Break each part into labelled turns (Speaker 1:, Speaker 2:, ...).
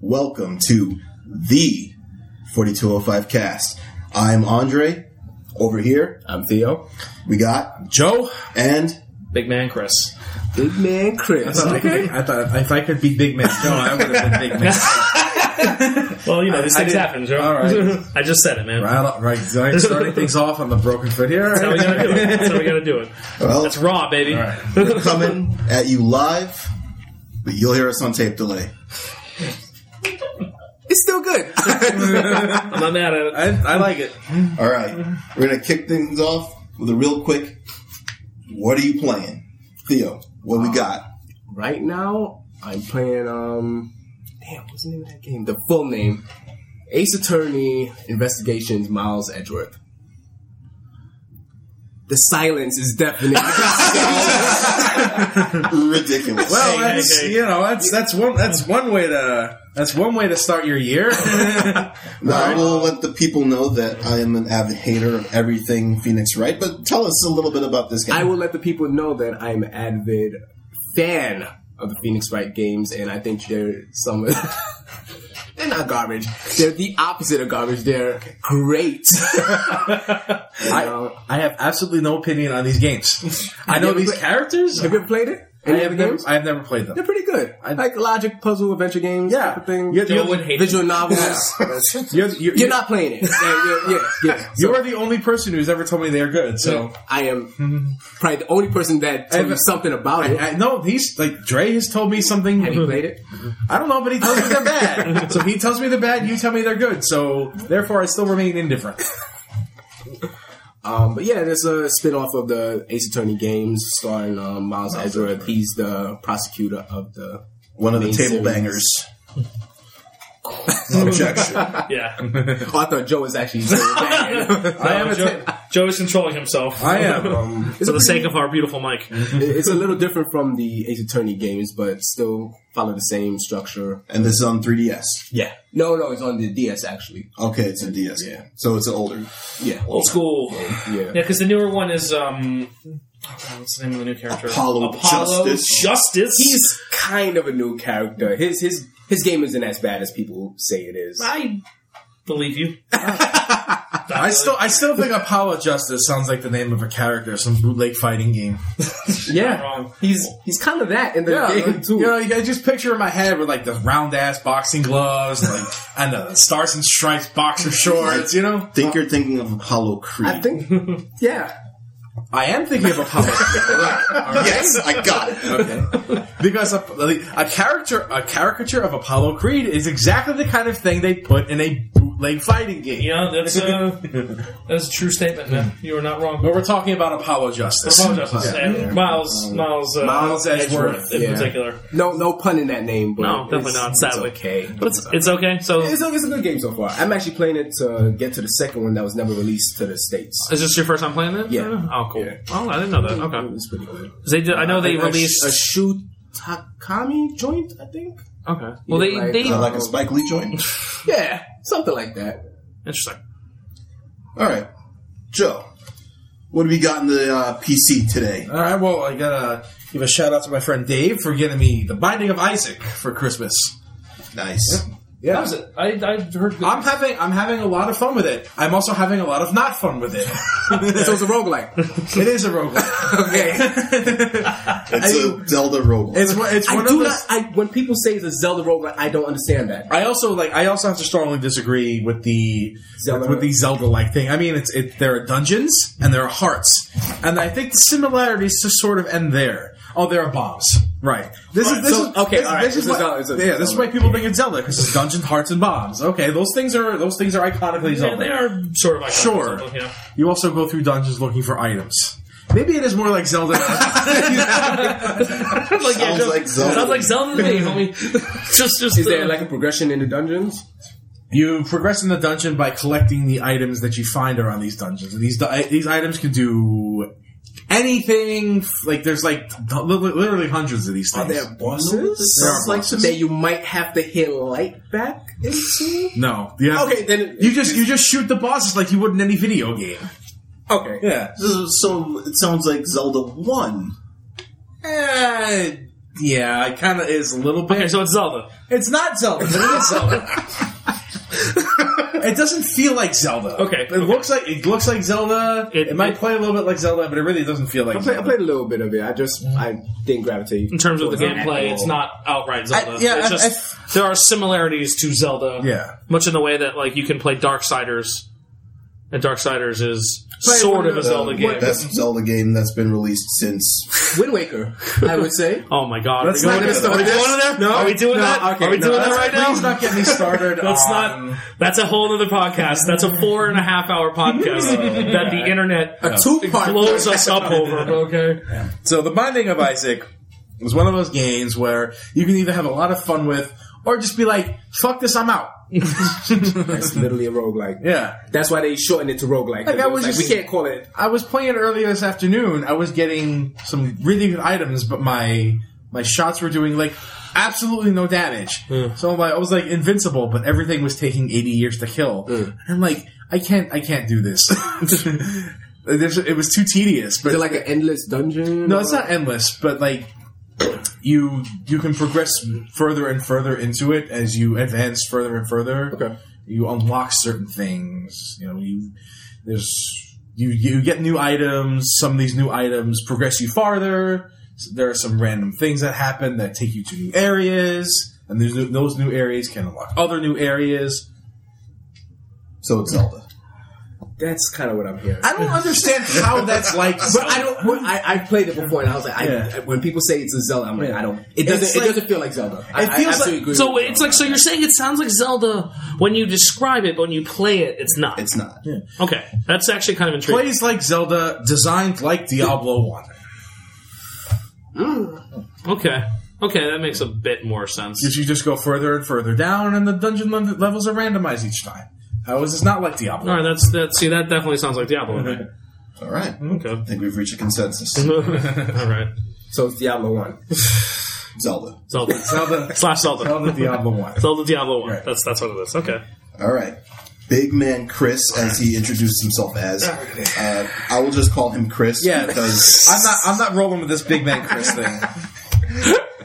Speaker 1: Welcome to the 4205 cast. I'm Andre. Over here,
Speaker 2: I'm Theo.
Speaker 1: we got
Speaker 2: Joe.
Speaker 1: and
Speaker 3: Big man, Chris.
Speaker 4: Big man Chris.
Speaker 2: I,
Speaker 4: Okay.
Speaker 2: could, I thought if I could be Big Man Joe, I would have been Big Man.
Speaker 3: Well, you know these
Speaker 2: I- I
Speaker 3: things
Speaker 2: did-
Speaker 3: happen, Joe.
Speaker 2: all right.
Speaker 3: I just said it, man.
Speaker 2: right, all right, so I'm starting things off on the broken foot here.
Speaker 3: That's how we gotta do it. That's how we gotta do it.
Speaker 1: well,
Speaker 3: That's raw, baby.
Speaker 2: All right.
Speaker 1: coming at you live, but you'll hear us on tape delay.
Speaker 4: It's still good.
Speaker 3: I'm not mad at it.
Speaker 2: I, I like it.
Speaker 1: All right, we're gonna kick things off with a real quick. What are you playing, Theo? What we got?
Speaker 4: right now, I'm playing, um, damn, what's the name of that game? The full name Ace Attorney Investigations Miles Edgeworth. The silence is deafening.
Speaker 1: Ridiculous.
Speaker 2: Well,
Speaker 3: Hey,
Speaker 2: Oh, that's
Speaker 3: hey, hey.
Speaker 2: you know that's that's one that's one way to that's one way to start your year.
Speaker 1: Now, I will let the people know that I am an avid hater of everything Phoenix Wright, but tell us a little bit about this game.
Speaker 4: I will let the people know that I'm an avid fan of the Phoenix Wright games, and I think they're some. they're not garbage. They're the opposite of garbage. They're great. I, uh,
Speaker 2: I have absolutely no opinion on these games. I know these characters.
Speaker 4: have you ever played it?
Speaker 2: I
Speaker 4: Any
Speaker 2: have
Speaker 4: other
Speaker 2: never,
Speaker 4: games?
Speaker 2: I have never played them.
Speaker 4: They're pretty good. I like logic, puzzle, adventure games.
Speaker 2: Yeah.
Speaker 4: type of thing.
Speaker 2: You're the
Speaker 3: Joe
Speaker 2: only-
Speaker 3: would hate
Speaker 4: Visual
Speaker 3: it.
Speaker 4: novels.
Speaker 2: You're, you're,
Speaker 4: You're not playing it. Yeah, yeah, yeah, yeah.
Speaker 2: you're the only person who's ever told me they're good. So
Speaker 4: I am probably the only person that told
Speaker 2: I've-
Speaker 4: you something about it.
Speaker 2: I know he's like Dre has told me something.
Speaker 4: have you played it?
Speaker 2: I don't know, but he tells me they're bad. so he tells me they're bad. You tell me they're good. So therefore, I still remain indifferent.
Speaker 4: Um, but yeah, there's a spin-off of the Ace Attorney games starring um, Miles Edgeworth. He's the prosecutor of the
Speaker 1: One of the
Speaker 4: Main
Speaker 1: table
Speaker 4: series.
Speaker 1: bangers. Objection.
Speaker 3: Yeah.
Speaker 4: Oh, I thought Joe was actually it's
Speaker 3: I am Joe, Joe is controlling himself.
Speaker 2: I am. Um,
Speaker 3: For the sake of our beautiful mic.
Speaker 4: it's a little different from the Ace Attorney games, but still follow the same structure.
Speaker 1: And this is on 3DS.
Speaker 4: Yeah. No, no, it's on the DS actually.
Speaker 1: Okay, it's a DS.
Speaker 4: Yeah.
Speaker 1: So it's an older.
Speaker 4: Yeah.
Speaker 3: Old school.
Speaker 4: Yeah.
Speaker 3: Yeah, because the newer one is um oh God, what's the name of the new character?
Speaker 1: Apollo Justice.
Speaker 3: Justice.
Speaker 4: He's kind of a new character. His his his game isn't as bad as people say it is.
Speaker 3: I believe you.
Speaker 2: I still, I still think Apollo Justice sounds like the name of a character, some bootleg fighting game.
Speaker 3: Not
Speaker 4: Yeah.
Speaker 3: wrong.
Speaker 4: He's he's kind of that in the
Speaker 2: Yeah,
Speaker 4: game
Speaker 2: like,
Speaker 4: too.
Speaker 2: you know, I just picture in my head with like the round ass boxing gloves, and, like and the stars and stripes boxer shorts. You know,
Speaker 1: I think you're thinking of Apollo Creed.
Speaker 4: I think yeah.
Speaker 2: I am thinking of Apollo
Speaker 1: yes, I got it.
Speaker 2: because a, like, a character, a caricature of Apollo Creed is exactly the kind of thing they put in a bootleg fighting game.
Speaker 3: You know, that's a that's a true statement, man. You are not wrong.
Speaker 2: But we're talking about Apollo Justice.
Speaker 3: Apollo Justice. And Miles Miles uh,
Speaker 2: Miles Edgeworth.
Speaker 3: in
Speaker 4: Yeah.
Speaker 3: particular.
Speaker 4: No, no pun in that name, but
Speaker 3: No, definitely
Speaker 4: it's-
Speaker 3: not, sadly.
Speaker 4: It's okay,
Speaker 3: But it's it's okay. So
Speaker 4: It's, a- it's a good game so far. I'm actually playing it to get to the second one that was never released to the states.
Speaker 3: is this your first time playing it?
Speaker 4: Yeah.
Speaker 3: Oh, cool.
Speaker 4: Yeah.
Speaker 3: Oh, I didn't know that. Okay.
Speaker 4: It's pretty good.
Speaker 3: 'Cause They did, I know they
Speaker 4: And a sh-
Speaker 3: released.
Speaker 4: a Shu Takami joint, I think.
Speaker 3: okay. Well, they
Speaker 4: like,
Speaker 3: they
Speaker 1: Is that like a Spike Lee joint?
Speaker 4: Yeah, something like that.
Speaker 3: interesting.
Speaker 1: All right, Joe. What have we got in the uh, PC today?
Speaker 2: All right, well, I gotta give a shout out to my friend Dave for getting me the Binding of Isaac for Christmas.
Speaker 1: Nice.
Speaker 2: Yeah,
Speaker 3: That was it. I I heard. Good.
Speaker 2: I'm having I'm having a lot of fun with it. I'm also having a lot of not fun with it.
Speaker 4: So it's a roguelike.
Speaker 2: it is a roguelike.
Speaker 4: okay.
Speaker 1: It's a Zelda rogue.
Speaker 2: It's one- it's one
Speaker 4: I
Speaker 2: of
Speaker 4: do
Speaker 2: those.
Speaker 4: not. I, when people say it's a Zelda roguelike, I don't understand that.
Speaker 2: I also like. I also have to strongly disagree with the
Speaker 4: Zelda.
Speaker 2: with the Zelda like thing. I mean, it's it, there are dungeons and there are hearts, and I think the similarities just sort of end there. Oh, there are bombs, right? This
Speaker 4: Right,
Speaker 2: is this
Speaker 4: so-
Speaker 2: is
Speaker 4: okay,
Speaker 2: This,
Speaker 4: all right,
Speaker 2: this
Speaker 4: it's
Speaker 2: is
Speaker 4: a
Speaker 2: why,
Speaker 4: Zelda- it's a
Speaker 2: yeah. This is why
Speaker 4: Zelda.
Speaker 2: people think it's Zelda because it's dungeon hearts and bombs. Okay, those things are those things are iconically
Speaker 3: yeah,
Speaker 2: Zelda.
Speaker 3: they are sort of like
Speaker 2: Sure.
Speaker 3: Yeah.
Speaker 2: You also go through dungeons looking for items. Maybe it is more like Zelda.
Speaker 3: like, yeah,
Speaker 1: Sounds
Speaker 3: Joe-
Speaker 1: like Zelda.
Speaker 3: Sounds like Zelda to me, homie. just, just.
Speaker 4: Is there
Speaker 3: uh,
Speaker 4: like a progression in the dungeons?
Speaker 2: you progress in the dungeon by collecting the items that you find around these dungeons. And these di- these items can do anything. f- Like there's like li- li- literally hundreds of these
Speaker 4: Are
Speaker 2: things.
Speaker 4: there bosses?
Speaker 2: There are
Speaker 4: like
Speaker 2: bosses.
Speaker 4: that you might have to hit light back into.
Speaker 2: no, you have-
Speaker 4: Okay, then
Speaker 2: you just you just shoot the bosses like you would in any video game.
Speaker 4: okay.
Speaker 2: Yeah.
Speaker 1: So it sounds like Zelda One.
Speaker 2: Eh, yeah, it kind of is a little bit.
Speaker 3: Okay, so it's Zelda.
Speaker 2: It's not Zelda, but it is Zelda. it doesn't feel like Zelda.
Speaker 3: Okay.
Speaker 2: It looks like it looks like Zelda. It,
Speaker 3: It-
Speaker 2: might
Speaker 3: it-
Speaker 2: play a little bit like Zelda, but it really doesn't feel like
Speaker 4: I played, I
Speaker 2: Zelda.
Speaker 4: played a little bit of it. I just I didn't gravitate
Speaker 3: In terms of the
Speaker 4: towards it at
Speaker 3: gameplay, it's
Speaker 4: all.
Speaker 3: not outright Zelda.
Speaker 2: I- yeah,
Speaker 3: It's
Speaker 2: I-
Speaker 3: just-
Speaker 2: I f-
Speaker 3: there are similarities to Zelda.
Speaker 2: Yeah.
Speaker 3: Much in the way that like you can play Darksiders, and Darksiders is
Speaker 4: Play
Speaker 3: sort
Speaker 4: one
Speaker 3: of a
Speaker 4: of
Speaker 3: Zelda
Speaker 4: the-
Speaker 3: game.
Speaker 4: what-
Speaker 1: Best Zelda game that's been released since.
Speaker 4: Wind Waker. I would say.
Speaker 3: Oh my god.
Speaker 2: Let's
Speaker 3: Are we
Speaker 2: not
Speaker 3: going
Speaker 2: get
Speaker 3: there? Are we
Speaker 2: started.
Speaker 3: going there?
Speaker 4: No,
Speaker 3: Are we doing
Speaker 4: no,
Speaker 3: that?
Speaker 4: okay,
Speaker 3: Are we
Speaker 4: no,
Speaker 3: doing that
Speaker 4: that's-
Speaker 3: right now?
Speaker 2: Please not get me started.
Speaker 3: That's
Speaker 2: on-
Speaker 3: not. That's a whole other podcast. That's a four and a half hour podcast that the internet
Speaker 4: Two part.
Speaker 3: blows us up over. Okay.
Speaker 2: So the Binding of Isaac was one of those games where you can either have a lot of fun with or just be like, "Fuck this, I'm out."
Speaker 4: It's literally a roguelike.
Speaker 2: Yeah.
Speaker 4: That's why they shortened it to roguelike. Like
Speaker 2: I was just-
Speaker 4: we can't call it.
Speaker 2: I was playing earlier this afternoon. I was getting some really good items, but my my shots were doing like absolutely no damage. So I'm like, I was like invincible, but everything was taking 80 years to kill. And I'm like, I can't, I can't do this. There's, it was too tedious. But
Speaker 4: Is it like an endless dungeon?
Speaker 2: no, it's not endless, but like you you can progress further and further into it as you advance further and further.
Speaker 4: Okay.
Speaker 2: You unlock certain things. You know, you there's you you get new items. Some of these new items progress you farther. So there are some random things that happen that take you to new areas, and there's, those new areas can unlock other new areas.
Speaker 1: So it's Zelda.
Speaker 4: That's kind of what I'm hearing.
Speaker 2: I don't understand how that's like.
Speaker 4: But I don't. When, I, I played it before, and I was like, I,
Speaker 2: Yeah.
Speaker 4: when people say it's a Zelda, I'm like,
Speaker 2: Yeah.
Speaker 4: I don't. It doesn't.
Speaker 2: It's
Speaker 4: It
Speaker 2: like-
Speaker 4: doesn't feel like Zelda. I-
Speaker 2: It
Speaker 4: I
Speaker 2: feels
Speaker 4: absolutely
Speaker 2: like-
Speaker 4: agree
Speaker 3: So
Speaker 4: with you.
Speaker 3: it's like so you're saying it sounds like Zelda when you describe it, but when you play it, it's not.
Speaker 1: It's not.
Speaker 3: okay. That's actually kind of intriguing.
Speaker 2: plays like Zelda, designed like Diablo One.
Speaker 3: Okay. Okay, that makes a bit more sense.
Speaker 2: If you just go further and further down, and the dungeon lev- levels are randomized each time. How is this not like Diablo?
Speaker 3: All right, that's that. See, that definitely sounds like Diablo. Right?
Speaker 1: All right. I
Speaker 3: Okay.
Speaker 1: think we've reached a consensus.
Speaker 3: All right.
Speaker 4: So it's Diablo One.
Speaker 1: Zelda.
Speaker 3: Zelda
Speaker 2: Zelda,
Speaker 3: slash Zelda.
Speaker 2: Zelda Diablo One.
Speaker 3: Zelda Diablo one.
Speaker 2: Right.
Speaker 3: That's that's what it is. Okay.
Speaker 1: All right. Big man Chris, as he introduced himself as. Uh, I will just call him Chris
Speaker 2: Yeah,
Speaker 1: because
Speaker 2: I'm not. I'm not rolling with this big man Chris thing.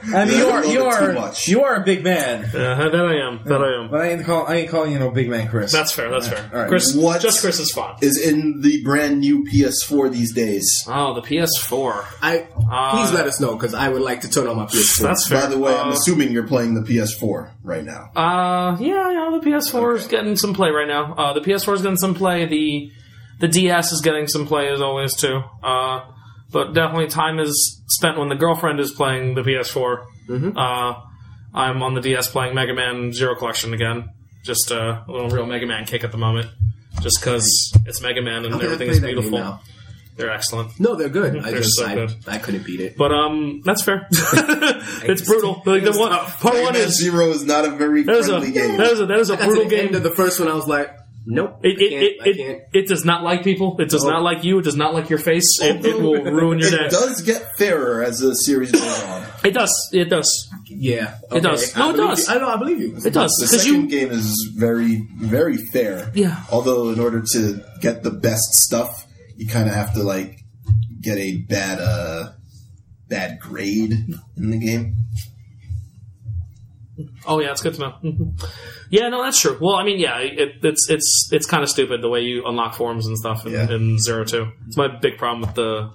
Speaker 2: I mean,
Speaker 1: Yeah,
Speaker 2: you
Speaker 1: a
Speaker 2: are
Speaker 1: little
Speaker 2: you
Speaker 1: bit too
Speaker 2: are
Speaker 1: much.
Speaker 2: you are a big man,
Speaker 3: Uh, that I am. That I am.
Speaker 2: but I ain't call I ain't calling you no big man Chris.
Speaker 3: That's fair. That's fair.
Speaker 2: All right.
Speaker 3: Chris,
Speaker 1: What-
Speaker 3: just Chris is fine.
Speaker 1: is in the brand new PS4 these days.
Speaker 3: Oh, the PS4.
Speaker 4: I please let us know because I would like to turn on my PS4.
Speaker 3: Uh, That's fair.
Speaker 1: By the way, I'm
Speaker 3: Uh,
Speaker 1: assuming you're playing the PS4 right now.
Speaker 3: Uh, yeah, yeah. The PS4 is getting some play right now. Uh, the PS4 is getting some play. The the DS is getting some play as always too. Uh, but definitely time is spent when the girlfriend is playing the PS4.
Speaker 4: Mm-hmm.
Speaker 3: Uh, I'm on the DS playing Mega Man Zero Collection again. Just uh, a little real Mega Man kick at the moment, just because it's Mega Man and
Speaker 4: Okay, I
Speaker 3: everything's
Speaker 4: play that game
Speaker 3: beautiful.
Speaker 4: now.
Speaker 3: They're excellent.
Speaker 4: No, they're good. I
Speaker 3: They're
Speaker 4: just
Speaker 3: so
Speaker 4: I,
Speaker 3: good.
Speaker 4: I couldn't beat it.
Speaker 3: But um, that's fair. it's brutal. Like the one part one
Speaker 1: Mega Man
Speaker 3: is
Speaker 1: Zero is not a very
Speaker 3: that is a
Speaker 1: friendly game.
Speaker 3: that is a that is a
Speaker 4: That's
Speaker 3: brutal
Speaker 4: the
Speaker 3: game.
Speaker 4: end of the first one. I was like, nope.
Speaker 3: It,
Speaker 4: I
Speaker 3: it,
Speaker 4: can't.
Speaker 3: it,
Speaker 4: I can't.
Speaker 3: it, it does not like people. It does
Speaker 4: No.
Speaker 3: not like you. It does not like your face. It, it will ruin your day.
Speaker 1: It does get fairer as the series goes on.
Speaker 3: It does. It does.
Speaker 4: Yeah,
Speaker 3: It does.
Speaker 4: I
Speaker 3: No, it
Speaker 4: believe
Speaker 3: does.
Speaker 4: you. I know. I believe you.
Speaker 3: It does.
Speaker 1: The
Speaker 3: Because you.
Speaker 1: second game is very, very fair.
Speaker 3: Yeah.
Speaker 1: Although, in order to get the best stuff, you kind of have to like get a bad, uh, bad grade in the game.
Speaker 3: Oh yeah, it's good to know. Mhm. yeah, no, that's true. Well, I mean, yeah, it, it's it's it's kind of stupid the way you unlock forms and stuff in,
Speaker 1: Yeah.
Speaker 3: in Zero Two. It's my big problem with the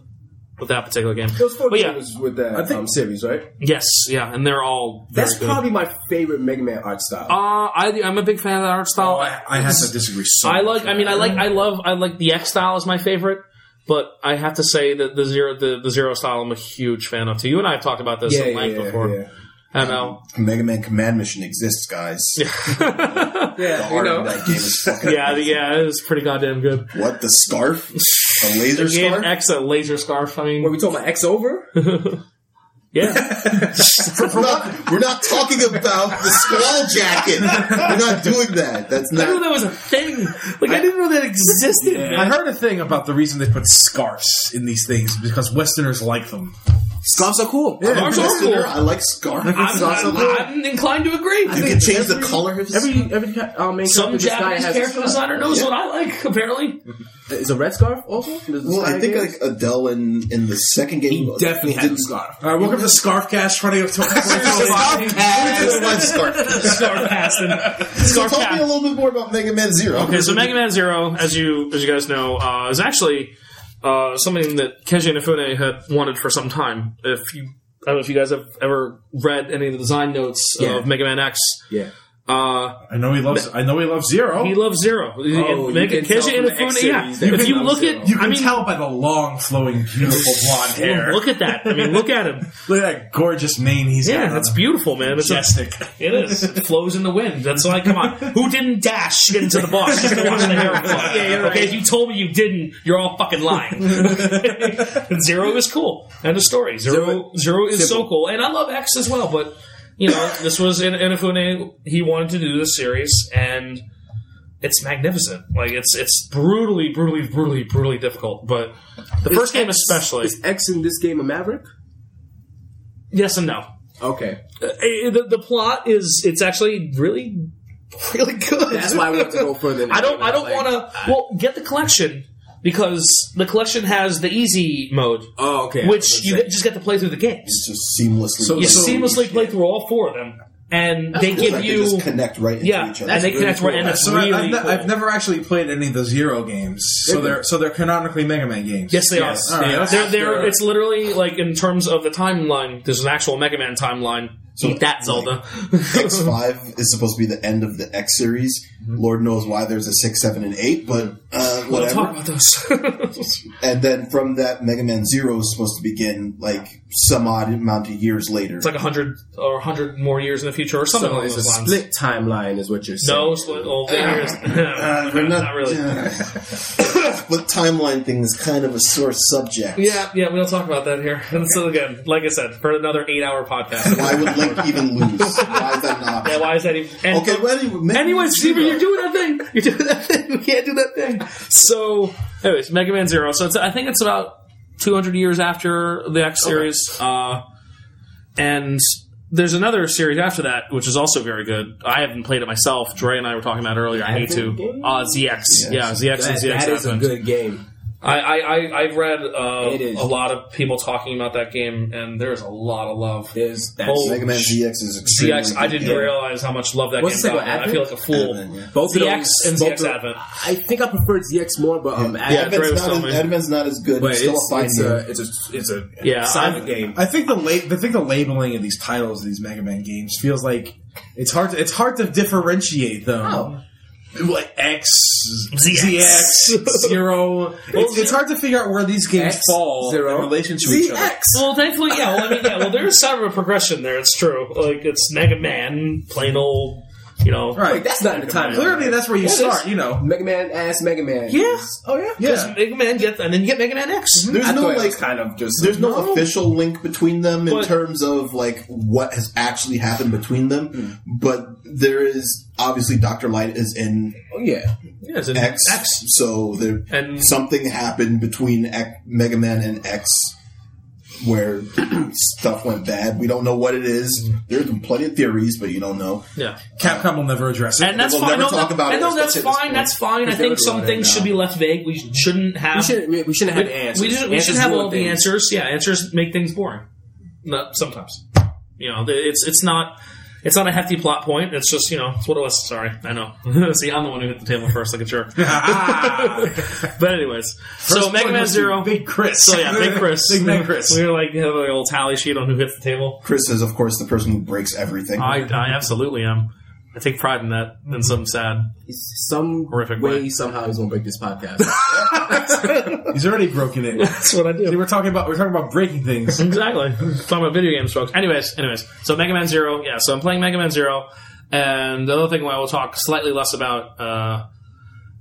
Speaker 3: with that particular game.
Speaker 4: Those four
Speaker 3: But yeah.
Speaker 4: games with that
Speaker 2: I think-
Speaker 4: um, series, right?
Speaker 3: Yes, yeah, and they're all very
Speaker 4: That's
Speaker 3: good.
Speaker 4: probably my favorite Mega Man art style.
Speaker 3: Uh, I I'm a big fan of that art style.
Speaker 2: Oh, I, I have to disagree. So
Speaker 3: I
Speaker 2: much.
Speaker 3: like. I mean, I like. I love. I like the X style is my favorite, but I have to say that the zero, the, the zero style, I'm a huge fan of. Too. You and I have talked about this
Speaker 4: yeah,
Speaker 3: at
Speaker 4: yeah,
Speaker 3: length
Speaker 4: yeah,
Speaker 3: before.
Speaker 4: yeah.
Speaker 3: I know.
Speaker 1: Mega Man Command Mission exists, guys. The
Speaker 4: Yeah, you
Speaker 1: art
Speaker 4: know.
Speaker 1: of that game is fucking.
Speaker 3: yeah, the- yeah, it was pretty goddamn good.
Speaker 1: What the scarf? A laser
Speaker 3: The game
Speaker 1: scarf?
Speaker 3: X, a laser scarf. I
Speaker 4: Were
Speaker 3: mean,
Speaker 4: we talking about X over?
Speaker 3: yeah,
Speaker 1: We're not, we're not talking about the squall jacket. We're not doing that. That's
Speaker 3: I knew
Speaker 1: not.
Speaker 3: that was a thing. Like I, didn't know that existed.
Speaker 2: I heard a thing about the reason they put scarves in these things because Westerners like them.
Speaker 4: Scarves are cool.
Speaker 2: Yeah.
Speaker 1: I'm a
Speaker 3: Marshall
Speaker 1: listener.
Speaker 3: School.
Speaker 1: I like scarves.
Speaker 3: I'm,
Speaker 1: Scarves are
Speaker 3: I'm,
Speaker 1: cool.
Speaker 3: I'm inclined to agree.
Speaker 1: you can change the colors.
Speaker 4: Every every ca- uh, main
Speaker 3: Some
Speaker 4: character this guy
Speaker 3: Japanese
Speaker 4: has a
Speaker 3: character
Speaker 4: scarf.
Speaker 3: designer knows what I like. Apparently,
Speaker 4: Is a red scarf also? Does the
Speaker 1: well, I
Speaker 4: sky
Speaker 1: think
Speaker 4: do?
Speaker 1: like Adele in, in the second game.
Speaker 4: he definitely has a
Speaker 1: didn't-
Speaker 4: scarf.
Speaker 2: All right, welcome to Scarfcast, Friday October
Speaker 4: Scarf
Speaker 2: 2025.
Speaker 1: It's my scarf.
Speaker 3: Star Casting.
Speaker 1: So
Speaker 3: Star
Speaker 1: tell me a little bit more about Mega Man Zero.
Speaker 3: Okay, so Mega Man Zero, as you as you guys know, uh, is actually uh, something that Keiji Inafune had wanted for some time. If you, I don't know if you guys have ever read any of the design notes
Speaker 4: Yeah.
Speaker 3: of Mega Man X.
Speaker 4: Yeah.
Speaker 3: Uh,
Speaker 2: I know he loves. I know he loves zero.
Speaker 3: he loves Zero. Oh,
Speaker 4: you can tell
Speaker 3: Keiji
Speaker 4: from the X
Speaker 3: Inafune,
Speaker 4: series
Speaker 3: yeah.
Speaker 4: that
Speaker 3: If
Speaker 4: he
Speaker 3: you
Speaker 4: loves
Speaker 3: look
Speaker 4: Zero.
Speaker 3: at,
Speaker 2: you can
Speaker 3: I mean,
Speaker 2: tell by the long, flowing, beautiful blonde hair.
Speaker 3: look at that. I mean, look at him.
Speaker 2: Look at that gorgeous mane he's
Speaker 3: Yeah,
Speaker 2: got.
Speaker 3: that's beautiful, man. It's a,
Speaker 2: majestic.
Speaker 3: It is. It flows in the wind. That's like, come on. Who didn't dash into the boss just to watch the hair flow?
Speaker 2: Yeah, you're
Speaker 3: okay,
Speaker 2: right.
Speaker 3: if you told me you didn't, you're all fucking lying. Zero is cool. End of story. Zero,
Speaker 4: Zero-
Speaker 3: Zero is so
Speaker 4: simple.
Speaker 3: cool. And I love X as well, but, you know, this was in Inafune. He wanted to do this series, and it's magnificent. Like, it's it's brutally, brutally, brutally, brutally difficult. But the first game, especially.
Speaker 4: Is X in this game a Maverick?
Speaker 3: Yes and no.
Speaker 4: Okay.
Speaker 3: Eh, The, the plot is, it's actually really, really good.
Speaker 4: That's why I want to go further. than
Speaker 3: I don't.
Speaker 4: that.
Speaker 3: I don't
Speaker 4: Like,
Speaker 3: want to. Well, get the collection because the collection has the easy mode,
Speaker 4: Oh, okay.
Speaker 3: which you just get to play through the games.
Speaker 1: It's just seamlessly.
Speaker 2: So-
Speaker 3: You
Speaker 2: so-
Speaker 3: seamlessly play through all four of them, and they
Speaker 1: Like,
Speaker 3: give
Speaker 1: they
Speaker 3: you
Speaker 1: just connect right into
Speaker 3: yeah,
Speaker 1: each
Speaker 3: and
Speaker 1: other.
Speaker 3: they
Speaker 4: really
Speaker 3: connect right,
Speaker 4: cool.
Speaker 3: and it's
Speaker 2: So I,
Speaker 3: really
Speaker 2: have
Speaker 3: cool.
Speaker 2: I've never actually played any of the Zero games, so
Speaker 4: Really?
Speaker 2: they're so they're canonically Mega Man games.
Speaker 3: Yes, they
Speaker 2: Yes.
Speaker 3: are.
Speaker 2: All right,
Speaker 3: They are.
Speaker 2: that's-
Speaker 3: They're, they're,
Speaker 4: yeah.
Speaker 3: it's literally like in terms of the timeline. There's an actual Mega Man timeline. Eat that Zelda.
Speaker 1: X five is supposed to be the end of the X series. Lord knows why there's a six, seven, and eight, but uh,
Speaker 3: Mm-hmm. We'll talk
Speaker 1: whatever.
Speaker 3: about those.
Speaker 1: And then from that, Mega Man Zero is supposed to begin like some odd amount of years later.
Speaker 3: it's like hundred or hundred more years in the future, or something
Speaker 4: So
Speaker 3: along
Speaker 4: it's a
Speaker 3: those lines.
Speaker 4: split timeline, is what you're saying.
Speaker 3: No, split all the years.
Speaker 1: Uh, we're
Speaker 3: not really.
Speaker 1: but timeline thing is kind of a sore subject.
Speaker 3: Yeah, yeah, we don't talk about that here. And so again, like I said, for another eight-hour podcast.
Speaker 1: Why would Link even lose? Why is that not?
Speaker 3: yeah, why is that even? And,
Speaker 1: Okay, well, anyway,
Speaker 3: Anyways, Steven, you're doing that thing. You're doing that thing. We can't do that thing. So, anyways, Mega Man Zero. So it's, I think it's about 200 years after the X series, uh, and there's another series after that which is also very good. I haven't played it myself. Dre and I were talking about it earlier. I need to.
Speaker 4: game?
Speaker 3: Uh, ZX. Yeah, ZX and
Speaker 4: That-
Speaker 3: ZX.
Speaker 4: that is a
Speaker 3: happened.
Speaker 4: good game.
Speaker 3: I, I, I, I've read
Speaker 4: It is.
Speaker 3: uh, a lot of people talking about that game, and there's a lot of love.
Speaker 4: There's that's
Speaker 3: Oh,
Speaker 1: Mega Man ZX is extremely.
Speaker 3: ZX, I didn't
Speaker 1: good.
Speaker 3: realize how much love that
Speaker 4: What's
Speaker 3: game
Speaker 4: the
Speaker 3: got.
Speaker 4: second
Speaker 3: I feel like a fool.
Speaker 1: Advent, yeah.
Speaker 4: both of
Speaker 3: ZX
Speaker 4: those-
Speaker 3: and
Speaker 4: both
Speaker 3: ZX
Speaker 4: of-
Speaker 3: Advent.
Speaker 4: I think I preferred ZX more, but um, Advent-
Speaker 3: Dre
Speaker 1: Advent's
Speaker 3: was
Speaker 1: not, as,
Speaker 3: telling me.
Speaker 1: Advent's not as good.
Speaker 4: but
Speaker 1: it's still
Speaker 4: it's,
Speaker 1: a fine
Speaker 4: it's
Speaker 1: game.
Speaker 3: uh,
Speaker 4: a it's a it's a
Speaker 3: Yeah,
Speaker 4: silent
Speaker 3: I-
Speaker 4: game.
Speaker 2: I think the la- I think the labeling of these titles, of these Mega Man games, feels like it's hard. To, it's hard to differentiate them.
Speaker 4: Oh.
Speaker 2: Like X,
Speaker 3: ZX.
Speaker 2: ZX, Zero. It's, it's hard to figure out where these games
Speaker 4: X,
Speaker 2: fall
Speaker 4: Zero,
Speaker 2: in relation to each other.
Speaker 4: ZX.
Speaker 3: Well, thankfully, yeah. Well, I mean, yeah. Well, there's sort of a progression there. It's true. Like it's Mega Man, plain old, you know.
Speaker 2: Right.
Speaker 4: Wait, that's not in the time.
Speaker 2: Clearly, that's where you
Speaker 3: it
Speaker 2: start.
Speaker 3: is.
Speaker 2: You know.
Speaker 4: Mega Man ass Mega Man.
Speaker 3: Yeah.
Speaker 2: Oh yeah.
Speaker 3: Because
Speaker 2: Yeah.
Speaker 3: Mega Man gets, and then you get Mega Man X.
Speaker 1: There's
Speaker 4: I
Speaker 1: no
Speaker 4: thought it
Speaker 1: like
Speaker 4: was kind of just
Speaker 1: There's no, official link between them in
Speaker 3: But-
Speaker 1: terms of like what has actually happened between them,
Speaker 3: Hmm.
Speaker 1: but there is obviously Doctor Light is in
Speaker 4: Oh, yeah.
Speaker 3: Yeah, it's an
Speaker 1: X,
Speaker 3: X.
Speaker 1: so there
Speaker 3: And-
Speaker 1: something happened between X, Mega Man and X where stuff went bad. We don't know what it is. There's been plenty of theories, but you don't know.
Speaker 3: Yeah.
Speaker 2: Capcom will never address it.
Speaker 3: And that's
Speaker 1: We'll
Speaker 3: fine.
Speaker 1: never
Speaker 3: No,
Speaker 1: talk
Speaker 3: that-
Speaker 1: about
Speaker 3: I
Speaker 1: it.
Speaker 3: know
Speaker 1: That's
Speaker 3: that's
Speaker 1: it. That's
Speaker 3: fine.
Speaker 1: it.
Speaker 3: That's fine. I
Speaker 4: Because
Speaker 3: think
Speaker 4: they're
Speaker 3: some
Speaker 4: doing it
Speaker 3: things
Speaker 4: now.
Speaker 3: should be left vague. We shouldn't have.
Speaker 4: We should we, we shouldn't have answers.
Speaker 3: We, just, we
Speaker 4: Answers
Speaker 3: should have
Speaker 4: ruin
Speaker 3: all the
Speaker 4: things.
Speaker 3: answers. Yeah, answers make things boring. No, sometimes, you know, th- it's it's not it's not a hefty plot point. It's just you know, it's what it was. Sorry, I know. See, I'm the one who hit the table first, like a jerk. but anyways, so
Speaker 2: First
Speaker 3: Mega
Speaker 2: one
Speaker 3: Man
Speaker 2: was
Speaker 3: Zero.
Speaker 2: Big Chris.
Speaker 3: so yeah, Big Chris.
Speaker 2: Big Man Chris.
Speaker 3: We were like have a little tally sheet on who hits the table.
Speaker 1: Chris is of course the person who breaks everything.
Speaker 3: I, I absolutely am. I take pride in that in some sad.
Speaker 4: Some
Speaker 3: Horrific
Speaker 4: way
Speaker 3: way.
Speaker 4: somehow he's gonna break this podcast.
Speaker 2: He's already broken it.
Speaker 3: That's what I do.
Speaker 2: See, we're talking about we're talking about breaking things.
Speaker 3: Exactly. Talking about video games, folks. Anyways, anyways. So Mega Man Zero, yeah. So I'm playing Mega Man Zero, and the other thing I will talk slightly less about. Uh,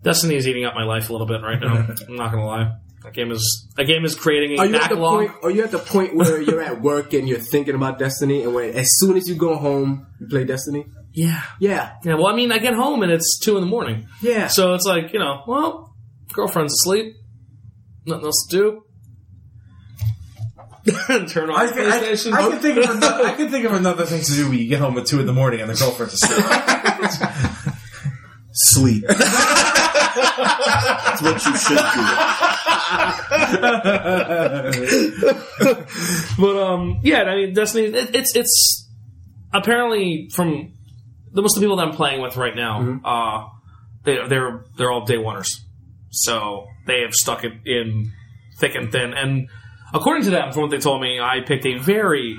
Speaker 3: Destiny is eating up my life a little bit right now. I'm not gonna lie. That game is that game is creating
Speaker 4: Are
Speaker 3: a
Speaker 4: you at the
Speaker 3: backlog.
Speaker 4: point? Are you at the point where you're at work and you're thinking about Destiny, and when as soon as you go home, you play Destiny?
Speaker 3: Yeah.
Speaker 4: Yeah,
Speaker 3: Yeah. Well, I mean, I get home and it's two in the morning,
Speaker 4: yeah.
Speaker 3: so it's like you know, well, girlfriend's asleep, nothing else to do. Turn off
Speaker 2: I
Speaker 3: the
Speaker 2: can, I,
Speaker 3: PlayStation.
Speaker 2: I can think of another, I can think of another thing to do when you get home at two in the morning and the girlfriend's asleep.
Speaker 1: Sleep. That's what you should do.
Speaker 3: But um, yeah, I mean, Destiny. It, it's it's apparently from the most of the people that I'm playing with right now.
Speaker 4: Mm-hmm.
Speaker 3: Uh, they they're they're all day oneers, so they have stuck it in thick and thin. And according to them, from what they told me, I picked a very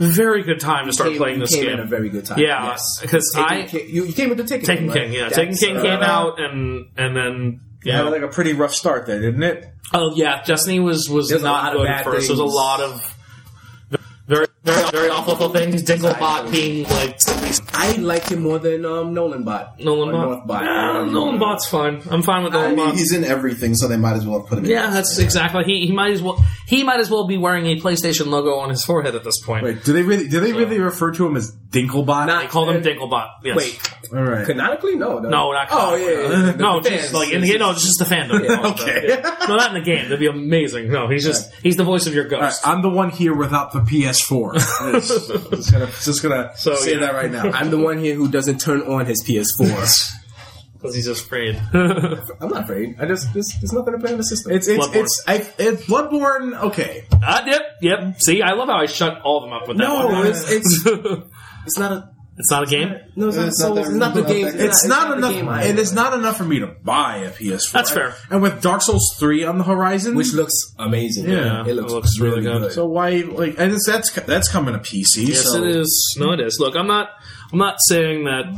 Speaker 3: very good time to start
Speaker 4: Came-
Speaker 3: playing
Speaker 4: you
Speaker 3: this
Speaker 4: came at a
Speaker 3: game.
Speaker 4: very good time.
Speaker 3: Yeah,
Speaker 4: Yes.
Speaker 3: because
Speaker 4: Taken
Speaker 3: I
Speaker 4: King- you, you came with the Taken,
Speaker 3: Taken
Speaker 4: right?
Speaker 3: King, yeah,
Speaker 4: That's-
Speaker 3: Taken King came
Speaker 4: uh,
Speaker 3: out, and and then
Speaker 2: Yeah,
Speaker 3: yeah,
Speaker 2: like a pretty rough start there, didn't it?
Speaker 3: Oh yeah, Destiny was was
Speaker 4: There's a
Speaker 3: not
Speaker 4: lot of
Speaker 3: good
Speaker 4: bad
Speaker 3: at first. There
Speaker 4: things.
Speaker 3: was a lot of very very very awful things. Dinglebot being like
Speaker 4: I liked him more than um, Nolan Bot.
Speaker 3: Nolan
Speaker 4: Or North Bot.
Speaker 3: Bot. Yeah, Nolan Bot's fine. I'm fine with
Speaker 1: I
Speaker 3: Nolan
Speaker 1: mean,
Speaker 3: Bot.
Speaker 1: he's in everything, so they might as well put him in.
Speaker 3: Yeah, that's exactly. He he might as well he might as well be wearing a PlayStation logo on his forehead at this point.
Speaker 2: Wait, do they really do they really refer to him as Dinklebot?
Speaker 3: They called him Dinglebot. Yes.
Speaker 4: Wait,
Speaker 2: All right.
Speaker 4: canonically? No.
Speaker 3: No, not
Speaker 4: Oh, yeah. yeah, yeah.
Speaker 3: no,
Speaker 4: The
Speaker 3: just
Speaker 4: fans.
Speaker 3: like in the game. No, it's just the fandom.
Speaker 2: okay.
Speaker 3: Yeah. No, not in the game. That'd be amazing. No, he's just he's the voice of your
Speaker 2: All right,
Speaker 3: ghost.
Speaker 2: I'm the one here without the PS4. just, just gonna, just gonna
Speaker 3: So,
Speaker 2: say
Speaker 3: yeah.
Speaker 2: that right now.
Speaker 4: I'm the one here who doesn't turn on his PS4.
Speaker 3: Because he's afraid.
Speaker 4: I'm not afraid. I just there's, there's nothing to play on the system.
Speaker 2: It's it's
Speaker 3: Bloodborne.
Speaker 2: it's, I, it's Bloodborne. Okay,
Speaker 3: Uh, yep, yep. See, I love how I shut all of them up with that
Speaker 4: no,
Speaker 3: one.
Speaker 4: it's it's it's not a
Speaker 3: it's not a game.
Speaker 4: no, it's,
Speaker 1: It's
Speaker 4: not,
Speaker 1: not
Speaker 4: Souls,
Speaker 1: that-
Speaker 4: it's not the
Speaker 1: not
Speaker 4: game.
Speaker 1: that-
Speaker 2: it's, not,
Speaker 4: the game
Speaker 2: enough.
Speaker 4: I-
Speaker 2: It is not enough for me to buy a PS4.
Speaker 3: That's fair.
Speaker 2: And with Dark Souls three on the horizon,
Speaker 4: which looks amazing.
Speaker 2: Yeah,
Speaker 4: it looks, really good.
Speaker 2: so why like and it's, that's that's coming to PC.
Speaker 3: Yes,
Speaker 2: so
Speaker 3: it is. No, it is. Look, I'm not. I'm not saying that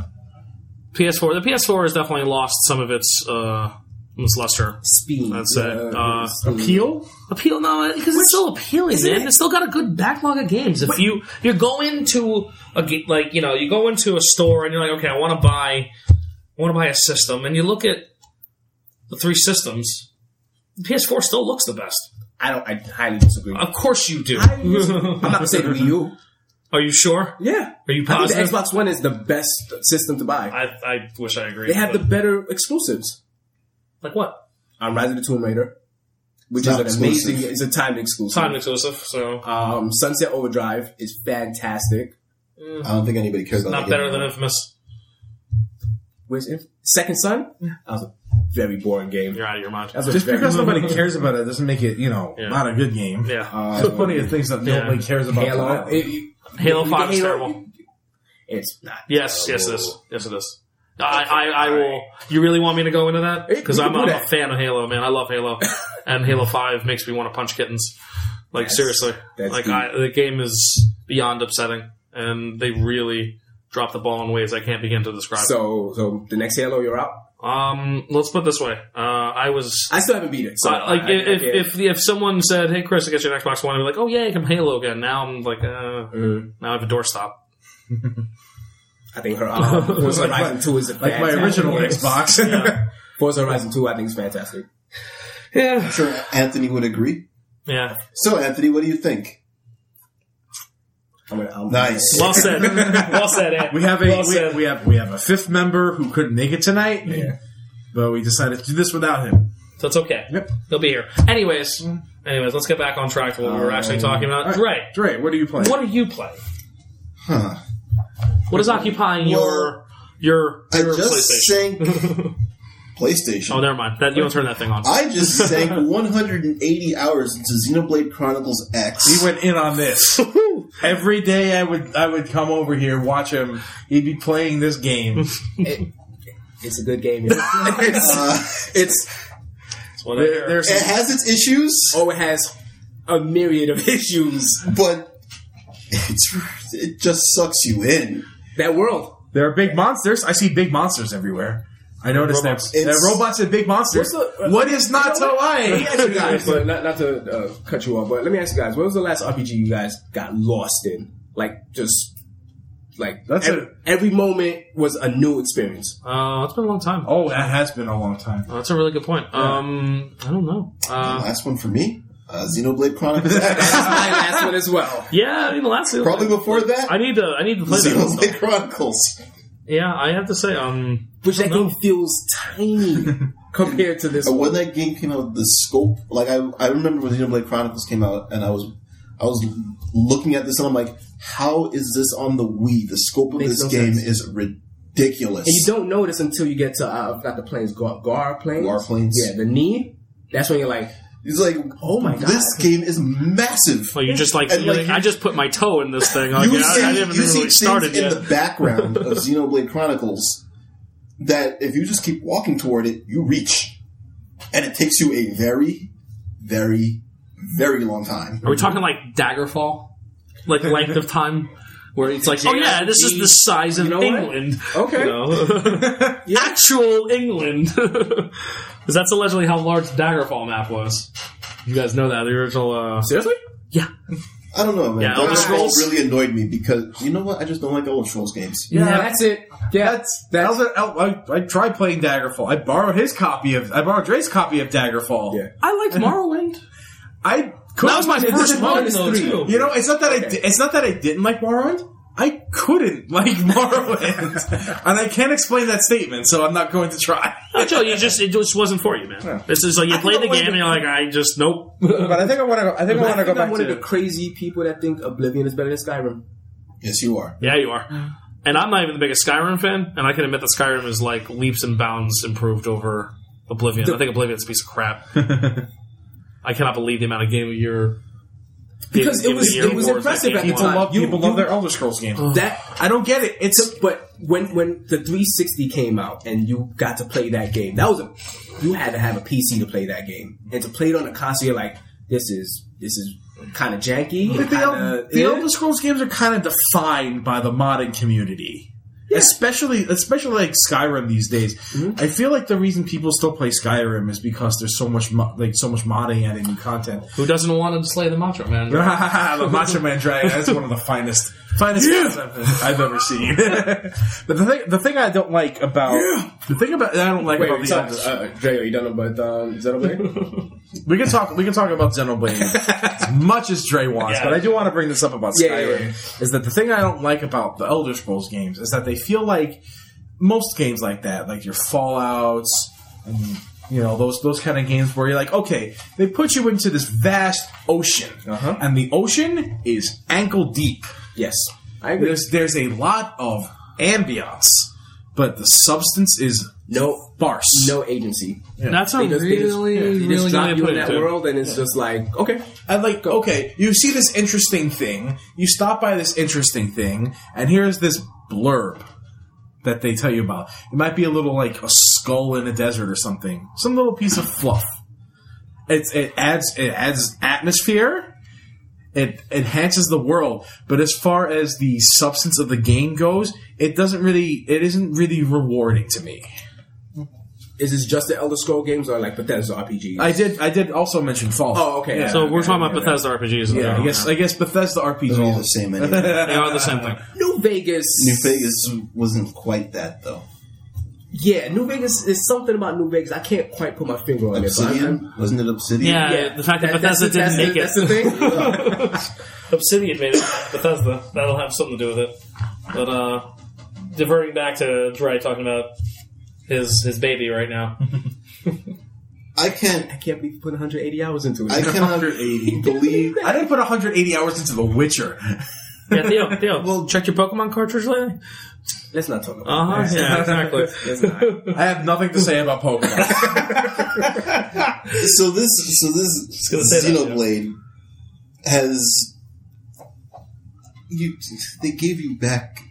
Speaker 3: PS4. The PS4 has definitely lost some of its uh, its luster.
Speaker 4: Speed.
Speaker 3: That's
Speaker 4: yeah,
Speaker 3: it.
Speaker 4: yeah,
Speaker 3: Uh,
Speaker 4: speed.
Speaker 2: Appeal.
Speaker 3: Appeal? No, because it's still appealing, man. It's still got a good backlog of games. If you you go into a ga- like you know you go into a store and you're like, okay, I want to buy, I want to buy a system, and you look at the three systems. The PS4 still looks the best.
Speaker 4: I don't. I highly disagree.
Speaker 3: Of course you do.
Speaker 4: I disagree. I'm not gonna say the Wii U.
Speaker 3: Are you sure?
Speaker 4: Yeah.
Speaker 3: Are you
Speaker 4: I think
Speaker 3: positive?
Speaker 4: the Xbox One is the best system to buy.
Speaker 3: I, I wish I agreed.
Speaker 4: They have the
Speaker 3: but-
Speaker 4: better exclusives.
Speaker 3: like what
Speaker 4: On Rise of the Tomb Raider,
Speaker 1: It's
Speaker 4: which is
Speaker 1: not
Speaker 4: an
Speaker 1: exclusive.
Speaker 4: amazing. It's a timed exclusive.
Speaker 3: time exclusive. So
Speaker 4: Um, Sunset Overdrive is fantastic.
Speaker 1: I don't think anybody cares about
Speaker 3: not
Speaker 1: that
Speaker 3: better
Speaker 1: game.
Speaker 3: than Infamous.
Speaker 4: Where's it? Second Son? That was a very boring game.
Speaker 3: You're out of your mind.
Speaker 4: That was a
Speaker 2: Just
Speaker 4: very
Speaker 2: because nobody cares about it doesn't make it you know
Speaker 3: Yeah.
Speaker 2: not a good game.
Speaker 3: Yeah,
Speaker 4: Uh,
Speaker 2: There's plenty of things that
Speaker 3: Yeah.
Speaker 2: nobody cares about.
Speaker 4: Halo. It- you-
Speaker 3: Halo
Speaker 4: you-
Speaker 3: Five is
Speaker 4: Halo-
Speaker 3: terrible.
Speaker 4: It's not.
Speaker 3: Yes, yes, it
Speaker 4: terrible.
Speaker 3: is. Yes, it is. I, I, I will. You really want me to go into that? Because
Speaker 4: You
Speaker 3: I'm,
Speaker 4: can
Speaker 3: I'm
Speaker 4: do
Speaker 3: a
Speaker 4: that.
Speaker 3: fan of Halo, man. I love Halo, and Halo Five makes me want to punch kittens. Like
Speaker 4: That's-
Speaker 3: seriously,
Speaker 4: that's
Speaker 3: like
Speaker 4: deep.
Speaker 3: I, the game is beyond upsetting, and they really drop the ball in ways I can't begin to describe.
Speaker 4: So, so the next Halo, you're out.
Speaker 3: um, let's put it this way: uh, I was
Speaker 4: I still haven't beat it. So
Speaker 3: Uh, like
Speaker 4: I- I-
Speaker 3: if,
Speaker 4: I-
Speaker 3: if if someone said, "Hey Chris, I got you an Xbox One," I'd be like, "Oh yeah, I can Halo again." Now I'm like, uh,
Speaker 4: Mm.
Speaker 3: now I have a doorstop.
Speaker 4: I think her um, Forza
Speaker 2: Like my-
Speaker 4: Horizon Two is a
Speaker 2: Like my
Speaker 4: fantastic
Speaker 2: original
Speaker 4: game.
Speaker 2: Xbox.
Speaker 4: Forza Horizon Two, I think is fantastic.
Speaker 3: Yeah,
Speaker 1: I'm sure Anthony would agree.
Speaker 3: yeah.
Speaker 1: So, Anthony, what do you think?
Speaker 4: I'm gonna, I'm
Speaker 1: Nice.
Speaker 3: Well said. well said. Ant.
Speaker 2: We have a
Speaker 3: well
Speaker 2: we,
Speaker 3: said.
Speaker 2: we have we have a fifth member who couldn't make it tonight,
Speaker 4: Yeah.
Speaker 2: but we decided to do this without him.
Speaker 3: so it's okay.
Speaker 2: Yep.
Speaker 3: He'll be here. Anyways, anyways, let's get back on track to what we were
Speaker 2: Uh,
Speaker 3: actually talking about.
Speaker 2: All
Speaker 3: Dre,
Speaker 2: Dre, what are you playing?
Speaker 3: what are you playing?
Speaker 1: Huh.
Speaker 3: What is occupying your your
Speaker 1: I
Speaker 3: your
Speaker 1: just
Speaker 3: PlayStation?
Speaker 1: sank PlayStation.
Speaker 3: oh, never mind. That you don't turn that thing on.
Speaker 2: Uh,
Speaker 1: I just sank 180 hours into Xenoblade Chronicles X.
Speaker 2: He went in on this. Every day I would I would come over here, watch him. He'd be playing this game.
Speaker 4: It- it's a good game. you know. it's,
Speaker 1: Uh,
Speaker 4: it's
Speaker 3: That's what I hear.
Speaker 2: There, there's
Speaker 1: it has its issues,
Speaker 4: oh, it has a myriad of issues.
Speaker 1: but it's it just sucks you in.
Speaker 4: That world.
Speaker 2: there are big monsters. I see big monsters everywhere. I noticed
Speaker 3: Robots.
Speaker 2: that.
Speaker 1: It's-
Speaker 2: There are robots and big monsters.
Speaker 4: What's the-
Speaker 2: what is not to
Speaker 4: Let me ask you guys,
Speaker 2: like?
Speaker 4: but not, not to uh, cut you off, but let me ask you guys, what was the last RPG you guys got lost in? Like, just, like,
Speaker 2: That's
Speaker 4: every,
Speaker 2: it.
Speaker 4: every moment was a new experience.
Speaker 3: uh, it's been a long time. Oh.
Speaker 2: Oh, that has been a long time.
Speaker 3: that's a really good point. Um, I don't know. Uh,
Speaker 1: Last one for me, uh, Xenoblade Chronicles X.
Speaker 4: That's my last one as well.
Speaker 3: yeah, I mean the last
Speaker 1: Probably before
Speaker 3: I
Speaker 1: that,
Speaker 3: need to I need to play that. one, though.
Speaker 1: Xenoblade Chronicles.
Speaker 3: Yeah, I have to say, um,
Speaker 4: Which that game feels tiny compared to this
Speaker 1: But
Speaker 4: one.
Speaker 1: when that game came out, the scope, like I, I remember when Xenoblade Chronicles came out, and I was I was looking at this and I'm like, how is this on the Wii? The scope of
Speaker 4: Makes
Speaker 1: this
Speaker 4: no
Speaker 1: game
Speaker 4: sense.
Speaker 1: is ridiculous.
Speaker 4: And you don't notice until you get to uh, I forgot the planes, Gar, Gar planes.
Speaker 1: Gar planes.
Speaker 4: Yeah, the knee. That's when you're like,
Speaker 1: It's like,
Speaker 4: Oh my God.
Speaker 1: this game is massive.
Speaker 3: Well, you just like,
Speaker 1: And,
Speaker 3: you're
Speaker 1: like,
Speaker 3: like, I just put my toe in this thing. Like,
Speaker 1: you
Speaker 3: I,
Speaker 1: see,
Speaker 3: I haven't
Speaker 1: you
Speaker 3: even
Speaker 1: see
Speaker 3: really
Speaker 1: things
Speaker 3: started
Speaker 1: in
Speaker 3: yet.
Speaker 1: the background of Xenoblade Chronicles that if you just keep walking toward it, you reach, and it takes you a very, very, very long time.
Speaker 3: Are we talking like Daggerfall? Like length of time? Where it's like, oh yeah, this is the size of
Speaker 4: You know what?
Speaker 3: England.
Speaker 4: Okay.
Speaker 3: You know? Actual England. Because that's allegedly how large the Daggerfall map was. You guys know that, the original. Uh,
Speaker 4: seriously?
Speaker 3: yeah.
Speaker 1: I don't know, man.
Speaker 3: Yeah,
Speaker 1: Elder
Speaker 3: Elder
Speaker 1: Scrolls
Speaker 3: Scrolls-
Speaker 1: really annoyed me because you know what? I just don't like Elder Scrolls games.
Speaker 4: Yeah, that's it. Yeah, that's
Speaker 2: That was a, I, I tried playing Daggerfall. I borrowed his copy of. I borrowed Dre's copy of Daggerfall.
Speaker 4: Yeah.
Speaker 3: I liked Morrowind.
Speaker 2: I couldn't.
Speaker 3: That was my
Speaker 2: it
Speaker 3: first
Speaker 2: didn't like
Speaker 3: one,
Speaker 2: this
Speaker 3: though,
Speaker 2: three.
Speaker 3: too.
Speaker 2: You know, it's not that I.
Speaker 4: Okay.
Speaker 2: Di- it's not that I didn't like Morrowind. I couldn't like Morrowind, and I can't explain that statement, so I'm not going to try.
Speaker 3: No, Joe, you just, it just wasn't for you, man. This is like, you
Speaker 2: I
Speaker 3: play
Speaker 2: think
Speaker 3: the
Speaker 2: I wanted
Speaker 3: game and
Speaker 2: to-
Speaker 3: you're like, I just, nope.
Speaker 2: But I think I want to. I think I
Speaker 4: I
Speaker 2: want
Speaker 4: think
Speaker 2: to go
Speaker 4: I'm
Speaker 2: back
Speaker 4: one of the
Speaker 2: to.
Speaker 4: crazy people that think Oblivion is better than Skyrim.
Speaker 1: Yes, you are.
Speaker 3: Yeah, you are. And I'm not even the biggest Skyrim fan, and I can admit that Skyrim is like leaps and bounds improved over Oblivion. I think Oblivion's a piece of crap. I cannot believe the amount of game of year.
Speaker 4: Because
Speaker 3: Game-
Speaker 4: it was-
Speaker 3: Game of the Year
Speaker 4: it was
Speaker 3: awards that
Speaker 4: impressive
Speaker 3: game
Speaker 4: at the
Speaker 3: won.
Speaker 2: People love
Speaker 4: You-
Speaker 2: people
Speaker 4: you-
Speaker 2: love their Elder Scrolls games.
Speaker 4: That
Speaker 2: I don't get it. It's
Speaker 4: but when when the 360 came out and you got to play that game, that was a you had to have a PC to play that game, and to play it on a console, you're like, this is this is kind of janky.
Speaker 2: But the,
Speaker 4: kinda,
Speaker 2: El- the
Speaker 4: eh.
Speaker 2: Elder Scrolls games are kind of defined by the modding community. Especially, especially like Skyrim these days. I feel like the reason people still play Skyrim is because there's so much, mo- like so much modding adding new content.
Speaker 3: Who doesn't want to slay the Macho Man?
Speaker 2: the Macho Man Dragon. That's one of the finest, finest guys I've, I've ever seen. but the thing, the thing I don't like about the thing about that I don't like
Speaker 4: Wait,
Speaker 2: about
Speaker 4: we
Speaker 2: the
Speaker 4: talk,
Speaker 2: Elder Scrolls.
Speaker 4: uh, Dre, are you done about um, Xenoblade?
Speaker 2: We can talk. We can talk about Xenoblade as much as Dre wants,
Speaker 3: Yeah.
Speaker 2: but I do want to bring this up about
Speaker 4: Yeah,
Speaker 2: Skyrim.
Speaker 4: yeah, yeah.
Speaker 2: Is that the thing I don't like about the Elder Scrolls games is that they feel like most games like that, like your Fallout's and you know those those kind of games where you're like, okay, they put you into this vast ocean,
Speaker 4: Uh-huh.
Speaker 2: and the ocean is ankle deep.
Speaker 4: yes, I agree.
Speaker 2: There's there's a lot of ambience, but the substance is
Speaker 4: No,
Speaker 2: farce.
Speaker 4: no agency.
Speaker 3: That's a
Speaker 4: They just, they just-
Speaker 3: really,
Speaker 4: they just
Speaker 3: really
Speaker 4: drop
Speaker 3: good way to
Speaker 4: you
Speaker 3: put
Speaker 4: in
Speaker 3: it.
Speaker 4: that
Speaker 3: too.
Speaker 4: world, and it's just like oh, okay.
Speaker 2: And like, okay, you see this interesting thing, you stop by this interesting thing, and here's this blurb that they tell you about. It might be a little like a skull in a desert or something, some little piece of fluff. It's it adds it adds atmosphere. It enhances the world, but as far as the substance of the game goes, it doesn't really. It isn't really rewarding to me.
Speaker 4: Is this just the Elder Scroll games or like Bethesda RPGs?
Speaker 2: I did. I did also mention Fallout.
Speaker 4: Oh, okay.
Speaker 3: So we're
Speaker 4: Okay,
Speaker 3: talking about
Speaker 4: okay,
Speaker 3: Bethesda RPGs. in
Speaker 2: yeah, I
Speaker 3: general.
Speaker 2: guess. I guess Bethesda RPGs
Speaker 1: They're all the same anyway.
Speaker 3: they are the same thing.
Speaker 4: New Vegas.
Speaker 1: New Vegas wasn't quite that though.
Speaker 4: Yeah, New Vegas is something about New Vegas. I can't quite put my finger on it. but I'm-
Speaker 1: Obsidian wasn't it Obsidian?
Speaker 3: Yeah, the fact that,
Speaker 4: that's
Speaker 3: Bethesda
Speaker 4: the- that's
Speaker 3: didn't make
Speaker 4: the,
Speaker 3: it.
Speaker 4: That's the thing.
Speaker 3: Obsidian made it. Bethesda. That'll have something to do with it. But uh, diverting back to Dre talking about his his baby right now.
Speaker 1: I can't.
Speaker 4: I can't be putting 180 hours into it.
Speaker 1: I cannot believe.
Speaker 2: I didn't put 180 hours into The Witcher.
Speaker 3: Yeah, Theo, Theo. Well, check your Pokemon cartridge lately.
Speaker 4: Let's not talk about
Speaker 3: Uh huh. Yeah, exactly.
Speaker 4: Let's not.
Speaker 2: I have nothing to say about Pokemon.
Speaker 1: So this, so this
Speaker 3: gonna say that, yeah.
Speaker 1: Xenoblade has you. They gave you back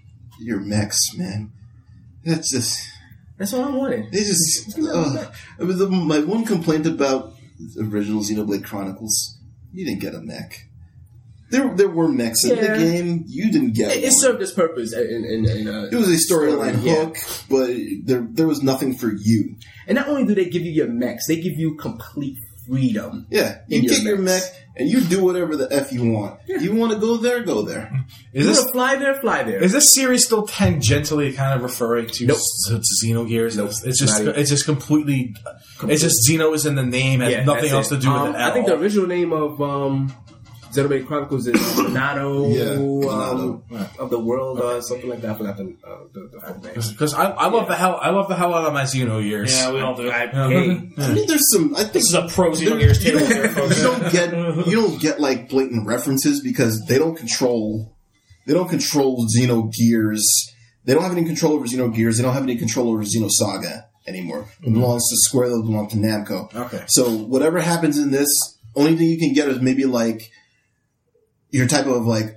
Speaker 1: your mechs, man. That's just.
Speaker 4: That's all I wanted.
Speaker 1: They just. Uh, I mean, the, my one complaint about the original Xenoblade Chronicles, you didn't get a mech. There, there were mechs in
Speaker 4: Yeah.
Speaker 1: the game. You didn't get
Speaker 4: It, it
Speaker 1: one.
Speaker 4: served its purpose. In, in, in, uh,
Speaker 1: it was a storyline
Speaker 4: yeah.
Speaker 1: hook, but there, there was nothing for you.
Speaker 4: And not only do they give you your mechs, they give you complete freedom.
Speaker 1: Yeah, you
Speaker 4: In your
Speaker 1: get your mech
Speaker 4: mechs.
Speaker 1: and you do whatever the f you want. You want to go there, go there.
Speaker 2: Is
Speaker 4: You
Speaker 2: this
Speaker 4: want to fly there, fly there.
Speaker 2: is this series still tangentially kind of referring to
Speaker 4: Nope.
Speaker 2: s- to, to Xenogears?
Speaker 4: Nope.
Speaker 2: It's just
Speaker 4: Not even.
Speaker 2: it's just completely, It's just Xeno is in the name has
Speaker 4: Yeah,
Speaker 2: nothing
Speaker 4: that's
Speaker 2: else
Speaker 4: it.
Speaker 2: to do with
Speaker 4: Um,
Speaker 2: it at
Speaker 4: I think
Speaker 2: all.
Speaker 4: the original name of um, Xenoblade Chronicles is Monado
Speaker 1: Yeah,
Speaker 4: um,
Speaker 1: Monado.
Speaker 4: of the world or something like that. I forgot the, uh, the, the full name.
Speaker 2: Because I, I love the hell I love the hell out of my Xeno years.
Speaker 5: Yeah, we all do.
Speaker 2: Yeah.
Speaker 4: Hey,
Speaker 1: I mean, there's some. I think
Speaker 5: This is a pro
Speaker 1: there-
Speaker 5: Xeno Gears
Speaker 1: you
Speaker 5: table
Speaker 1: don't-
Speaker 5: here, folks.
Speaker 1: you don't get you don't get like blatant references because they don't control they don't control Xeno Gears. They don't have any control over Xeno Gears. They don't have any control over Xeno Saga anymore. It belongs to Square. It belongs to Namco.
Speaker 4: Okay.
Speaker 1: So whatever happens in this, only thing you can get is maybe like your type of like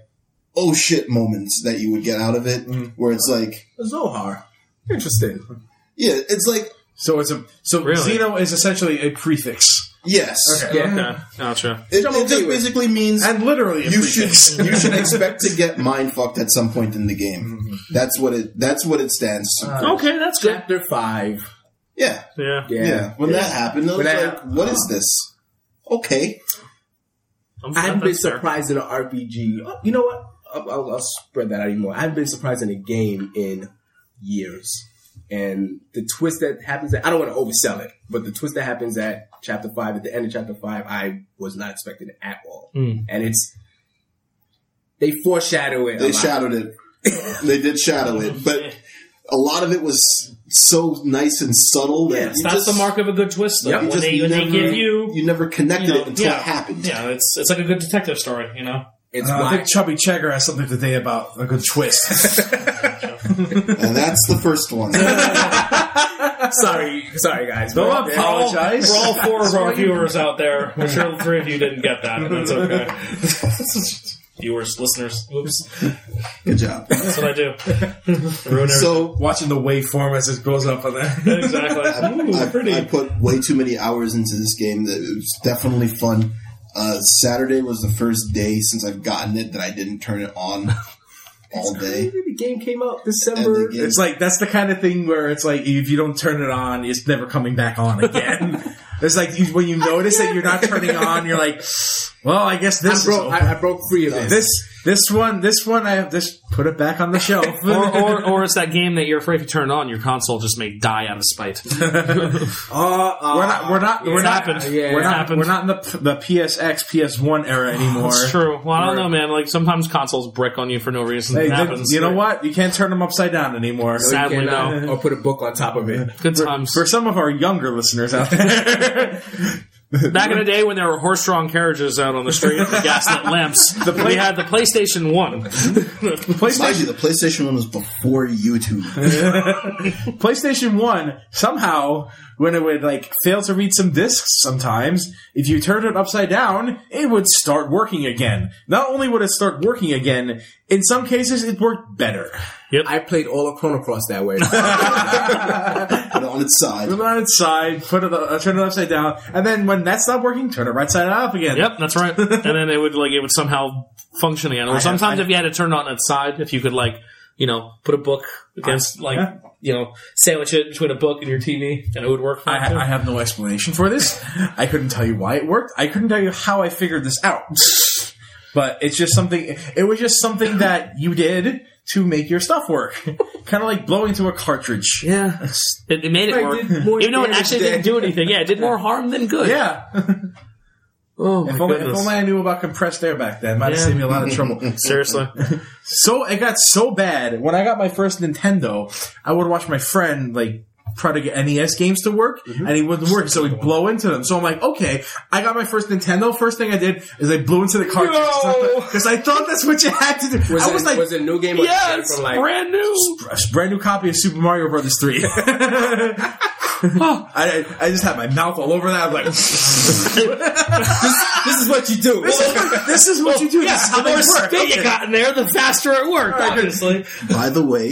Speaker 1: oh shit moments that you would get out of it, where it's like
Speaker 4: Zohar. Interesting.
Speaker 1: yeah, it's like
Speaker 2: So it's a so
Speaker 3: Really?
Speaker 2: Xeno is essentially a prefix.
Speaker 1: yes,
Speaker 3: Okay, gotcha.
Speaker 1: it,
Speaker 4: I'm okay
Speaker 1: it just
Speaker 4: with.
Speaker 1: basically means
Speaker 2: And literally a
Speaker 1: you should
Speaker 2: prefix.
Speaker 1: you should expect to get mind fucked at some point in the
Speaker 5: Mm-hmm.
Speaker 1: game. That's what it that's what it stands. To.
Speaker 5: Uh,
Speaker 3: Okay, that's good.
Speaker 4: Chapter 5.
Speaker 1: yeah,
Speaker 3: Yeah,
Speaker 1: yeah, When that happened, I was
Speaker 4: When that
Speaker 1: like,
Speaker 4: hap-
Speaker 1: "What is this?" Okay,
Speaker 3: I'm-
Speaker 4: I've been
Speaker 3: that's fair.
Speaker 4: surprised in an RPG. Oh, You know what? I'll, I'll, I'll spread that out even more. I've been surprised in a game in years. And the twist that happens at, I don't want to oversell it, but the twist that happens at chapter five, at the end of chapter five, I was not expecting at all.
Speaker 3: Hmm.
Speaker 4: And it's, they foreshadow it. a
Speaker 1: they
Speaker 4: lot.
Speaker 1: shadowed it. they did shadow it, but a lot of it was so nice and subtle.
Speaker 4: Yeah,
Speaker 1: that
Speaker 4: it's
Speaker 1: you
Speaker 5: That's
Speaker 1: just,
Speaker 5: the mark of a good twist, though.
Speaker 4: Yep.
Speaker 5: when
Speaker 1: just
Speaker 5: they, when they
Speaker 1: never-
Speaker 5: give you,
Speaker 1: You never connected
Speaker 5: you know,
Speaker 1: it until
Speaker 5: yeah,
Speaker 1: it happened.
Speaker 5: Yeah, it's it's like a good detective story, you know.
Speaker 4: It's
Speaker 2: Uh, I
Speaker 4: why
Speaker 2: think Chubby Checker has something to say about a good twist.
Speaker 1: And that's the first one.
Speaker 4: sorry, sorry guys.
Speaker 2: Don't
Speaker 4: but-
Speaker 5: For all-
Speaker 2: Apologize.
Speaker 5: For all four of our viewers out there, I'm sure the three of you didn't get that, and that's okay. viewers, listeners, oops,
Speaker 1: Good job.
Speaker 5: that's what I do. Ruin everything.
Speaker 1: So
Speaker 2: Watching the waveform as it goes up on there.
Speaker 5: exactly. Ooh,
Speaker 1: I,
Speaker 5: pretty.
Speaker 1: I put way too many hours into this game. That it was definitely fun. Uh, Saturday was the first day since I've gotten it that I didn't turn it on all day.
Speaker 4: the game came out
Speaker 1: And the
Speaker 4: December.
Speaker 1: game-
Speaker 2: It's like that's the kind of thing where it's like if you don't turn it on, it's never coming back on again. it's like you, when you notice that you're not turning on, you're like, well, I guess this
Speaker 4: I
Speaker 2: is
Speaker 4: broke,
Speaker 2: over.
Speaker 4: I, I broke free of this.
Speaker 2: this this one this one I have just put it back on the shelf.
Speaker 3: or, or, or it's that game that you're afraid if you turn it on, your console just may die out of spite.
Speaker 4: Uh, uh,
Speaker 2: we're not we're not we're
Speaker 3: It's
Speaker 2: not
Speaker 3: happened.
Speaker 4: yeah.
Speaker 2: we're
Speaker 3: It's
Speaker 2: not
Speaker 3: happened.
Speaker 2: we're not in the the PSX PS1 era anymore.
Speaker 3: It's true. Well, I don't
Speaker 2: We're-
Speaker 3: know, man. Like sometimes consoles brick on you for no reason. it
Speaker 2: Hey, th-
Speaker 3: happens.
Speaker 2: you know what? You can't turn them upside down anymore.
Speaker 3: Sad- sadly,
Speaker 4: cannot-
Speaker 3: no.
Speaker 4: Or put a book on top of it.
Speaker 3: Good times.
Speaker 2: For some of our younger listeners out there,
Speaker 3: Back in the day when there were horse-drawn carriages out on the street with gaslit lamps, we had the PlayStation One.
Speaker 1: Mind
Speaker 2: PlayStation
Speaker 1: you, the PlayStation one was before YouTube.
Speaker 2: PlayStation 1, somehow, when it would like fail to read some discs sometimes, if you turned it upside down, it would start working again. Not only would it start working again, in some cases it worked better.
Speaker 4: I played all of Chrono Cross that way. I
Speaker 1: Put it on its side.
Speaker 2: Put it on its side, put it, uh, turn it upside down, and then when that stopped working, turn it right side up again.
Speaker 3: Yep, that's right. And then it would like it would somehow function again. Or sometimes
Speaker 2: I-
Speaker 3: if you had it turned on its side, if you could like you know put a book against like
Speaker 2: yeah.
Speaker 3: you know sandwich it between a book and your TV, and it would work. For
Speaker 2: I,
Speaker 3: you, too.
Speaker 2: ha- I have no explanation for this. I couldn't tell you why it worked. I couldn't tell you how I figured this out. But it's just something. It was just something that you did to make your stuff work. kind of like blowing to a cartridge.
Speaker 3: yeah, it, it made it
Speaker 4: I
Speaker 3: work.
Speaker 4: did more
Speaker 3: Even though it
Speaker 4: damage
Speaker 3: actually
Speaker 4: than-
Speaker 3: didn't do anything, yeah, it did more harm than good.
Speaker 2: Yeah.
Speaker 3: Oh my
Speaker 2: If only, if
Speaker 3: goodness.
Speaker 2: only I knew about compressed air back then, might have
Speaker 3: Yeah.
Speaker 2: saved me a lot of trouble.
Speaker 3: Seriously,
Speaker 2: so it got so bad when I got my first Nintendo, I would watch my friend like try to get NES games to work,
Speaker 4: Mm-hmm.
Speaker 2: and he wouldn't work, so he'd blow into them. So I'm like, okay, I got my first Nintendo. First thing I did is I blew into the cartridge because I thought that's what you had to do.
Speaker 4: was,
Speaker 2: I
Speaker 4: it,
Speaker 2: was like,
Speaker 4: was it a new game? Or
Speaker 3: yeah,
Speaker 4: just
Speaker 3: it's
Speaker 4: from like,
Speaker 3: brand new.
Speaker 2: a brand new copy of Super Mario Brothers three. I, I just had my mouth all over that. I was like,
Speaker 4: this is what you do.
Speaker 2: this, is what, this is what you do. This is how
Speaker 3: Oh, the
Speaker 2: they
Speaker 3: more
Speaker 2: work.
Speaker 3: spit
Speaker 2: Okay.
Speaker 3: you got in there, the faster it worked. Obviously,
Speaker 1: By the way,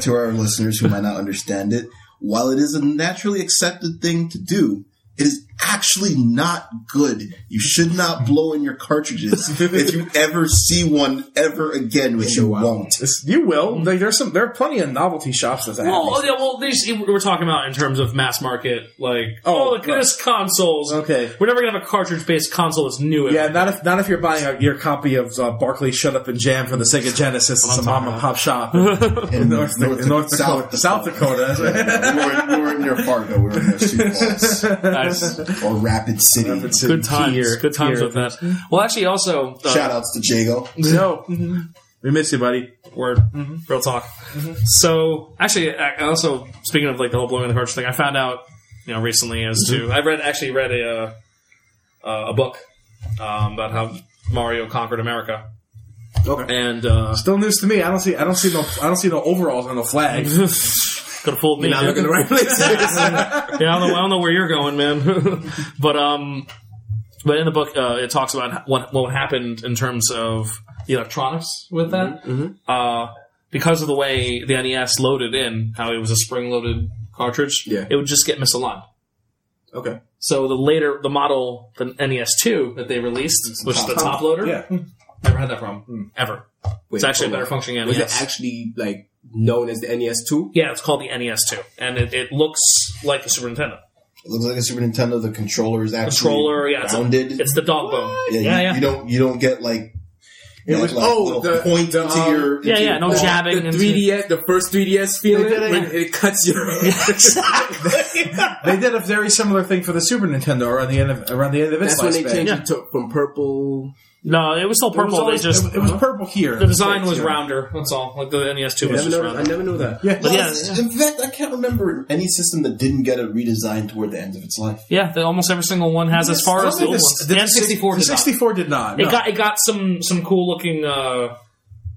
Speaker 1: to our listeners who might not understand it, while it is a naturally accepted thing to do, it is actually not good. You should not blow in your cartridges. if you ever see one ever again, which you
Speaker 4: Wow.
Speaker 1: won't.
Speaker 2: It's- You will. Like, there's some. There are plenty of novelty shops that have.
Speaker 3: Mm-hmm. Well, oh,
Speaker 2: these.
Speaker 3: yeah, well, these we're talking about in terms of mass market, like oh,
Speaker 2: Oh,
Speaker 3: look at this consoles.
Speaker 2: Okay.
Speaker 3: we're never gonna have a cartridge based console that's new.
Speaker 2: Yeah, not if not if you're buying a, your copy of uh, Barclay Shut Up and Jam for the Sega Genesis at some mom and pop shop in North,
Speaker 1: In
Speaker 2: North, North Dakota, South Dakota.
Speaker 1: we, were, we were near Fargo. We were near Sioux Falls.
Speaker 3: Nice.
Speaker 1: or Rapid City.
Speaker 3: Good times. Good times with that. Well, actually, also uh,
Speaker 1: Shout outs to Jago.
Speaker 2: No. Mm-hmm. We miss you, buddy.
Speaker 3: Word. Real talk. So, actually, I I also, speaking of like the whole blowing the cartridge thing, I found out, you know, recently as to, I read, actually read a, uh, uh, a book, um, about how Mario conquered America.
Speaker 4: Okay.
Speaker 3: And, uh,
Speaker 2: Still news to me. I don't see. I don't see no. I don't see no overalls on the flag.
Speaker 3: could have fooled me.
Speaker 4: Not looking the right places.
Speaker 3: yeah, I don't know. I don't know where you're going, man. but um, but in the book, uh, it talks about what what happened in terms of the electronics with that.
Speaker 4: Mm-hmm.
Speaker 3: Uh, because of the way the NES loaded in, how it was a spring loaded cartridge,
Speaker 4: Yeah.
Speaker 3: it would just get misaligned.
Speaker 4: okay.
Speaker 3: So the later the model, the NES two that they released, which is the top loader,
Speaker 4: Yeah. Mm.
Speaker 3: never had that problem ever.
Speaker 4: Wait,
Speaker 3: It's actually a
Speaker 4: hold on.
Speaker 3: better functioning E NES.
Speaker 4: Was it actually like known as the E NES two?
Speaker 3: yeah, it's called the NES two, and it, it looks like the Super Nintendo
Speaker 1: It looks like a Super Nintendo. The controller is actually
Speaker 3: controller. Yeah, it's, a,
Speaker 1: rounded.
Speaker 3: it's the dog bone.
Speaker 1: yeah,
Speaker 3: yeah,
Speaker 1: you,
Speaker 3: yeah.
Speaker 1: you don't you don't get like
Speaker 4: It
Speaker 1: that,
Speaker 4: was-
Speaker 1: like,
Speaker 4: oh,
Speaker 1: little
Speaker 4: the-
Speaker 1: point
Speaker 4: the,
Speaker 1: to your
Speaker 3: um, Yeah,
Speaker 1: into
Speaker 3: yeah,
Speaker 1: your
Speaker 3: no
Speaker 1: palm.
Speaker 3: jabbing.
Speaker 4: The
Speaker 3: into-
Speaker 4: 3DS, the first 3DS feeling
Speaker 1: Yeah.
Speaker 4: when it cuts your
Speaker 2: They did a very similar thing for the Super Nintendo around the end of around the end of its
Speaker 4: That's when they
Speaker 2: lifespan.
Speaker 4: changed it to, from purple.
Speaker 3: No, it was still
Speaker 2: It was
Speaker 3: purple.
Speaker 2: always-
Speaker 3: they just Uh-huh.
Speaker 2: it, was purple here.
Speaker 3: the design was
Speaker 2: Yeah.
Speaker 3: rounder. That's all. Like the NES two
Speaker 4: I
Speaker 3: was
Speaker 4: never,
Speaker 3: just
Speaker 4: know, I
Speaker 3: rounder.
Speaker 4: never knew that.
Speaker 2: Yeah.
Speaker 3: But yeah,
Speaker 1: Well,
Speaker 3: yeah.
Speaker 1: In fact, I can't remember any system that didn't get a redesign toward the end of its life.
Speaker 3: yeah, the, almost every single one has as far as the old ones. The N sixty four
Speaker 2: The
Speaker 3: did not.
Speaker 2: 64 did not.
Speaker 3: It
Speaker 2: no.
Speaker 3: got it got some some cool looking uh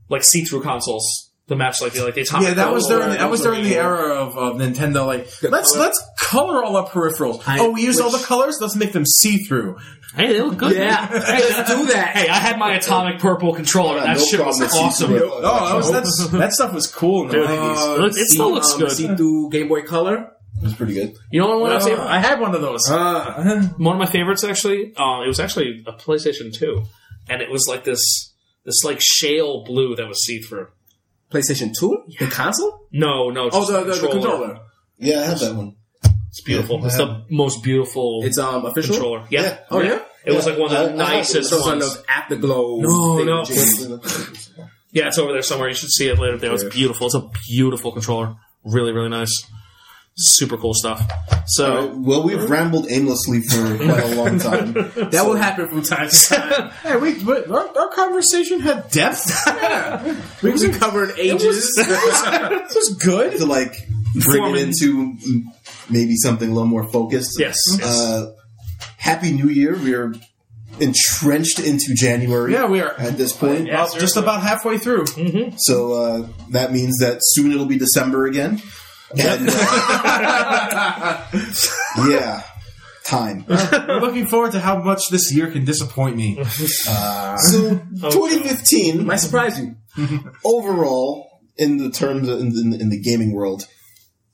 Speaker 3: like see through consoles. The match like the like the atomic
Speaker 2: yeah, that was
Speaker 3: Girl
Speaker 2: during the,
Speaker 3: or-
Speaker 2: that was during the
Speaker 3: or-
Speaker 2: era of, of Nintendo. Like, let's
Speaker 4: color-
Speaker 2: let's color all our peripherals.
Speaker 4: I
Speaker 2: oh, we use all
Speaker 4: wish-
Speaker 2: the colors. Let's make them see through.
Speaker 3: Hey, they look good.
Speaker 4: Yeah, let's do that.
Speaker 3: Hey, I had my atomic purple controller.
Speaker 1: Yeah,
Speaker 3: That
Speaker 1: no
Speaker 3: shit
Speaker 1: problem
Speaker 3: was
Speaker 1: with
Speaker 3: awesome.
Speaker 1: see-through.
Speaker 2: Oh, that, was, that's, that stuff was cool Uh, in the
Speaker 3: Dude,
Speaker 2: nineties.
Speaker 3: it looks-
Speaker 4: Uh,
Speaker 3: it still looks good.
Speaker 4: See through um, Game Boy Color.
Speaker 1: It's pretty good.
Speaker 3: You know what? One of, my fav-
Speaker 2: I had one of those.
Speaker 4: Uh,
Speaker 3: one of my favorites actually. Uh, it was actually a PlayStation two, and it was like this this like shale blue that was see through.
Speaker 4: PlayStation Two, the console.
Speaker 3: No, no.
Speaker 4: Oh,
Speaker 3: Just
Speaker 4: the, the, the controller.
Speaker 1: Yeah, I had that one.
Speaker 3: It's beautiful. it's the most beautiful
Speaker 4: It's um official.
Speaker 3: controller. Yeah.
Speaker 1: Yeah.
Speaker 4: Oh, yeah?
Speaker 3: It was like one of the
Speaker 1: I- I have it.
Speaker 3: nicest
Speaker 4: So it's on
Speaker 3: ones.
Speaker 4: those afterglow.
Speaker 3: No,
Speaker 4: thing
Speaker 3: no.
Speaker 4: that you-
Speaker 3: Yeah, it's over there somewhere. You should see it later. There, it's
Speaker 4: Yeah.
Speaker 3: beautiful. It's a beautiful controller. Really, really nice. Super cool stuff.
Speaker 1: All
Speaker 3: So
Speaker 1: right, Uh, well, we've rambled aimlessly for quite a long time.
Speaker 4: That will happen from time to time.
Speaker 2: Hey, we, but our, our conversation had depth.
Speaker 4: we can cover in ages.
Speaker 2: this was good.
Speaker 1: to like bring
Speaker 3: Foreman.
Speaker 1: it into mm, maybe something a little more focused.
Speaker 3: yes, yes.
Speaker 1: Uh, Happy New Year. We are entrenched into January.
Speaker 2: Yeah, we are
Speaker 1: At this point,
Speaker 3: Yeah,
Speaker 2: well, just
Speaker 3: seriously.
Speaker 2: about halfway through.
Speaker 1: so uh, that means that soon it'll be December again. And, uh, yeah, time.
Speaker 2: We're looking forward to how much this year can disappoint me.
Speaker 1: So 2015
Speaker 4: Might surprise you.
Speaker 1: overall, in the terms of, in, the, in the gaming world,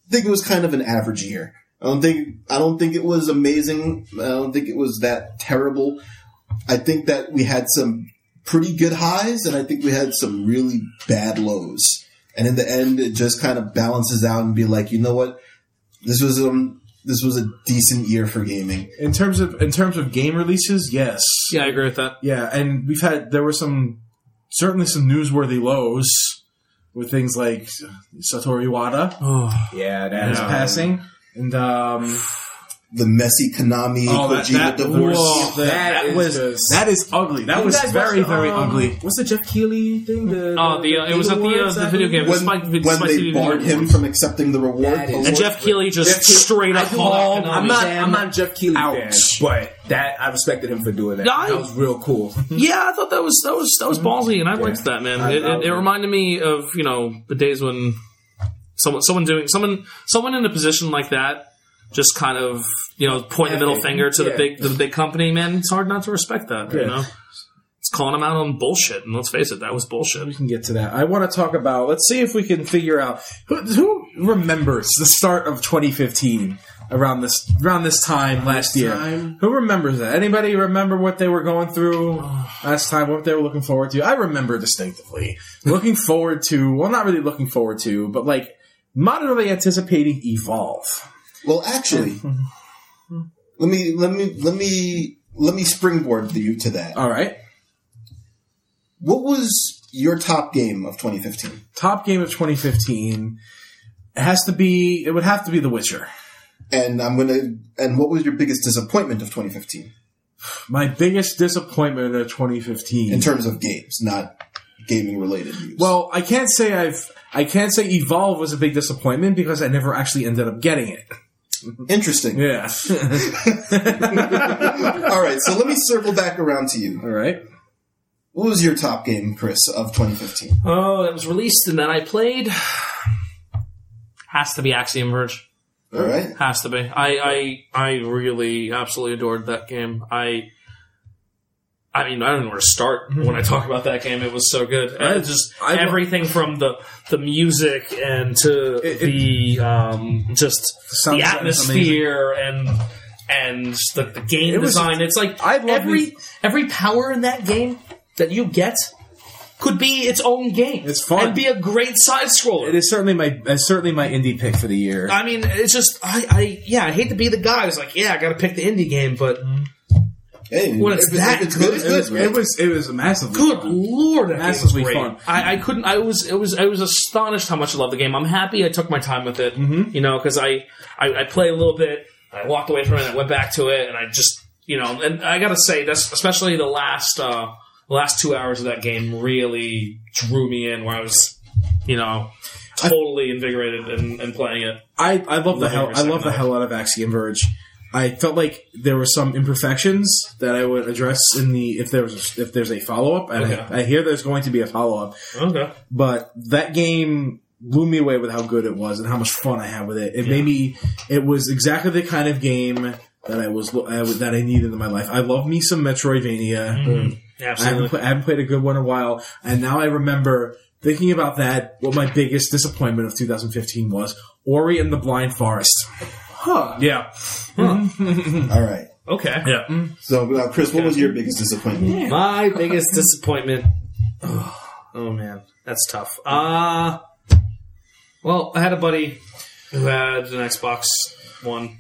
Speaker 1: I think it was kind of an average year. I don't think I don't think it was amazing. I don't think it was that terrible. I think that we had some pretty good highs, and I think we had some really bad lows. And in the end, it just kind of balances out and be like, you know what, this was um this was a decent year for gaming.
Speaker 2: In terms of in terms of game releases, yes,
Speaker 3: yeah, I agree with that.
Speaker 2: yeah, and we've had there were some certainly some newsworthy lows with things like Satoru Iwata
Speaker 4: Oh. Yeah, that
Speaker 2: and his
Speaker 4: is
Speaker 2: passing, and um,
Speaker 1: The messy Konami
Speaker 2: oh, that,
Speaker 1: Kojima
Speaker 2: that,
Speaker 1: divorce.
Speaker 2: whoa, that,
Speaker 4: That is
Speaker 2: was
Speaker 4: just-
Speaker 2: that is ugly. That was very very ugly.
Speaker 4: What's the Jeff Keighley thing? The,
Speaker 3: Uh, the, uh, it was at the, uh,
Speaker 4: awards,
Speaker 3: the
Speaker 4: I
Speaker 3: video
Speaker 4: believe?
Speaker 3: game.
Speaker 1: when,
Speaker 3: Spike-
Speaker 1: when
Speaker 3: Spike
Speaker 1: they
Speaker 3: Lee
Speaker 1: barred
Speaker 3: video.
Speaker 1: him from accepting the reward,
Speaker 4: That is-
Speaker 1: award
Speaker 3: And Jeff Keeley just
Speaker 4: Jeff Keighley-
Speaker 3: straight up
Speaker 4: I do
Speaker 3: called.
Speaker 4: not- I'm not. I'm not a Jeff Keighley fan,
Speaker 3: Ouch.
Speaker 4: but that I respected him for doing that.
Speaker 3: Yeah, I-
Speaker 4: that was real cool.
Speaker 3: Yeah, I thought that was that was that was ballsy, and Mm-hmm. I liked that man.
Speaker 4: I-
Speaker 3: It, it, it
Speaker 4: I-
Speaker 3: reminded me of you know the days when someone someone doing someone someone in a position like that just kind of you know point the middle
Speaker 4: Yeah.
Speaker 3: finger to the
Speaker 4: Yeah.
Speaker 3: big to the big company. Man, it's hard not to respect that. You
Speaker 4: Yeah.
Speaker 3: know, it's calling them out on bullshit, and let's face it, that was bullshit.
Speaker 2: We can get to that. I want to talk about. Let's see if we can figure out who, who remembers the start of 2015 around this around this time last year.
Speaker 4: time?
Speaker 2: Who remembers that? Anybody remember what they were going through last time? What they were looking forward to? I remember distinctively looking forward to. Well, not really looking forward to, but like moderately anticipating Evolve.
Speaker 1: Well, actually, let me let me let me let me springboard you to that.
Speaker 2: All right.
Speaker 1: What was your top game of 2015?
Speaker 2: Top game of 2015 it has to be. It would have to be The Witcher.
Speaker 1: And I'm gonna. And what was your biggest disappointment of 2015
Speaker 2: My biggest disappointment of 2015.
Speaker 1: in terms of games, not gaming related? News?
Speaker 2: well, I can't say I've. I can't say Evolve was a big disappointment because I never actually ended up getting it.
Speaker 1: interesting.
Speaker 2: Yeah.
Speaker 1: All right, so let me circle back around to you.
Speaker 2: All right.
Speaker 1: What was your top game, Chris, of 2015?
Speaker 3: Oh, that was released and then I played. Has to be Axiom Verge.
Speaker 1: All right,
Speaker 3: Has to be. I I, I really absolutely adored that game. I I mean, I don't know where to start when I talk about that game. It was so good. And it's just
Speaker 2: Mhm. I-
Speaker 3: everything from the the music and to
Speaker 2: It- it-
Speaker 3: the um, just
Speaker 2: sound
Speaker 3: the
Speaker 2: design is
Speaker 3: atmosphere and and the, the game
Speaker 2: It was-
Speaker 3: design. it's like
Speaker 2: I love
Speaker 3: every
Speaker 2: the-
Speaker 3: every power in that game that you get could be its own game.
Speaker 2: It's fun.
Speaker 3: and be a great side scroller.
Speaker 2: It is certainly my it's certainly my indie pick for the year.
Speaker 3: I mean, it's just I, I yeah, I hate to be the guy who's like, yeah, I got to pick the indie game, but
Speaker 1: hey,
Speaker 3: When it's
Speaker 1: if it's,
Speaker 3: that
Speaker 1: if it's good,
Speaker 3: good,
Speaker 1: it's
Speaker 2: it was
Speaker 1: good.
Speaker 2: it was it was massively
Speaker 3: good
Speaker 2: fun.
Speaker 3: lord, that game was
Speaker 2: Massively
Speaker 3: great.
Speaker 2: fun.
Speaker 3: I, I couldn't. I was. It was. I was astonished how much I loved the game. I'm happy I took my time with it.
Speaker 2: Mm-hmm.
Speaker 3: You know, because I, I I played a little bit. I walked away from it. I went back to it, and I just you know, and I gotta say that's especially the last uh the last two hours of that game really drew me in, where I was you know totally invigorated and, and playing it.
Speaker 2: I, I love the
Speaker 3: Love
Speaker 2: hell
Speaker 3: every
Speaker 2: I
Speaker 3: second
Speaker 2: love the
Speaker 3: of it.
Speaker 2: hell out of Axiom Verge. I felt like there were some imperfections that I would address in the if there was a, if there's a follow up, and
Speaker 3: Okay.
Speaker 2: I, I hear there's going to be a follow up.
Speaker 3: Okay.
Speaker 2: But that game blew me away with how good it was and how much fun I had with it. It made me. It was exactly the kind of game that I was I, was- that I needed in my life. I love me some Metroidvania. I haven't,
Speaker 3: Absolutely.
Speaker 2: pla- I haven't played a good one in a while, and now I remember thinking about that. What my biggest disappointment of 2015 was Ori and the Blind Forest.
Speaker 4: Huh.
Speaker 2: Yeah,
Speaker 1: All right.
Speaker 3: Okay.
Speaker 2: yeah.
Speaker 1: So, now, Chris, what was your biggest disappointment?
Speaker 3: My biggest disappointment. Oh man, that's tough. Uh well, I had a buddy who had an Xbox One,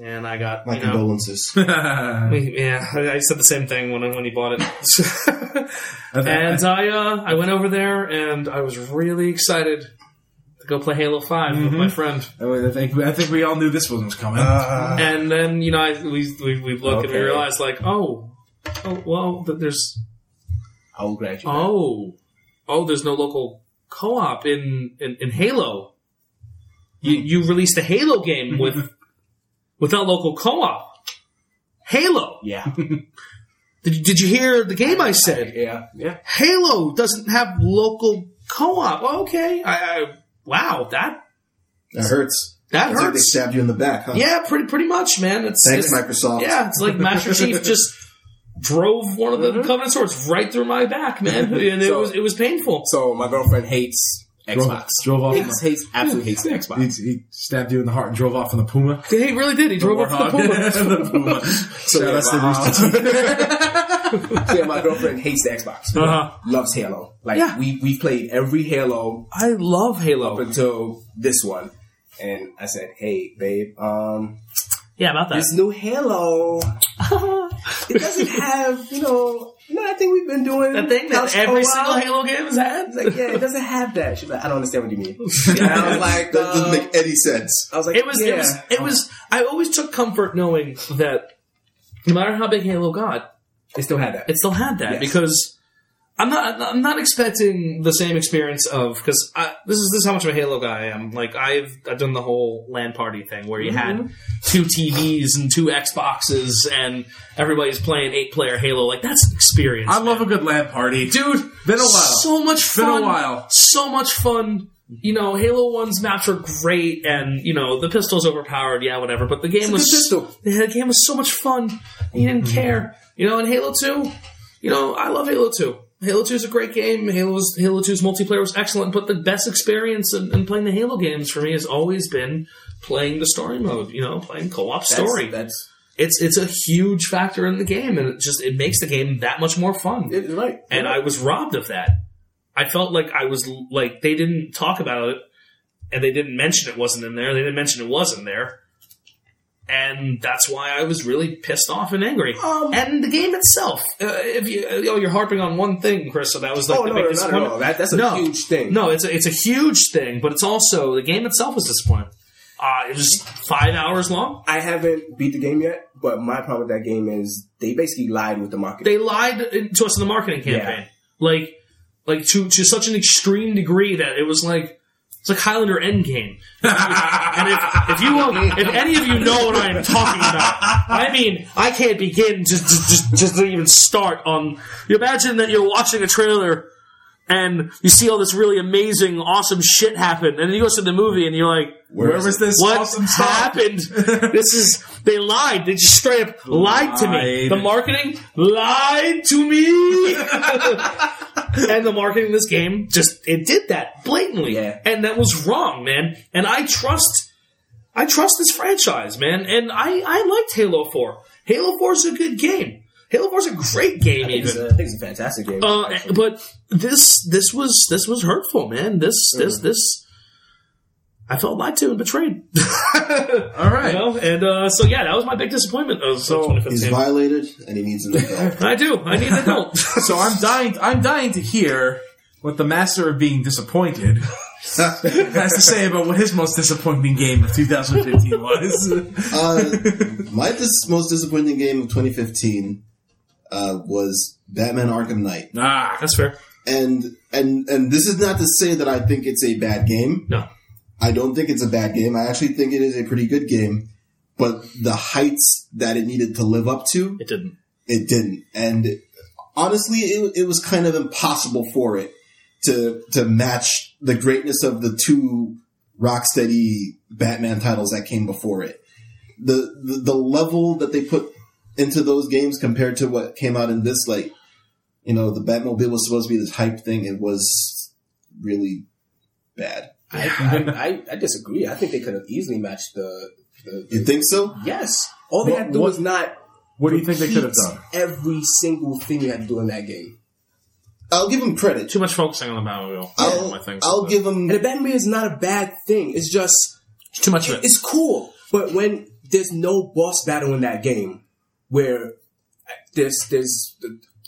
Speaker 3: and I got
Speaker 1: My
Speaker 3: you know,
Speaker 1: condolences.
Speaker 3: yeah, I I said the same thing when I- when he bought it. and I uh, I went over there, and I was really excited to go play Halo 5 with my friend.
Speaker 2: I think I think we all knew this one was coming.
Speaker 3: Uh, And then you know, I, we we we look and we
Speaker 4: Okay.
Speaker 3: realize like, oh, oh well, th- there's
Speaker 4: I'll graduate.
Speaker 3: Oh, oh, there's no local co-op in in, in Halo. You you released a Halo game with without local co-op. Halo.
Speaker 4: Yeah.
Speaker 3: Did you, did you hear the game I said?
Speaker 4: Yeah. Yeah.
Speaker 3: Halo doesn't have local co-op. Okay. I, I wow that
Speaker 1: That hurts.
Speaker 3: that
Speaker 1: It's like they
Speaker 3: hurts.
Speaker 1: stabbed you in the back, huh?
Speaker 3: yeah, pretty pretty much, man. It's,
Speaker 1: Thanks,
Speaker 3: it's-
Speaker 1: Microsoft.
Speaker 3: Yeah, it's like Master Chief just. Drove one of the Covenant swords right through my back, man, and it
Speaker 4: Mm-hmm. So-
Speaker 3: was it was painful.
Speaker 4: So my girlfriend hates Xbox.
Speaker 2: drove off. in
Speaker 4: Hates, hates, absolutely hates the
Speaker 2: the- He,
Speaker 4: Xbox.
Speaker 2: he stabbed you in the heart and drove off in the Puma.
Speaker 3: He really did. He drove off the Puma.
Speaker 2: the Puma. So that's the
Speaker 4: wow.
Speaker 2: Rooster Teeth.
Speaker 4: yeah, my girlfriend hates the Xbox.
Speaker 3: Uh-huh.
Speaker 4: Loves Halo. Like
Speaker 3: Yeah.
Speaker 4: we we played every Halo
Speaker 3: I love
Speaker 4: up
Speaker 3: Halo.
Speaker 4: until this one. And I said, "Hey, babe, um,
Speaker 3: Yeah, about that.
Speaker 4: this new Halo, it doesn't have, you know, you know, I think we've been doing
Speaker 3: The thing that
Speaker 4: couch
Speaker 3: every
Speaker 4: co-op."
Speaker 3: single Halo game has had.
Speaker 4: It's like, yeah, it doesn't have that. She's like, I don't understand what you mean. And I was
Speaker 1: That
Speaker 4: like,
Speaker 1: doesn't
Speaker 4: um,
Speaker 1: make any sense.
Speaker 4: I was like,
Speaker 3: It was.
Speaker 4: yeah.
Speaker 3: It was. It was. I always took comfort knowing that no matter how big Halo got,
Speaker 4: They still had that.
Speaker 3: it still had that
Speaker 4: Yes.
Speaker 3: because I'm not. I'm not expecting the same experience of because this is this is how much of a Halo guy I am. Like I've I've done the whole land party thing where you
Speaker 2: Mm-hmm.
Speaker 3: had two TVs and two Xboxes and everybody's playing eight player Halo. Like that's an experience.
Speaker 2: I love a good lab party,
Speaker 3: dude.
Speaker 2: Been a while.
Speaker 3: So much
Speaker 2: Been
Speaker 3: fun.
Speaker 2: a while. Mm-hmm.
Speaker 3: So much fun. You know, Halo One's maps are great, and you know the pistol's overpowered. Yeah, whatever. But the game
Speaker 4: a
Speaker 3: was
Speaker 4: good pistol.
Speaker 3: the game was so much fun. And you didn't
Speaker 2: Mm-hmm.
Speaker 3: care. You know, in Halo Two, you know I love Halo Two. Halo Two is a great game. Halo's Halo 2's multiplayer was excellent, but the best experience in, in playing the Halo games for me has always been playing the story mode. You know, playing co-op
Speaker 4: That's-
Speaker 3: story.
Speaker 4: That's,
Speaker 3: it's it's a huge factor in the game, and it just it makes the game that much more fun
Speaker 4: it- right.
Speaker 3: and I was robbed of that. I felt like I was like they didn't talk about it, and they didn't mention it wasn't in there. They didn't mention it wasn't there, and that's why I was really pissed off and angry.
Speaker 4: Um,
Speaker 3: and the game itself, uh, if you, you know, you're harping on one thing, Chris, so that was like
Speaker 4: oh
Speaker 3: the
Speaker 4: no,
Speaker 3: big
Speaker 4: no, not at
Speaker 3: disappointment.
Speaker 4: all. That, that's a
Speaker 3: No.
Speaker 4: huge thing.
Speaker 3: No, it's a, it's a huge thing, but it's also the game itself was disappointing. Uh, it was five hours long.
Speaker 4: I haven't beat the game yet, but my problem with that game is they basically lied with the marketing.
Speaker 3: They lied to us in the marketing campaign, like like to to such an extreme degree that it was like it's like Highlander Endgame. and if, if you will, if any of you know what I am talking about, I mean, I can't begin to just just, just to even start on. You imagine that you're watching a trailer and you see all this really amazing, awesome shit happen, and then you go to the movie and you're like.
Speaker 2: Where was this
Speaker 3: What
Speaker 2: awesome stuff?
Speaker 3: happened? this is they lied. They just straight up lied, to me.
Speaker 2: Lied.
Speaker 3: The marketing lied to me, and the marketing of this game just it did that blatantly,
Speaker 4: Yeah.
Speaker 3: and that was wrong, man. And I trust, I trust this franchise, man. And I I liked Halo Four. Halo Four is a good game. Halo Four is a great game.
Speaker 4: I think it's
Speaker 3: Even
Speaker 4: a, I think it's a fantastic game.
Speaker 3: uh, but this this was this was hurtful, man. This this this I felt lied to and betrayed.
Speaker 2: All right.
Speaker 3: You know? And uh, so yeah, that was my big disappointment of so,
Speaker 1: He's
Speaker 3: 2015.
Speaker 1: violated and he needs an adult.
Speaker 3: I do. I need an adult.
Speaker 2: So I'm dying. I'm dying to hear what the master of being disappointed has to say about what his most disappointing game of 2015 was.
Speaker 1: uh, my dis- most disappointing game of 2015 uh, was Batman Arkham Knight.
Speaker 2: ah,
Speaker 3: That's fair.
Speaker 1: and and and this is not to say that I think it's a bad game.
Speaker 3: No.
Speaker 1: I don't think it's a bad game. I actually think it is a pretty good game, but the heights that it needed to live up to,
Speaker 3: It didn't.
Speaker 1: it didn't. And honestly, it, it was kind of impossible for it to to match the greatness of the two Rocksteady Batman titles that came before it. The, the the level that they put into those games compared to what came out in this, like you know, the Batmobile was supposed to be this hype thing. It was really bad.
Speaker 4: I, I, I, I disagree. I think they could have easily matched the. the,
Speaker 1: You think so?
Speaker 4: yes, all they had to do
Speaker 2: What-
Speaker 4: was not.
Speaker 2: what do you think they could have
Speaker 4: repeat
Speaker 2: done?
Speaker 4: Every single thing you had to do in that game,
Speaker 1: I'll give him credit.
Speaker 3: Too much focusing on the Batmobile.
Speaker 1: I'll,
Speaker 3: I think so,
Speaker 1: I'll
Speaker 3: but-
Speaker 1: give him
Speaker 4: and the Batman is not a bad thing. It's just
Speaker 3: It's too much of it.
Speaker 4: it's cool, but when there's no boss battle in that game, where there's there's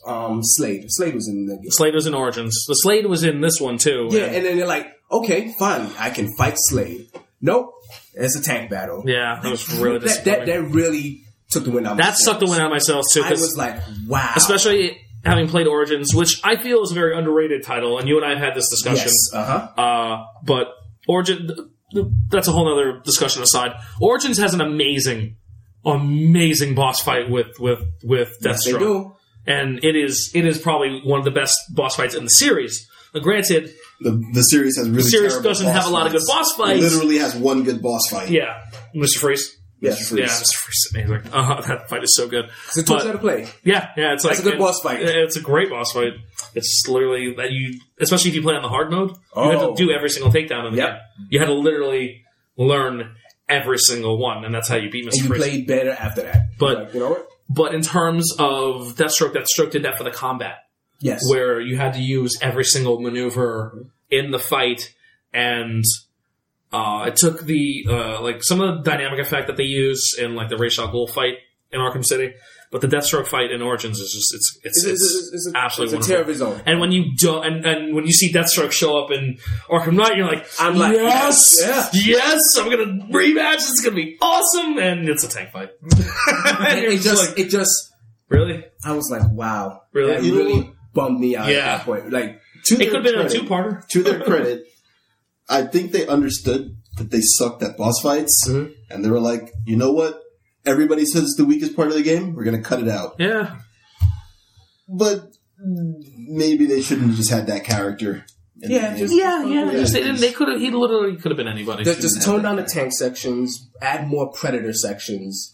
Speaker 4: um Slade, Slade was in the game.
Speaker 3: Slade was in Origins. The Slade was in this one too.
Speaker 4: Yeah, and then they're like, okay, fine, I can fight Slade. Nope, it's a tank battle.
Speaker 3: yeah, that was really
Speaker 4: that,
Speaker 3: disappointing.
Speaker 4: that
Speaker 3: That,
Speaker 4: that really took the wind out. of my
Speaker 3: sucked the
Speaker 4: sails.
Speaker 3: wind out of my sails too.
Speaker 4: I
Speaker 3: 'cause-
Speaker 4: was like, wow.
Speaker 3: especially having played Origins, which I feel is a very underrated title, and you and I have had this discussion.
Speaker 4: yes, uh huh.
Speaker 3: Uh, but Origin, th- th- that's a whole other discussion aside. Origins has an amazing, amazing boss fight with with with
Speaker 4: Yes, they
Speaker 3: Deathstroke,
Speaker 4: do.
Speaker 3: and it is it is probably one of the best boss fights in the series. Now, granted,
Speaker 1: the, the series has really
Speaker 3: the series
Speaker 1: terrible
Speaker 3: doesn't
Speaker 1: boss
Speaker 3: have a lot of good
Speaker 1: fights.
Speaker 3: boss fights.
Speaker 1: Literally has one good boss fight.
Speaker 3: yeah, Mr. Freeze.
Speaker 4: Yes,
Speaker 3: Yeah, Mr. Freeze is amazing. Uh, that fight is so good.
Speaker 4: it's a tough
Speaker 3: But-
Speaker 4: to play.
Speaker 3: Yeah, yeah, it's like
Speaker 4: a good boss fight.
Speaker 3: it- It's a great boss fight. It's literally that you, especially if you play on the hard mode, you have to
Speaker 4: Oh.
Speaker 3: do every single takedown. In the
Speaker 4: Yep.
Speaker 3: game. you had to literally learn every single one, and that's how you beat
Speaker 4: And
Speaker 3: Mister
Speaker 4: you
Speaker 3: Freeze.
Speaker 4: played better after that.
Speaker 3: But-
Speaker 4: Like, you know what?
Speaker 3: but in terms of Deathstroke, Deathstroke did that for the combat,
Speaker 4: Yes,
Speaker 3: where you had to use every single maneuver in the fight, and uh, it took the uh, like some of the dynamic effect that they use in like the Ra's al Ghul fight in Arkham City, but the Deathstroke fight in Origins is just it's it's,
Speaker 4: it's, it's, it's, it's, a-
Speaker 3: absolutely
Speaker 4: it's a tear of
Speaker 3: wonderful.
Speaker 4: his own.
Speaker 3: And when you do, and, and when you see Deathstroke show up in Arkham Knight, you're like,
Speaker 4: I'm like,
Speaker 3: yes,
Speaker 4: yes,
Speaker 3: yes, I'm gonna rematch. It's gonna be awesome, and it's a tank fight. and
Speaker 4: And
Speaker 3: you're
Speaker 4: it
Speaker 3: just
Speaker 4: just,
Speaker 3: like,
Speaker 4: it just,
Speaker 3: really?
Speaker 4: I was like, wow,
Speaker 3: Really?
Speaker 4: that
Speaker 1: You know
Speaker 4: really bummed me out at
Speaker 3: Yeah.
Speaker 4: that point. Like,
Speaker 1: To
Speaker 3: It
Speaker 1: their
Speaker 3: could have been a
Speaker 1: credit-
Speaker 3: two-parter.
Speaker 1: to their credit, I think they understood that they sucked at boss fights,
Speaker 3: Mm-hmm.
Speaker 1: and they were like, you know what? Everybody says it's the weakest part of the game. We're gonna cut it out.
Speaker 3: Yeah,
Speaker 1: But maybe they shouldn't have just had that character. in the
Speaker 4: Yeah,
Speaker 1: game.
Speaker 4: just-
Speaker 3: yeah, yeah.
Speaker 1: Yeah.
Speaker 3: Just, they, didn't- they could have. He literally could have been anybody.
Speaker 4: just, just
Speaker 1: have
Speaker 4: tone
Speaker 1: that
Speaker 4: down the
Speaker 1: guy.
Speaker 4: tank sections, add more predator sections,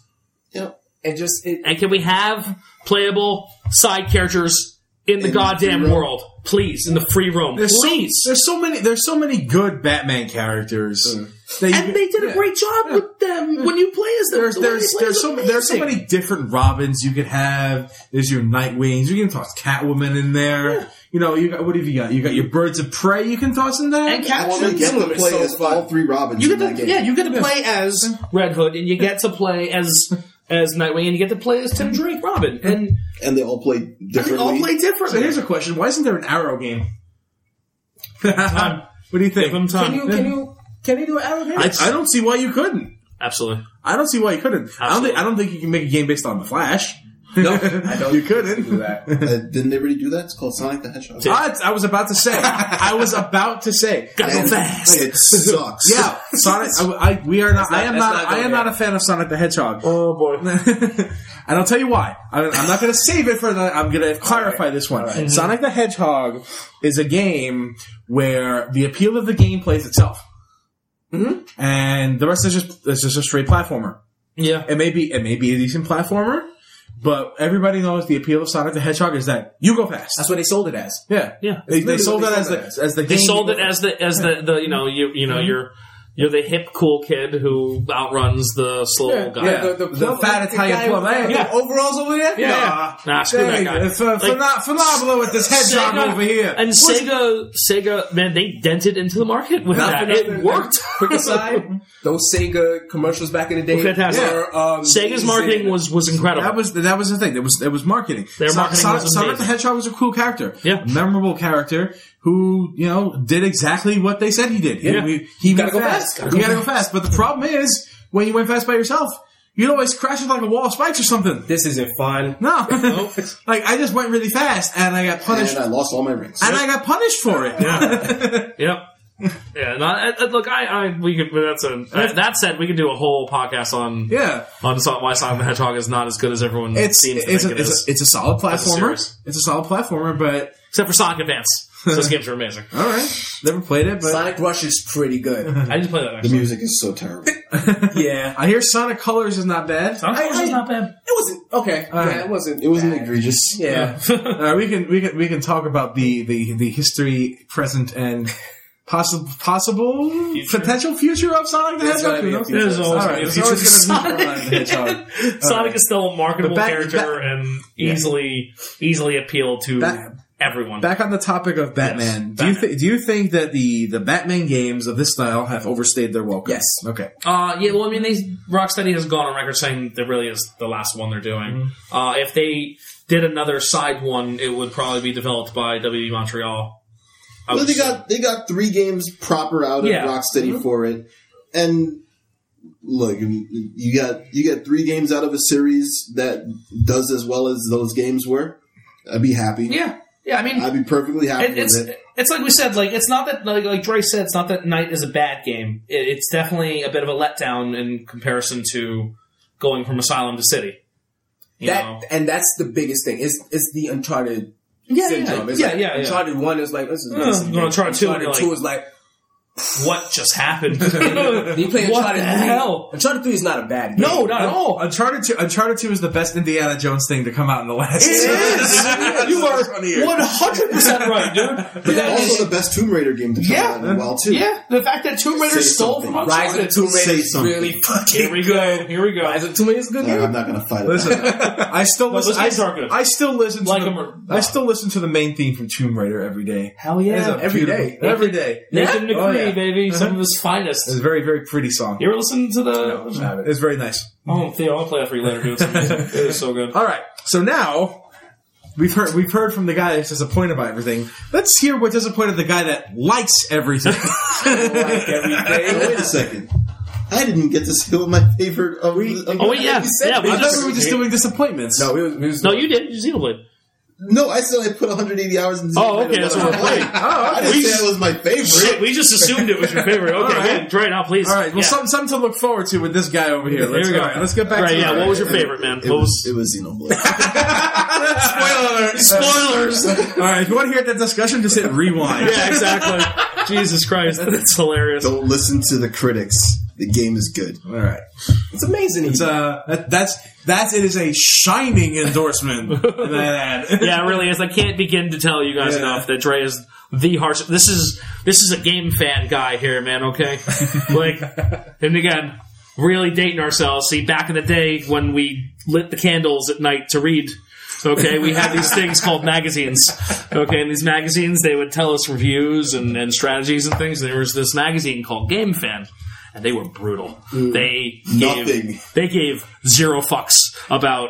Speaker 1: Yep.
Speaker 4: and just it.
Speaker 3: and can we have playable side characters in the
Speaker 1: In the
Speaker 3: goddamn
Speaker 1: free roam.
Speaker 3: world, please? In the free roam,
Speaker 2: there's
Speaker 3: please.
Speaker 2: so there's so many there's so many good Batman characters.
Speaker 4: Mm.
Speaker 2: that you
Speaker 3: and
Speaker 2: can-
Speaker 3: they did a
Speaker 2: yeah.
Speaker 3: great job with them when you play as them.
Speaker 2: There's
Speaker 3: The way they
Speaker 2: there's
Speaker 3: play
Speaker 2: there's
Speaker 3: is
Speaker 2: so there's so
Speaker 3: amazing.
Speaker 2: many different Robins you could have. There's your Nightwings. You can toss Catwoman in there. You know you got what have you got? You got your Birds of Prey. You can toss in there.
Speaker 3: And Catwoman
Speaker 1: Well, they get to play as all three Robins
Speaker 3: You
Speaker 1: in
Speaker 3: get
Speaker 1: that
Speaker 3: to
Speaker 1: game.
Speaker 3: yeah, you get to play as Red Hood, and you get to play as as Nightwing, and you get to play as Tim Drake, Robin, and
Speaker 1: and they all play differently.
Speaker 3: they all play
Speaker 2: So
Speaker 3: differently.
Speaker 2: here's a question: Why isn't there an Arrow game? what do you think?
Speaker 3: Give 'em time.
Speaker 4: Can you can you Can he do an arrow game?
Speaker 2: I, I don't see why you couldn't.
Speaker 3: Absolutely.
Speaker 2: I don't see why you couldn't. I don't, think, I don't think you can make a game based on the Flash. No,
Speaker 4: I don't
Speaker 2: you couldn't.
Speaker 4: do that.
Speaker 1: Uh, didn't they really do that? It's called Sonic the Hedgehog.
Speaker 2: But I was about to say. I was about to say.
Speaker 1: And It sucks.
Speaker 2: Yeah, Sonic. I, I- we are not. I am
Speaker 4: that's
Speaker 2: not.
Speaker 4: not
Speaker 2: I am
Speaker 4: going
Speaker 2: not a fan of Sonic the Hedgehog.
Speaker 5: Oh boy.
Speaker 2: and I'll tell you why. I, I'm not going to save it for the. I'm going to clarify this one. Sonic the Hedgehog is a game where the appeal of the game plays itself, mm-hmm. and the rest is just it's just a straight platformer.
Speaker 3: Yeah.
Speaker 2: It may be it may be a decent platformer, but everybody knows the appeal of Sonic the Hedgehog is that you go fast.
Speaker 4: That's what they sold it as.
Speaker 2: yeah,
Speaker 3: Yeah.
Speaker 2: They, they
Speaker 4: Literally
Speaker 2: sold
Speaker 4: what
Speaker 2: it
Speaker 4: they
Speaker 2: as
Speaker 4: sold
Speaker 2: the
Speaker 4: it as.
Speaker 2: as the
Speaker 3: They
Speaker 2: game
Speaker 3: sold it as the as the, the you know you you know you're you're the hip cool kid who outruns the slow guy.
Speaker 2: yeah.
Speaker 4: The, the,
Speaker 2: The fat Italian
Speaker 4: guy with
Speaker 2: plum,
Speaker 4: the-
Speaker 2: eh?
Speaker 4: the Overalls over there?
Speaker 2: Yeah.
Speaker 3: Nah, screw that
Speaker 2: Hey,
Speaker 3: guy.
Speaker 2: it's, uh,
Speaker 3: Like,
Speaker 2: pheno- phenomenal with this hedgehog
Speaker 3: Sega-
Speaker 2: over here.
Speaker 3: And Sega, Sega, man, they dented into the market with
Speaker 4: Not for
Speaker 3: that. It
Speaker 4: nothing.
Speaker 3: worked.
Speaker 4: Quick aside, those Sega commercials back in the day.
Speaker 3: Fantastic.
Speaker 4: were, um,
Speaker 3: Sega's
Speaker 4: amazing.
Speaker 3: marketing was was incredible.
Speaker 2: That was that was the thing. That was that was marketing.
Speaker 3: Their
Speaker 2: Son-
Speaker 3: marketing
Speaker 2: Sonic,
Speaker 3: was
Speaker 2: Sonic the
Speaker 3: amazing.
Speaker 2: Hedgehog was a cool character,
Speaker 3: Yeah.
Speaker 2: A memorable character who you know did exactly what they said he did. He,
Speaker 3: Yeah.
Speaker 2: we- he
Speaker 4: Gotta
Speaker 2: went
Speaker 4: go
Speaker 2: fast.
Speaker 4: fast. Gotta
Speaker 2: you gotta go fast. But the problem is when you went fast by yourself, you'd always crash into like a wall of spikes or something.
Speaker 4: This isn't fun.
Speaker 2: No, like I just went really fast and I got punished.
Speaker 1: And I lost all my rings.
Speaker 2: And I got punished for it.
Speaker 3: Yep. Yeah, no, I, I- look, I, I, we could. but That's a. That, that said, we could do a whole podcast on
Speaker 2: yeah.
Speaker 3: on Son- why Sonic the Hedgehog is not as good as everyone
Speaker 2: It's
Speaker 3: seems to
Speaker 2: it's a,
Speaker 3: think it
Speaker 2: it's,
Speaker 3: is.
Speaker 2: a, it's a solid platformer.
Speaker 3: series.
Speaker 2: it's a solid platformer, but
Speaker 3: Except for Sonic Advance, those games are amazing.
Speaker 2: all right, never played it. But
Speaker 4: Sonic Rush is pretty good.
Speaker 3: I need to play that.
Speaker 1: the
Speaker 3: Actually.
Speaker 1: music is so terrible.
Speaker 4: yeah.
Speaker 2: I hear Sonic Colors is not bad.
Speaker 4: I- I-
Speaker 3: bad.
Speaker 4: It wasn't okay.
Speaker 3: Uh,
Speaker 2: Alright.
Speaker 4: yeah, it wasn't.
Speaker 1: It wasn't
Speaker 4: bad.
Speaker 1: egregious.
Speaker 4: Yeah.
Speaker 2: Uh, we can we can we can talk about the the, the history, present, and possible possible potential future of Sonic the
Speaker 4: There's
Speaker 2: Hedgehog.
Speaker 4: gotta be a
Speaker 2: All
Speaker 4: future.
Speaker 5: There's always
Speaker 2: right,
Speaker 5: gonna be a
Speaker 2: it's
Speaker 5: future
Speaker 2: always
Speaker 5: for
Speaker 2: gonna be Sonic the Hedgehog.
Speaker 3: Sonic is still a marketable
Speaker 2: But back-
Speaker 3: character and easily easily appeal to
Speaker 2: Back-
Speaker 3: everyone.
Speaker 2: Back on the topic of Batman,
Speaker 3: Yes,
Speaker 2: do you
Speaker 3: Batman.
Speaker 2: thi- do you think that the the Batman games of this style have overstayed their welcome?
Speaker 4: Yes.
Speaker 2: Okay.
Speaker 3: Uh, yeah, well, I mean, they, Rocksteady has gone on record saying that really is the last one they're doing. Uh, if they did another side one, it would probably be developed by WB Montreal. I
Speaker 1: But
Speaker 3: would
Speaker 1: they
Speaker 3: say.
Speaker 1: got they got three games proper out of
Speaker 3: Yeah. Mm-hmm.
Speaker 1: Rocksteady for it, and look, you got you got three games out of a series that does as well as those games were. I'd be happy.
Speaker 3: yeah, yeah. I mean,
Speaker 1: I'd be perfectly happy
Speaker 3: it,
Speaker 1: with
Speaker 3: it's
Speaker 1: it.
Speaker 3: it's like we said, like it's not that like like Dre said, it's not that Night is a bad game. It, it's definitely a bit of a letdown in comparison to going from Asylum to City. You
Speaker 4: That
Speaker 3: know?
Speaker 4: and that's the biggest thing. It's it's the Uncharted
Speaker 3: yeah,
Speaker 4: syndrome.
Speaker 3: yeah,
Speaker 4: It's
Speaker 3: yeah,
Speaker 4: like,
Speaker 3: yeah, yeah.
Speaker 4: Uncharted one is like this is
Speaker 3: Uh,
Speaker 4: this is-
Speaker 3: you wanna try two and
Speaker 4: Uncharted
Speaker 3: you're
Speaker 4: two
Speaker 3: like-
Speaker 4: is like
Speaker 3: What just happened?
Speaker 4: you play
Speaker 3: what
Speaker 4: Uncharted
Speaker 3: the
Speaker 4: three.
Speaker 3: hell?
Speaker 4: Uncharted three is not a bad game.
Speaker 3: No, not at all.
Speaker 2: Uncharted Two. Uncharted Two is the best Indiana Jones thing to come out in the last.
Speaker 4: you are one hundred
Speaker 3: Is that right, dude?
Speaker 1: But also the best Tomb Raider game to come
Speaker 3: Yeah.
Speaker 1: out in a while too.
Speaker 3: Yeah, the fact that Tomb Raider
Speaker 1: Say
Speaker 3: stole
Speaker 1: something.
Speaker 3: from
Speaker 4: Rise of
Speaker 3: Uncharted.
Speaker 4: the Tomb Raider
Speaker 1: Say
Speaker 4: is
Speaker 1: something.
Speaker 4: really
Speaker 3: Here
Speaker 4: fucking.
Speaker 3: we go. Here we go.
Speaker 4: Rise of the Tomb Raider is a good
Speaker 1: No, I'm
Speaker 4: game.
Speaker 1: not gonna fight it.
Speaker 2: Listen, I still
Speaker 3: those
Speaker 2: listen. I,
Speaker 3: games are good.
Speaker 2: I still listen to
Speaker 3: Like
Speaker 2: the,
Speaker 3: 'em or-
Speaker 2: I still listen to the main theme from Tomb Raider every day.
Speaker 3: Hell
Speaker 2: It is a
Speaker 4: every
Speaker 2: beautiful-
Speaker 4: day.
Speaker 2: every day.
Speaker 3: Nathan McCree,
Speaker 2: Yeah? Oh, yeah.
Speaker 3: baby, some
Speaker 2: Mhm.
Speaker 3: of his
Speaker 2: It's
Speaker 3: finest.
Speaker 2: a very very pretty song.
Speaker 3: You ever listen to the?
Speaker 4: No, I haven't.
Speaker 2: It's very nice.
Speaker 3: Oh, Theo, I'll play that for you later, dude. It's amazing. it is so good.
Speaker 2: All right, so now we've heard we've heard from the guy that's disappointed by everything. Let's hear what disappointed the guy that likes everything.
Speaker 1: Hey, wait a second. I didn't get to see what my favorite. Of,
Speaker 4: We-
Speaker 1: of-
Speaker 3: Oh, wait, yeah, yeah. We
Speaker 2: I thought
Speaker 3: just,
Speaker 2: we were just doing disappointments.
Speaker 4: No, we was, we was
Speaker 3: no, you did. You Xenoblade.
Speaker 1: No, I said I put 180 hours into.
Speaker 3: Oh, okay, that's what I played.
Speaker 2: Oh,
Speaker 1: I
Speaker 2: okay.
Speaker 1: didn't
Speaker 3: We-
Speaker 1: say that was my favorite.
Speaker 3: Shit, we just assumed it was your favorite. Okay,
Speaker 2: All right.
Speaker 3: yeah, Dre, now please.
Speaker 2: All right, well,
Speaker 3: yeah.
Speaker 2: something, something to look forward to with this guy over here.
Speaker 3: There
Speaker 2: Let's,
Speaker 3: we go.
Speaker 2: all right, let's get back
Speaker 3: Right,
Speaker 2: to
Speaker 3: yeah,
Speaker 2: the-
Speaker 3: what was your favorite, man?
Speaker 1: It
Speaker 3: what
Speaker 1: was,
Speaker 3: was,
Speaker 1: it was Xenoblade.
Speaker 3: spoilers?
Speaker 2: All right, if you want to hear that discussion, just hit rewind.
Speaker 3: yeah, exactly. Jesus Christ, that's hilarious.
Speaker 1: Don't listen to the critics. The game is good.
Speaker 2: All right.
Speaker 4: It's amazing.
Speaker 2: It's, uh, that, that's that's it is a shining endorsement. that ad.
Speaker 3: Yeah, it really is. I can't begin to tell you guys
Speaker 2: Yeah.
Speaker 3: enough that Dre is the harsh. This is this is a game fan guy here, man. Okay, like, and again, really dating ourselves. See, back in the day when we lit the candles at night to read. Okay, we had these things called magazines. Okay, and these magazines they would tell us reviews and, and strategies and things. There was this magazine called Game Fan, and they were brutal. They gave,
Speaker 1: Nothing.
Speaker 3: They gave zero fucks about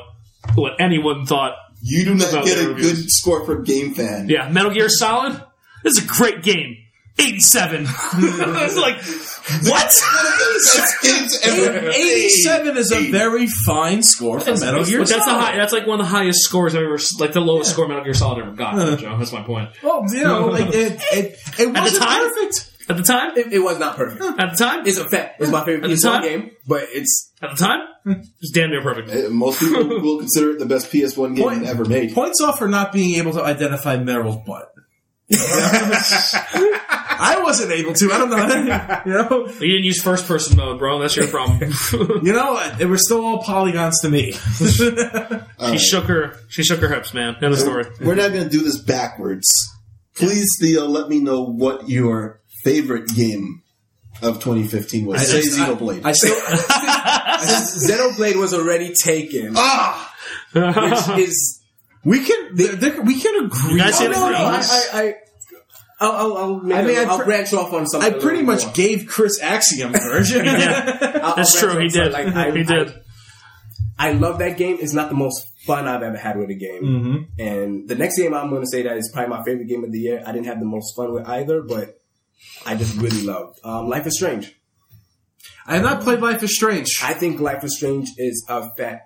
Speaker 3: what anyone thought
Speaker 1: You do not
Speaker 3: About
Speaker 1: get
Speaker 3: their
Speaker 1: a
Speaker 3: reviews.
Speaker 1: good score from Game Fan.
Speaker 3: yeah, Metal Gear Solid. This is a great game. 87. I was like, what?
Speaker 1: Best games ever.
Speaker 2: 87 is a very fine score for Metal Gear
Speaker 3: But that's the
Speaker 2: Solid.
Speaker 3: high, that's like one of the highest scores I've ever, like the lowest score Metal Gear Solid ever got. Joe, that's my point.
Speaker 4: Well, you know, like it, it, it
Speaker 3: At the
Speaker 4: wasn't
Speaker 3: time,
Speaker 4: perfect.
Speaker 3: at the time,
Speaker 4: It, it was not perfect.
Speaker 3: at the time,
Speaker 4: It's a fact. It's my favorite
Speaker 3: At the
Speaker 4: PS1
Speaker 3: time-
Speaker 4: game, but it's
Speaker 3: at the time, it's damn near perfect.
Speaker 1: Uh, Most people will consider it the best PS1 game
Speaker 2: Point-
Speaker 1: ever made.
Speaker 2: Points off for not being able to identify Meryl's butt. I wasn't able to. I don't know. you know,
Speaker 3: You didn't use first person mode, bro. That's your problem. she
Speaker 2: you know, they were still all polygons to me.
Speaker 1: All right.
Speaker 3: shook her. She shook her hips, man. End of story.
Speaker 1: We're not going to do this backwards. Please, Theo, let me know what your favorite game of 2015 was. Say Xenoblade.
Speaker 4: I still Xenoblade was already taken,
Speaker 1: ah,
Speaker 3: Oh.
Speaker 4: which is Oh,
Speaker 2: we can, they, they, we can agree.
Speaker 3: guys
Speaker 2: on
Speaker 3: had
Speaker 2: that.
Speaker 3: agreement?
Speaker 2: I- I- I-
Speaker 4: I'll, I'll, I'll, make
Speaker 2: I mean,
Speaker 4: a-
Speaker 2: I
Speaker 4: I'll
Speaker 2: pre-
Speaker 4: branch off on
Speaker 2: I
Speaker 4: something.
Speaker 2: pretty much gave Chris Axiom version.
Speaker 4: I'll- I'll branch
Speaker 3: That's true.
Speaker 4: off
Speaker 3: He did.
Speaker 4: something. Like, I-
Speaker 3: he did.
Speaker 4: I love that game. It's not the most fun I've ever had with a game.
Speaker 2: Mhm.
Speaker 3: Mm-hmm.
Speaker 4: And the next game I'm going to say that is probably my favorite game of the year. I didn't have the most fun with either, but I just really loved um, Life is Strange.
Speaker 2: I have not played Life is Strange.
Speaker 4: I think Life is Strange is a fat.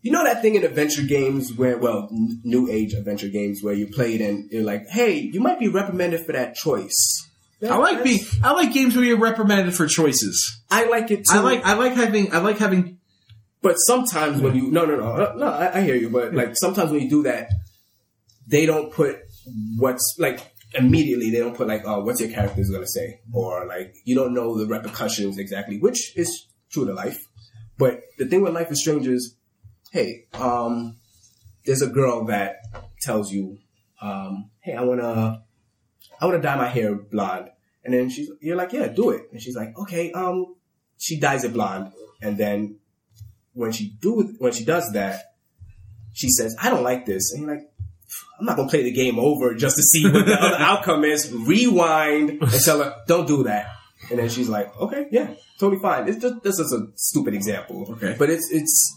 Speaker 4: You know that thing in adventure games where, well, n- new age adventure games where you play it and you're like, hey, you might be reprimanded for that choice.
Speaker 2: I like being, I like games where you're reprimanded for choices.
Speaker 4: I like it too.
Speaker 2: I like, I like having, I like having.
Speaker 4: But sometimes when you no no no no, no I, I hear you, but like sometimes when you do that, they don't put what's like immediately they don't put like oh what's your character is gonna say or like you don't know the repercussions exactly, which is true to life. But the thing with Life is Strange is, hey, um, there's a girl that tells you, um, hey, I wanna, I wanna dye my hair blonde, and then she's you're like yeah do it, and she's like okay, um, she dyes it blonde, and then when she do when she does that, she says, "I don't like this," and you're like, "I'm not gonna play the game over just to see what the other outcome is." Rewind and tell her, "Don't do that." And then she's like, "Okay, yeah, totally fine." It's just this is a stupid example,
Speaker 2: Okay.
Speaker 4: but it's it's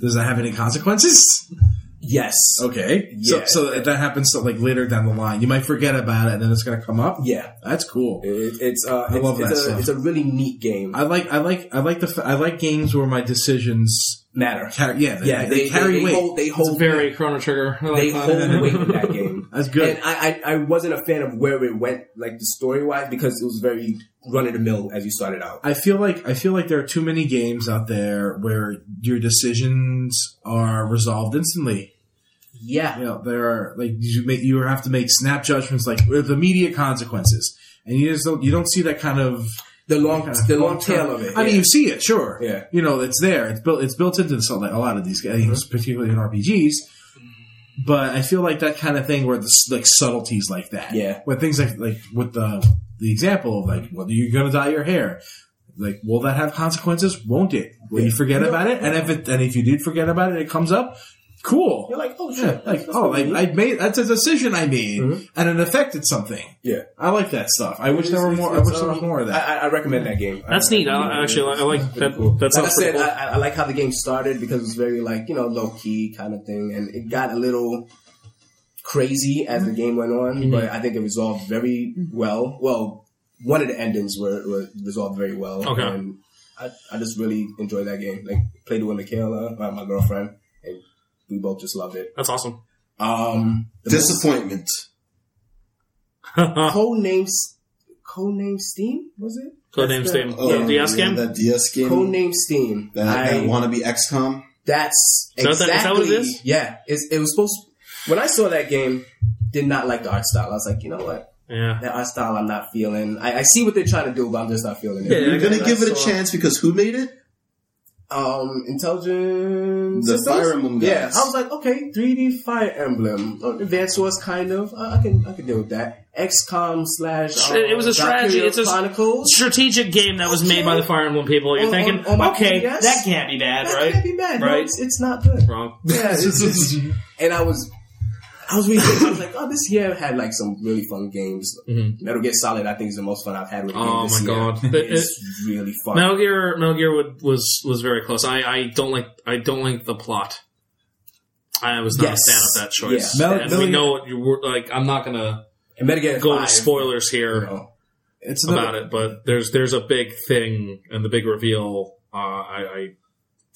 Speaker 2: Does that have any consequences?
Speaker 4: yes,
Speaker 2: Okay.
Speaker 4: Yeah.
Speaker 2: So, so that happens so like later down the line. You might forget about it and then it's gonna come up.
Speaker 4: yeah,
Speaker 2: That's cool.
Speaker 4: it, it's uh, it's,
Speaker 2: love
Speaker 4: it's
Speaker 2: that
Speaker 4: a,
Speaker 2: stuff.
Speaker 4: it's a really neat game.
Speaker 2: I like I like I like the fa- I like games where my decisions
Speaker 4: Matter,
Speaker 2: carry yeah they,
Speaker 4: yeah,
Speaker 2: they, carry weight.
Speaker 4: hold they hold
Speaker 3: Very Chrono Trigger. I like
Speaker 4: they
Speaker 3: that.
Speaker 4: hold weight in that game.
Speaker 2: That's good.
Speaker 4: And I, I, I wasn't a fan of where it went, like the story wise, because it was very run of the mill as you started out.
Speaker 2: I feel like I feel like there are too many games out there where your decisions are resolved instantly.
Speaker 4: Yeah.
Speaker 2: You know, there are like you make you have to make snap judgments like with immediate consequences, and you just don't you don't see that kind of
Speaker 4: The long
Speaker 2: kind
Speaker 4: the long tail of it.
Speaker 2: I mean, you see it, sure.
Speaker 4: Yeah.
Speaker 2: You know, it's there. It's built. It's built into so, like, a lot of these games,
Speaker 4: Mm-hmm.
Speaker 2: particularly in RPGs. But I feel like that kind of thing where the s- like subtleties like that,
Speaker 4: Yeah.
Speaker 2: where things like like with the the example of like whether you're gonna dye your hair, like will that have consequences? Won't it? Will you forget about it? And if it and if you did forget about it, it comes up. Cool.
Speaker 4: you're like, oh shit.
Speaker 2: Yeah, like
Speaker 4: that's
Speaker 2: oh,
Speaker 4: what we
Speaker 2: like
Speaker 4: need.
Speaker 2: I made that's a decision I made,
Speaker 4: Mhm.
Speaker 2: and it affected something.
Speaker 4: Yeah.
Speaker 2: I like that stuff. I wish there
Speaker 4: It's-
Speaker 2: were
Speaker 4: it's-
Speaker 2: more. I
Speaker 4: it's,
Speaker 2: wish there was
Speaker 4: um,
Speaker 2: more of that.
Speaker 4: I, I- I recommend that game.
Speaker 3: That's
Speaker 4: I-
Speaker 3: neat.
Speaker 4: I-
Speaker 3: I actually I like that. That
Speaker 4: like I
Speaker 3: sounds
Speaker 4: said,
Speaker 3: pretty cool.
Speaker 4: I, I- I like how the game started because it was very like you know low key kind of thing, and it got a little crazy as the game went on. But
Speaker 3: Mm-hmm.
Speaker 4: I think it resolved very well. Well, one of the endings were, were resolved very well.
Speaker 3: Okay.
Speaker 4: And I, I just really enjoyed that game. Like played it with Michaela, my, my girlfriend, and we both just loved it.
Speaker 3: That's awesome.
Speaker 4: Um, the most-
Speaker 1: disappointment.
Speaker 3: Codename
Speaker 4: code names, code name Steam was it? That's
Speaker 3: Steam.
Speaker 4: the-
Speaker 1: Oh,
Speaker 3: The DS
Speaker 1: yeah,
Speaker 3: game?
Speaker 1: That DS game.
Speaker 4: Code name Steam.
Speaker 1: that,
Speaker 4: I-
Speaker 1: that wannabe XCOM.
Speaker 4: That's
Speaker 3: Is that- is
Speaker 4: exactly.
Speaker 3: that what it is?
Speaker 4: Yeah, it's, it was supposed. when I saw that game, did not like the art style. I was like, you know what,
Speaker 3: Yeah.
Speaker 4: that art style I'm not feeling. I, I see what they're trying to do, but I'm just not feeling
Speaker 3: Yeah,
Speaker 4: it.
Speaker 1: You're
Speaker 3: I
Speaker 1: gonna
Speaker 3: got
Speaker 1: give
Speaker 3: that,
Speaker 1: it a
Speaker 3: so-
Speaker 1: chance because who made it?
Speaker 4: Um, intelligent.
Speaker 1: The
Speaker 4: systems?
Speaker 1: Fire Emblem guys.
Speaker 4: Yeah, I was like, okay, 3D Fire Emblem, uh, Advanced Wars kind of. I, I can I can deal with that. XCOM slash. um,
Speaker 3: It- it was a strategy-
Speaker 4: Valkyria
Speaker 3: it's a-
Speaker 4: Chronicles.
Speaker 3: Strategic game that was made by the Fire Emblem people. You're
Speaker 4: On-
Speaker 3: thinking,
Speaker 4: on- on my
Speaker 3: okay,
Speaker 4: PS?
Speaker 3: that can't be bad,
Speaker 4: that
Speaker 3: right?
Speaker 4: can't be bad. No,
Speaker 3: Right.
Speaker 4: it's, it's not good.
Speaker 3: Wrong.
Speaker 4: Yeah, it's, it's, and I was, I was really, I was like, oh, this year had like some really fun games.
Speaker 3: Mhm.
Speaker 4: Metal Gear Solid, I think, is the most fun I've had with a game
Speaker 3: Oh
Speaker 4: this
Speaker 3: my
Speaker 4: year.
Speaker 3: god. It- it-
Speaker 4: It's really fun.
Speaker 3: Metal Gear, Metal Gear would, was was very close. I, I don't like I don't like the plot. I was not
Speaker 4: Yes.
Speaker 3: a fan of that choice.
Speaker 2: Yeah. Metal-
Speaker 3: and
Speaker 2: Metal
Speaker 3: we
Speaker 2: Gear-
Speaker 3: know what you were like. I'm not gonna
Speaker 4: And Metal
Speaker 3: go into
Speaker 4: Five.
Speaker 3: spoilers here
Speaker 2: It's
Speaker 3: about it, but there's there's a big thing and the big reveal. Uh, I, I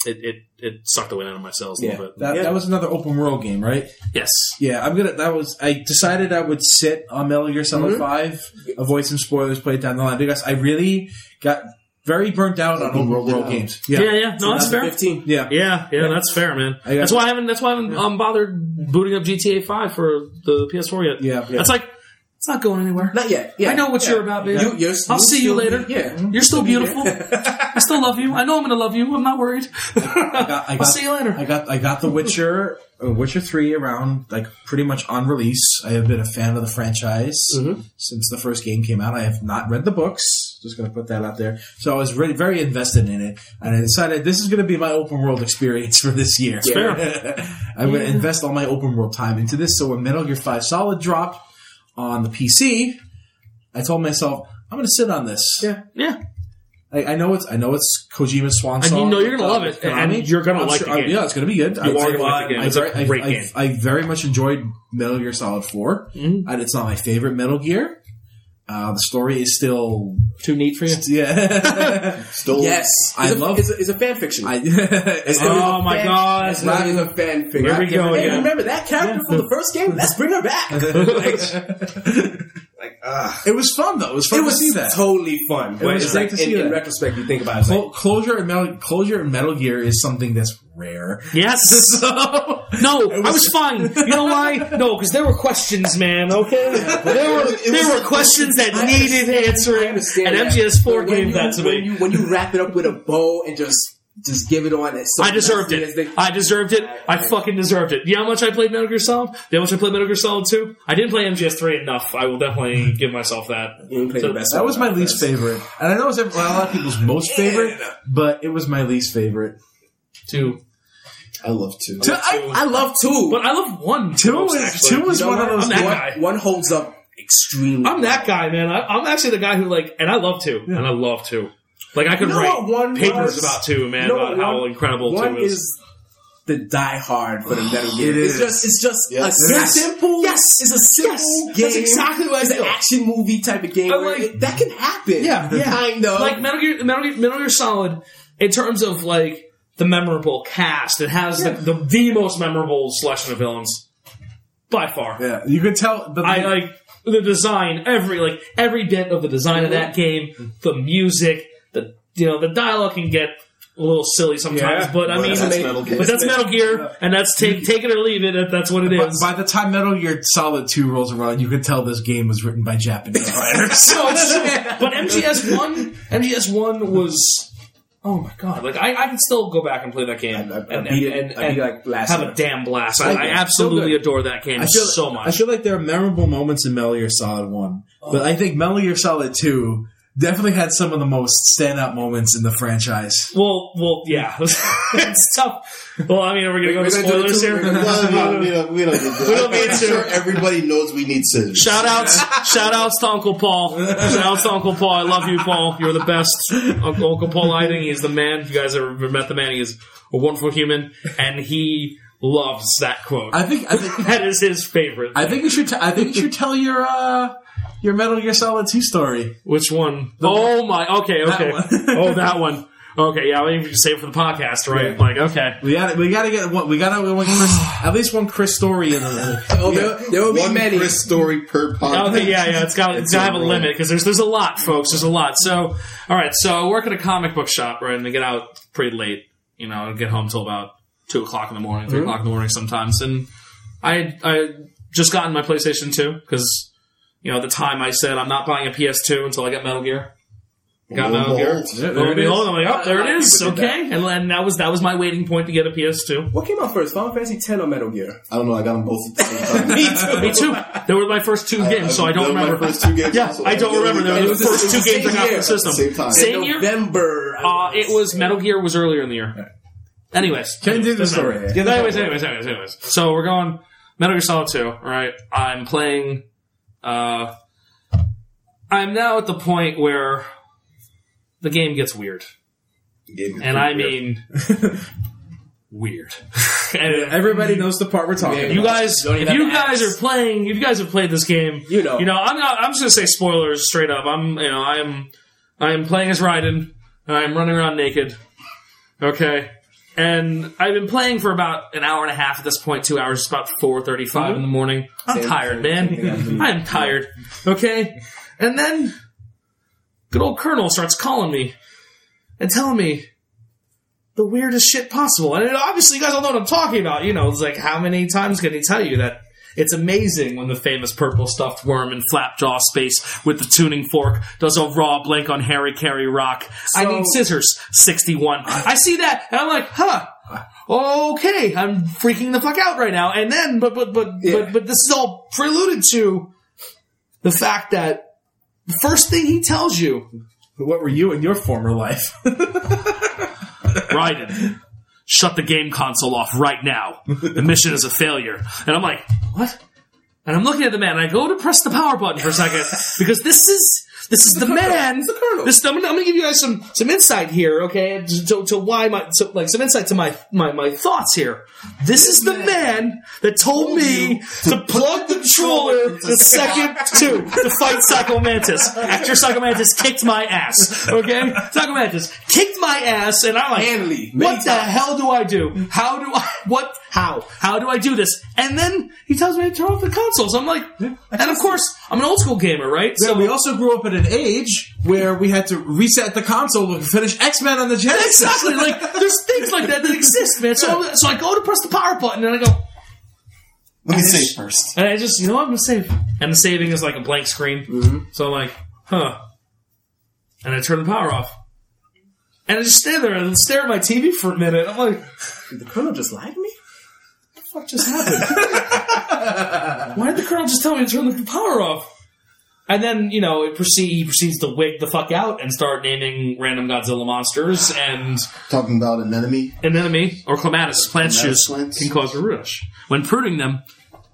Speaker 3: it, it it sucked the wind out of my sails a
Speaker 4: Yeah.
Speaker 3: little bit.
Speaker 2: That, that was another open world game, right?
Speaker 3: Yes,
Speaker 2: Yeah, I'm gonna. That was. I decided I would sit on Metal Gear Solid
Speaker 4: Mhm.
Speaker 2: Five, avoid some spoilers, play it down the line because I really got very burnt out on open world
Speaker 1: Yeah.
Speaker 2: games.
Speaker 3: yeah,
Speaker 2: Yeah,
Speaker 3: yeah, no, that's fair.
Speaker 4: 2015.
Speaker 2: yeah.
Speaker 3: Yeah, yeah, that's fair, man.
Speaker 2: I got-
Speaker 3: That's why I haven't. That's why I haven't um, bothered booting up GTA Five for the PS4 yet.
Speaker 2: Yeah.
Speaker 3: that's like it's not going anywhere.
Speaker 4: Not yet. Yeah.
Speaker 3: I know what
Speaker 4: Yeah.
Speaker 3: you're about, baby.
Speaker 4: You, you're,
Speaker 3: I'll
Speaker 4: you'll
Speaker 3: see
Speaker 4: still
Speaker 3: you later.
Speaker 4: Be, yeah.
Speaker 3: You're still beautiful. I
Speaker 4: yeah.
Speaker 3: still love you. I know I'm going to love you. I'm not worried.
Speaker 2: got- I
Speaker 3: I'll
Speaker 2: got-
Speaker 3: see you later.
Speaker 2: I got I got The Witcher, uh, Witcher three around like pretty much on release. I have been a fan of the franchise since the first game came out. I have not read the books. Just gonna put that out there. So I was really, very invested in it, and I decided this is gonna be my open world experience for this year. I'm gonna invest all my open world time into this. So when Metal Gear Five Solid dropped on the PC, I told myself I'm gonna sit on this.
Speaker 4: Yeah.
Speaker 3: Yeah.
Speaker 2: I, I know it's I know it's Kojima's swan
Speaker 3: And you
Speaker 2: song.
Speaker 3: know you're gonna love it, and you're gonna
Speaker 2: I'm
Speaker 3: like the game.
Speaker 2: Yeah, Oh, it's gonna be good. I-
Speaker 3: are gonna
Speaker 2: I-
Speaker 3: like the game.
Speaker 2: I-
Speaker 3: It's a
Speaker 2: I- I-
Speaker 3: great
Speaker 2: I-
Speaker 3: game.
Speaker 2: I very much enjoyed Metal Gear Solid 4
Speaker 3: Mhm.
Speaker 2: and it's not my favorite Metal Gear. Uh, the story is still
Speaker 3: Too neat for you.
Speaker 2: yeah.
Speaker 1: Still,
Speaker 4: Yes.
Speaker 2: I
Speaker 4: it's
Speaker 2: love-
Speaker 4: a, it's, a, it's a fan fiction.
Speaker 2: I, it's,
Speaker 3: Oh my God.
Speaker 4: It's not even a fan fiction.
Speaker 3: Here we go
Speaker 4: Hey,
Speaker 3: again.
Speaker 4: remember that character from the first game? Let's bring her back. like, ah.
Speaker 2: it was fun though. It was fun
Speaker 4: It
Speaker 2: to
Speaker 4: was
Speaker 2: see that.
Speaker 4: totally fun. But
Speaker 2: was
Speaker 4: it's
Speaker 2: great
Speaker 4: like,
Speaker 2: to see
Speaker 4: in, in
Speaker 2: that.
Speaker 4: retrospect, you think about it. It's
Speaker 2: Clo-
Speaker 4: like,
Speaker 2: closure in Metal closure in Metal Gear is something that's rare.
Speaker 3: Yes.
Speaker 2: So
Speaker 3: No, I was fine. You know why? No, because there were questions, man. Okay, there were there were questions that needed answering,
Speaker 4: I understand.
Speaker 3: and
Speaker 4: that.
Speaker 3: MGS4
Speaker 4: But when
Speaker 3: gave
Speaker 4: you-
Speaker 3: that to
Speaker 4: when
Speaker 3: me.
Speaker 4: You, when you wrap it up with a bow and just just give it on, it's so
Speaker 3: I deserved
Speaker 4: nice.
Speaker 3: it. I deserved it. I fucking deserved it. You know how much I played Metal Gear Solid? You know how much I played Metal Gear Solid 2? I didn't play MGS3 enough. I will definitely give myself that.
Speaker 4: You didn't play the best
Speaker 2: that
Speaker 4: one.
Speaker 2: was my least favorite, and I know it's a lot of people's most favorite, but it was my least favorite.
Speaker 3: Two.
Speaker 1: I love to.
Speaker 4: Two- I, I love two.
Speaker 3: But I love one.
Speaker 2: Two
Speaker 3: most,
Speaker 2: was
Speaker 3: actually.
Speaker 2: two was
Speaker 4: You know
Speaker 2: one of
Speaker 4: what?
Speaker 2: those.
Speaker 3: I'm that
Speaker 2: one-
Speaker 3: guy.
Speaker 4: one holds up extremely.
Speaker 3: I'm that guy, man. I, I'm actually the guy who, like, and I love two. And I love two. Like, I could
Speaker 4: You know
Speaker 3: write
Speaker 4: what one
Speaker 3: papers
Speaker 4: was?
Speaker 3: about two,
Speaker 4: You
Speaker 3: man,
Speaker 4: know
Speaker 3: about
Speaker 4: what
Speaker 3: how
Speaker 4: one-
Speaker 3: incredible
Speaker 4: One
Speaker 3: two is.
Speaker 4: is the die hard for the Metal Gear.
Speaker 2: It
Speaker 4: it's
Speaker 2: is.
Speaker 4: just it's just
Speaker 1: Yes.
Speaker 4: a
Speaker 1: Yes.
Speaker 4: simple.
Speaker 3: Yes.
Speaker 4: it's a simple
Speaker 3: Yes.
Speaker 4: game.
Speaker 3: That's exactly what I
Speaker 4: It's an
Speaker 3: feel.
Speaker 4: action movie type of game.
Speaker 3: I
Speaker 4: where
Speaker 3: like-
Speaker 4: it- that can happen.
Speaker 2: Yeah. Yeah.
Speaker 4: kind of.
Speaker 3: like Metal Gear, Metal Gear, Metal Gear Solid, in terms of like the memorable cast, it has the, the the most memorable selection of villains by far.
Speaker 2: Yeah, you could tell. The,
Speaker 3: I like the design, every like every bit of the design of that game, the music, the you know the dialogue can get a little silly sometimes,
Speaker 4: Yeah.
Speaker 3: but I
Speaker 1: But
Speaker 3: mean,
Speaker 1: that's Metal Gear.
Speaker 3: but that's Metal Gear, and that's take take it or leave it. That that's what it
Speaker 2: But
Speaker 3: is.
Speaker 2: by the time Metal Gear Solid 2 rolls around, you could tell this game was written by Japanese writers.
Speaker 3: No, it's true. But MGS one, MGS one was. Oh my god! Like I, I can still go back and play that game
Speaker 4: I- I- I
Speaker 3: and,
Speaker 4: beat it-
Speaker 3: and, and,
Speaker 4: I beat it, like, last
Speaker 3: have
Speaker 4: year.
Speaker 3: a damn blast. I,
Speaker 4: Like,
Speaker 3: I
Speaker 4: it's so
Speaker 3: absolutely
Speaker 4: good.
Speaker 3: adore that game so
Speaker 2: I
Speaker 3: much.
Speaker 2: feel like there are memorable moments in Metal Gear Solid 1, but I think Metal Gear Solid 2 definitely had some of the most standout moments in the franchise.
Speaker 3: Well, well, yeah, it's tough. Well, I mean, are we gonna go
Speaker 4: We're
Speaker 3: to
Speaker 4: gonna do it
Speaker 3: spoilers
Speaker 4: too.
Speaker 3: here?
Speaker 4: We're gonna-
Speaker 1: Well, we don't, we don't need that.
Speaker 3: We don't need
Speaker 1: I'm
Speaker 3: to.
Speaker 1: sure everybody knows we need scissors.
Speaker 3: Shout outs, shout outs to Uncle Paul. Shout outs to Uncle Paul. I love you, Paul. You're the best. Uncle, Uncle Paul Iding, he's the man. If you guys ever met the man, he is a wonderful human, and he loves that quote.
Speaker 2: I think I think
Speaker 3: that is his favorite.
Speaker 2: I think you should t- I think you should tell your uh your Metal Gear Solid 2 story.
Speaker 3: Which one? oh my. Okay. Okay.
Speaker 2: one.
Speaker 3: oh, that one. Okay. Yeah. We can save it for the podcast, right?
Speaker 2: Yeah.
Speaker 3: Like. Okay.
Speaker 2: We got to we got to get one we got to one Chris, at least one Chris story in uh, the
Speaker 4: oh, there, there will be
Speaker 1: One
Speaker 4: many.
Speaker 1: Chris story per podcast.
Speaker 3: Okay, yeah, yeah, it's got it's got to have a limit because there's there's a lot, folks. There's a lot. So, all right. So, I work at a comic book shop, right? And they get out pretty late. You know, and get home till about two o'clock in the morning, 3 o'clock in the morning sometimes. And I had- I had just gotten my PlayStation Two because you know at the time I said I'm not buying a PS2 until I get Metal Gear. Got
Speaker 1: Lo and
Speaker 3: Metal Gear.
Speaker 1: behold.
Speaker 2: There
Speaker 3: Lo and
Speaker 2: it is.
Speaker 3: behold, I'm like, oh, there
Speaker 4: A lot
Speaker 3: it
Speaker 4: of
Speaker 3: is.
Speaker 4: people did
Speaker 3: Okay, and, and that was that was my waiting point to get a PS2.
Speaker 4: What came out first, Final Fantasy X or Metal Gear?
Speaker 1: I don't know. I got them both at the same time.
Speaker 4: Me too.
Speaker 3: Me too. They were my first two games, so I don't
Speaker 1: Those are
Speaker 3: remember.
Speaker 1: My first two games.
Speaker 3: Yeah,
Speaker 1: also.
Speaker 3: I don't remember. They
Speaker 1: It
Speaker 3: were
Speaker 1: was
Speaker 3: the
Speaker 1: the
Speaker 3: first two
Speaker 4: same
Speaker 3: games I got from
Speaker 4: year.
Speaker 3: the system.
Speaker 1: Same time.
Speaker 3: Same year.
Speaker 4: November.
Speaker 3: Uh, it was Metal Gear was earlier in the year. Anyways,
Speaker 2: Can do the
Speaker 3: doesn't matter.
Speaker 2: story.
Speaker 3: But anyways, anyways, anyways, anyways. So we're going Metal Gear Solid 2, alright? I'm playing, uh, I'm now at the point where the game gets weird.
Speaker 1: Game is
Speaker 3: And I
Speaker 1: pretty
Speaker 3: mean, weird. And
Speaker 2: Everybody knows the part we're talking
Speaker 4: Yeah.
Speaker 2: about.
Speaker 3: You guys,
Speaker 4: Don't even
Speaker 3: if you
Speaker 4: have to
Speaker 3: guys
Speaker 4: ask.
Speaker 3: are playing, if you guys have played this game,
Speaker 4: You know.
Speaker 3: you know, I'm not. I'm just gonna say spoilers straight up. I'm, you know, I am, I am playing as Raiden, and I'm running around naked. Okay, and I've been playing for about an hour and a half at this point. Two hours, it's about four in the morning. I'm
Speaker 4: Mm-hmm. Same-
Speaker 3: tired,
Speaker 4: same- same
Speaker 3: man. I am tired. Okay, and then good old Colonel starts calling me and telling me the weirdest shit possible. And it- obviously, you guys all know what I'm talking about. You know, it's like how many times can he tell you that it's amazing when the famous purple stuffed worm in flapjaw space with the tuning fork does a raw blank on Harry Carry Rock. I need scissors. 61. I see that and I'm like, huh. Okay, I'm freaking the fuck out right now. And then, but but but but but this is all preluded to the fact that the first thing he tells you
Speaker 2: What were you in your former life?
Speaker 3: Raiden, shut the game console off right now. The mission is a failure. And I'm like, what? And I'm looking at the man. And I go to press the power button for a second because this is this is the man. This I'm, gonna- I'm going to give you guys some some insight here, okay? To, to why my so, like some insight to my my my thoughts here. This is the man that told me to plug the controller the second two to fight Psycho Mantis after Psycho Mantis kicked my ass. Okay, Psycho Mantis kicked my ass, and I'm like,
Speaker 4: Handily, many
Speaker 3: what the hell do I do? How do I what? How? How do I do this? And then he tells me to turn off the consoles. I'm like, and of course I'm an old school gamer, right?
Speaker 2: Yeah,
Speaker 3: So
Speaker 2: we also grew up at an age where we had to reset the console to finish X Men on the Genesis.
Speaker 3: exactly like there's things like that that exist, man. So so I go to press the power button and I go.
Speaker 1: Let me say first.
Speaker 3: And I just, you know what, I'm gonna save. And the saving is like a blank screen. Mm-hmm. So I'm like, huh. And I turn the power off. And I just stand there and stare at my TV for a minute. I'm like,
Speaker 4: Did the colonel just lie to me?
Speaker 3: what just happened? Why did the colonel just tell me to turn the power off? And then, you know, it proceed, he proceeds to wig the fuck out and start naming random Godzilla monsters and
Speaker 1: Talking about an enemy.
Speaker 3: an enemy or clematis plant shoots
Speaker 1: plants.
Speaker 3: can cause a rush. When pruning them,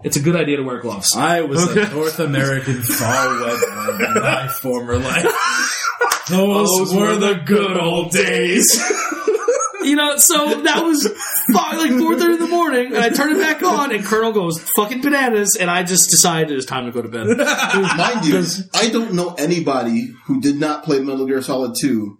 Speaker 3: it's a good idea to wear gloves.
Speaker 2: I was
Speaker 3: Okay.
Speaker 2: a North American far web in my former life. Those, were the good old days.
Speaker 3: you know, so that was fi- like four thirty in the morning, and I turned it back on, and Colonel goes fucking bananas, and I just decided it was time to go to bed.
Speaker 1: Mind you, I don't know anybody who did not play Metal Gear Solid 2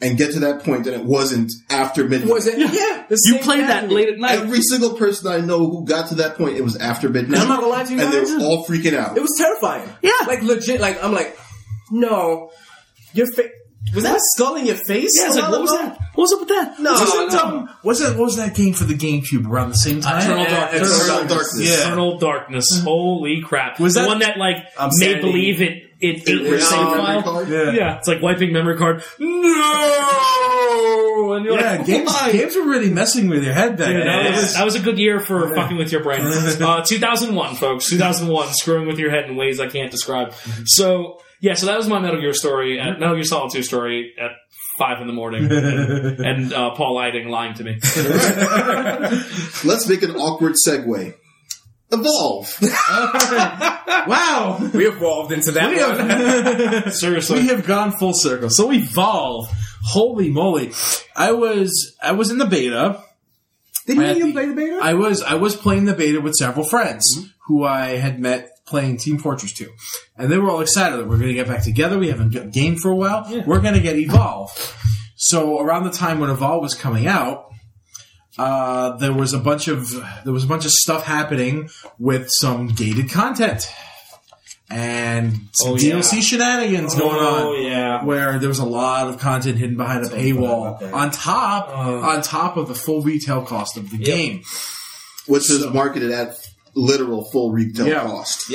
Speaker 1: and get to that point that it wasn't after midnight.
Speaker 4: Was it? Yeah. the
Speaker 3: You
Speaker 4: same
Speaker 3: played that
Speaker 4: category.
Speaker 3: late at night.
Speaker 1: Every single person I know who got to that point, it was after midnight.
Speaker 4: I'm not gonna lie to you
Speaker 1: And they
Speaker 4: guys.
Speaker 1: were all freaking out.
Speaker 4: It was terrifying.
Speaker 3: Yeah.
Speaker 4: Like legit. Like I'm like, no, your face. Was that a skull in your face?
Speaker 3: Yeah, I was like, what was that? What was up with that?
Speaker 4: No,
Speaker 3: Was it-
Speaker 4: no.
Speaker 2: What's that? What um, was that game for the GameCube around the same time?
Speaker 3: Eternal
Speaker 2: Yeah,
Speaker 3: Darkness.
Speaker 1: Eternal Darkness.
Speaker 2: Yeah.
Speaker 3: Eternal darkness. Holy crap!
Speaker 2: Was
Speaker 3: the
Speaker 2: that-
Speaker 3: one that like
Speaker 2: I'm
Speaker 3: made
Speaker 2: standing-
Speaker 3: believe it it ate your
Speaker 1: Yeah,
Speaker 3: save
Speaker 1: memory
Speaker 3: file?
Speaker 1: card.
Speaker 2: Yeah.
Speaker 3: Yeah, it's like wiping memory card. No, and you're
Speaker 2: Yeah,
Speaker 3: like,
Speaker 2: games,
Speaker 3: why?
Speaker 2: games were really messing with your head back
Speaker 3: Dude,
Speaker 2: then.
Speaker 3: that, was, that was a good year for fucking with your brain. Uh, 2001, folks. 2001, screwing with your head in ways I can't describe. So, yeah, so that was my Metal Gear story, at, Metal Gear Solid 2 story at 5 in the morning. And, and, uh, Paul Lighting lying to me.
Speaker 1: Let's make an awkward segue. Evolve.
Speaker 2: wow.
Speaker 4: We evolved into that.
Speaker 2: We
Speaker 4: one.
Speaker 2: have,
Speaker 3: Seriously.
Speaker 2: we have gone full circle. So evolve. Holy moly! I was I was in the beta.
Speaker 4: Didn't
Speaker 2: I
Speaker 4: you
Speaker 2: think-
Speaker 4: play the beta?
Speaker 2: I was I was playing the beta with several friends
Speaker 3: Mm-hmm.
Speaker 2: who I had met playing Team Fortress 2. And they were all excited that we're going to get back together. We haven't g- gamed for a while. We're going to get Evolve. So around the time when Evolve was coming out, uh, there was a bunch of there was a bunch of stuff happening with some gated content and some
Speaker 3: Oh, yeah.
Speaker 2: DLC shenanigans going on
Speaker 3: Oh, yeah.
Speaker 2: where there was a lot of content hidden behind a paywall on top
Speaker 3: Uh.
Speaker 2: on top of the full retail cost of the game.
Speaker 1: Which is marketed at literal full retail
Speaker 2: Yeah.
Speaker 1: cost.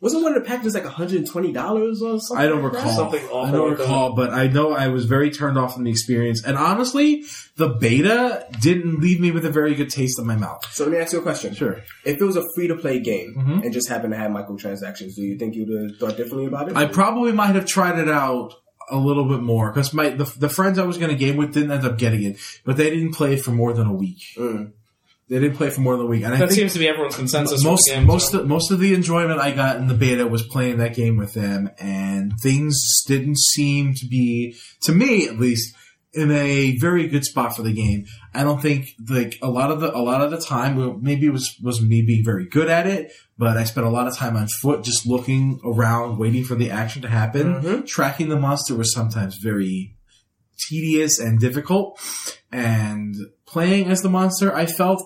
Speaker 4: Wasn't one of the packages like 120 dollars or something?
Speaker 2: I don't
Speaker 4: like that?
Speaker 2: recall.
Speaker 3: Something awful
Speaker 2: I don't
Speaker 3: like that.
Speaker 2: recall, but I know I was very turned off from the experience. And honestly, the beta didn't leave me with a very good taste in my mouth.
Speaker 4: So let me ask you a question.
Speaker 2: Sure.
Speaker 4: If it was a free to play game and just happened to have microtransactions, do you think you'd have thought differently about it?
Speaker 2: I probably might have tried it out a little bit more because my the, the friends I was going to game with didn't end up getting it, but they didn't play for more than a week.
Speaker 4: Mm.
Speaker 2: They didn't play for more than a week, and I
Speaker 3: That
Speaker 2: think
Speaker 3: seems to be everyone's consensus. with
Speaker 2: most
Speaker 3: the game,
Speaker 2: most
Speaker 3: so.
Speaker 2: of, most of the enjoyment I got in the beta was playing that game with them, and things didn't seem to be to me at least. in a very good spot for the game. I don't think like a lot of the a lot of the time well, maybe it was was me being very good at it, but I spent a lot of time on foot just looking around, waiting for the action to happen.
Speaker 4: Mm-hmm.
Speaker 2: Tracking the monster was sometimes very tedious and difficult. And playing as the monster, I felt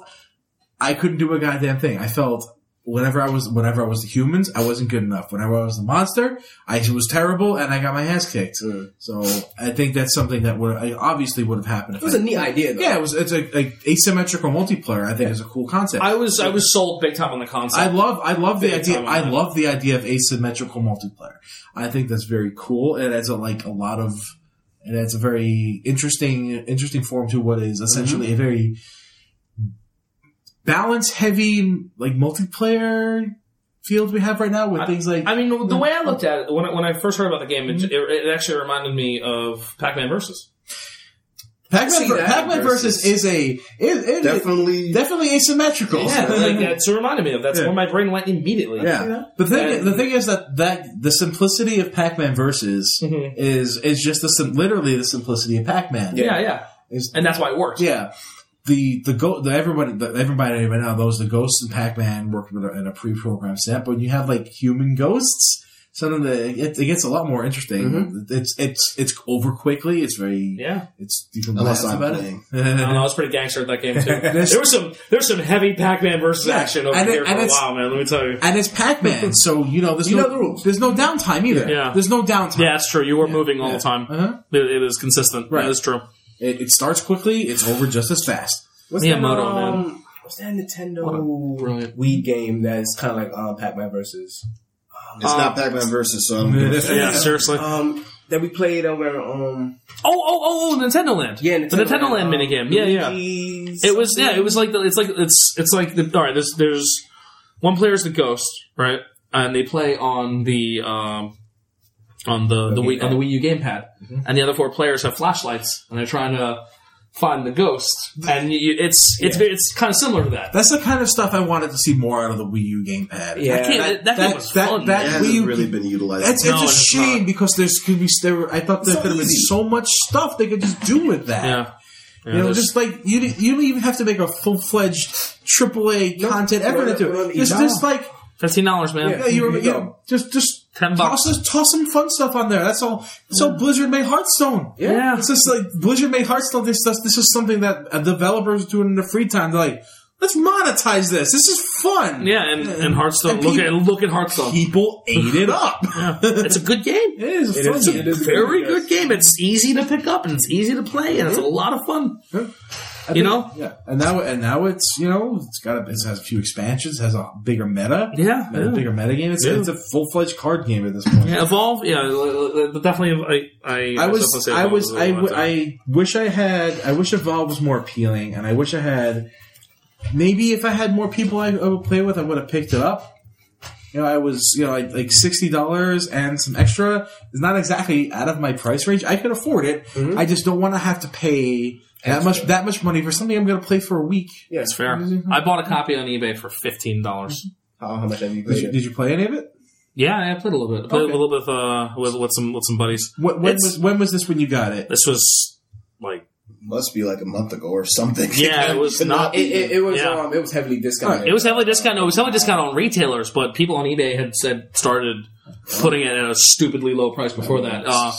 Speaker 2: I couldn't do a goddamn thing. I felt whenever I was whenever I was the humans, I wasn't good enough. Whenever I was the monster, I was terrible and I got my ass kicked.
Speaker 4: Mm.
Speaker 2: So I think that's something that would I obviously would have happened. If
Speaker 4: It was
Speaker 2: I-
Speaker 4: a neat idea, though.
Speaker 2: yeah, it was. It's a, a asymmetrical multiplayer. I think is a cool concept. I,
Speaker 3: I was I was sold big time on the concept.
Speaker 2: love. I love the
Speaker 3: Big
Speaker 2: idea.
Speaker 3: time
Speaker 2: I
Speaker 3: on that.
Speaker 2: love the idea of asymmetrical multiplayer. I think that's very cool. It adds a, like a lot of. It adds a very interesting, interesting form to what is essentially a very balance-heavy like multiplayer field we have right now with things like
Speaker 3: I mean, the way I looked at it when I, when I first heard about the game, it,
Speaker 2: Mm-hmm.
Speaker 3: it, it actually reminded me of Pac-Man versus.
Speaker 2: Pac-Man.
Speaker 4: see
Speaker 2: ver-
Speaker 4: that
Speaker 2: Pac-Man versus,
Speaker 4: versus-
Speaker 2: is a is, is definitely,
Speaker 1: Definitely.
Speaker 2: asymmetrical.
Speaker 3: Yeah, like uh, that's what it reminded me of. That's
Speaker 2: Yeah.
Speaker 3: where my brain went immediately.
Speaker 2: Yeah. The thing,
Speaker 3: And-
Speaker 2: the thing is that, that the simplicity of Pac-Man versus
Speaker 3: Mhm.
Speaker 2: is is just the sim- literally the simplicity of Pac-Man.
Speaker 3: yeah, yeah,
Speaker 2: Is-
Speaker 3: and that's why it worked.
Speaker 2: yeah. The the go the everybody the, everybody right now those the ghosts and Pac-Man work with a, in a pre-programmed set, but when you have like human ghosts. Something that it, it gets a lot more interesting.
Speaker 4: Mm-hmm.
Speaker 2: It's it's it's over quickly. It's very
Speaker 3: Yeah,
Speaker 2: it's you can
Speaker 1: Unless
Speaker 2: blast
Speaker 1: I'm
Speaker 2: about
Speaker 1: playing.
Speaker 3: I don't know.
Speaker 2: it.
Speaker 3: I was pretty gangster at that game too. there was some there was some heavy Pac-Man versus
Speaker 2: Yeah,
Speaker 3: action over
Speaker 2: and it-
Speaker 3: here for
Speaker 2: and
Speaker 3: a
Speaker 2: it's-
Speaker 3: while, man. Let me tell you.
Speaker 2: and it's Pac-Man, so you know there's no
Speaker 4: know the rules.
Speaker 2: there's no downtime either.
Speaker 3: Yeah.
Speaker 2: there's no downtime.
Speaker 3: Yeah, that's true. You were moving all
Speaker 2: yeah.
Speaker 3: the time.
Speaker 2: Uh-huh.
Speaker 3: It, it is consistent.
Speaker 2: Right.
Speaker 3: That is true.
Speaker 2: It, it starts quickly. It's over just as fast.
Speaker 4: What's
Speaker 3: Yeah,
Speaker 4: that,
Speaker 3: Moto,
Speaker 4: um, What's that Nintendo
Speaker 3: brilliant-
Speaker 4: Wii game that's kind of like uh, Pac-Man versus?
Speaker 1: It's not Pac-Man versus, so I don't give a shit.
Speaker 3: Yeah, seriously.
Speaker 2: Uh,
Speaker 3: Oh,
Speaker 4: Um, that we played over um
Speaker 3: oh, oh, Nintendo Land.
Speaker 4: yeah
Speaker 3: the Nintendo Land
Speaker 4: um,
Speaker 3: minigame. Yeah, yeah.
Speaker 4: Luigi's-
Speaker 3: It was yeah. It was like the, it's like it's it's like the all right. There's there's one player is the ghost, right? And they play on the um, on the the, Wii, on the Wii U gamepad, and the other four players have flashlights, and they're trying to find the ghost. And you, it's it's it's kind of similar to that.
Speaker 2: That's the kind of stuff I wanted to see more out of the Wii U gamepad.
Speaker 4: Yeah,
Speaker 3: I can't, that, that, game
Speaker 2: that-
Speaker 3: was
Speaker 2: that-
Speaker 3: fun.
Speaker 1: It
Speaker 2: that-
Speaker 3: man.
Speaker 1: hasn't
Speaker 2: Wii U-
Speaker 1: really been utilized.
Speaker 2: It's,
Speaker 3: No,
Speaker 2: it's a
Speaker 3: it's
Speaker 2: shame
Speaker 3: not.
Speaker 2: because there's could be there. were- I thought there
Speaker 4: so
Speaker 2: could have been
Speaker 4: easy.
Speaker 2: so much stuff they could just do with that.
Speaker 3: yeah.
Speaker 2: You know,
Speaker 3: there's-
Speaker 2: just like you, don't- you don't even have to make a full fledged AAA content effort
Speaker 4: we're-
Speaker 2: into
Speaker 4: we're on
Speaker 2: it. Just,
Speaker 4: eBay.
Speaker 2: just like
Speaker 3: Fifteen dollars, man.
Speaker 2: yeah, you, were-
Speaker 4: you go.
Speaker 2: you know, just just
Speaker 3: Ten
Speaker 2: toss
Speaker 3: bucks.
Speaker 2: us, toss some fun stuff on there. That's all. So Blizzard made Hearthstone.
Speaker 3: Yeah.
Speaker 2: It's just like Blizzard made Hearthstone. This this, this is something that a developers doing in their free time. They're like, let's monetize this. This is fun.
Speaker 3: Yeah, and, and Hearthstone.
Speaker 2: And
Speaker 3: look
Speaker 2: people-
Speaker 3: at look at Hearthstone.
Speaker 2: People ate it up.
Speaker 3: it's a good game.
Speaker 2: It is
Speaker 4: It is-
Speaker 2: fun.
Speaker 4: it is a
Speaker 3: very
Speaker 4: game,
Speaker 3: good game. It's easy to pick up and it's easy to play and it's a lot of fun. You know?
Speaker 2: Yeah, and now and now it's you know it's got a, it has a few expansions, has a bigger meta,
Speaker 3: Yeah,
Speaker 2: a
Speaker 3: yeah.
Speaker 2: bigger meta game. It's,
Speaker 3: Yeah.
Speaker 2: it's a full fledged card game at this point.
Speaker 3: Yeah, evolve. Yeah, l- l- l- definitely. I I,
Speaker 2: I was
Speaker 3: supposed to say
Speaker 2: I
Speaker 3: Evolve
Speaker 2: was
Speaker 3: a
Speaker 2: I,
Speaker 3: lot
Speaker 2: w-
Speaker 3: of time.
Speaker 2: I wish I had I wish Evolve was more appealing, and I wish I had maybe if I had more people I, I would play with, I would have picked it up. You know, I was you know like, like sixty dollars and some extra is not exactly out of my price range. I could afford it.
Speaker 3: Mm-hmm.
Speaker 2: I just don't want to have to pay that much that much money for something I'm going to play for a week.
Speaker 4: Yeah,
Speaker 3: It's fair. I bought a copy on eBay for fifteen dollars.
Speaker 4: How, how much have you
Speaker 2: Did
Speaker 4: played?
Speaker 2: you,
Speaker 4: it?
Speaker 2: did you play any of it?
Speaker 3: Yeah, I played a little bit. I played
Speaker 2: Okay.
Speaker 3: a little bit with, uh, with with some with some buddies.
Speaker 2: What, when
Speaker 3: It's-
Speaker 2: was when was this when you got it?
Speaker 3: This was like
Speaker 1: Must be like a month ago or something.
Speaker 3: yeah, it was not.
Speaker 4: It, it, it was
Speaker 3: Yeah.
Speaker 4: um, it was heavily discounted.
Speaker 3: It was heavily discounted. It was heavily discounted on retailers, but people on eBay had said started putting it at a stupidly low price before that. Uh,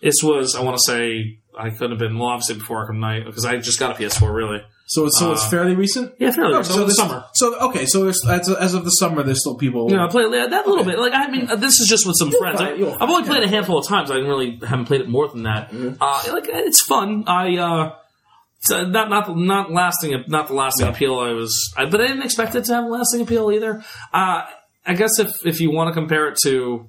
Speaker 3: this was, I want to say, I could have been well, obviously before Arkham Knight because I just got a PS4. Really,
Speaker 2: So it's, so it's
Speaker 3: Uh,
Speaker 2: fairly recent.
Speaker 3: yeah, fairly.
Speaker 2: Oh,
Speaker 3: so, it was
Speaker 2: this-
Speaker 3: summer.
Speaker 2: So okay, so there's, as, as of the summer, there's still people.
Speaker 3: You know, I play yeah, that little bit. Like, I mean, uh, this is just with some friends.
Speaker 4: find-
Speaker 3: I,
Speaker 4: you'll
Speaker 3: have only played it a handful of times. I didn't really haven't played it more than that.
Speaker 2: Mm-hmm.
Speaker 3: Uh, like, it's fun. I uh, it's, uh, not not not lasting, not the lasting appeal. I was, I, but I didn't expect it to have a lasting appeal either. Uh, I guess if if you want to compare it to,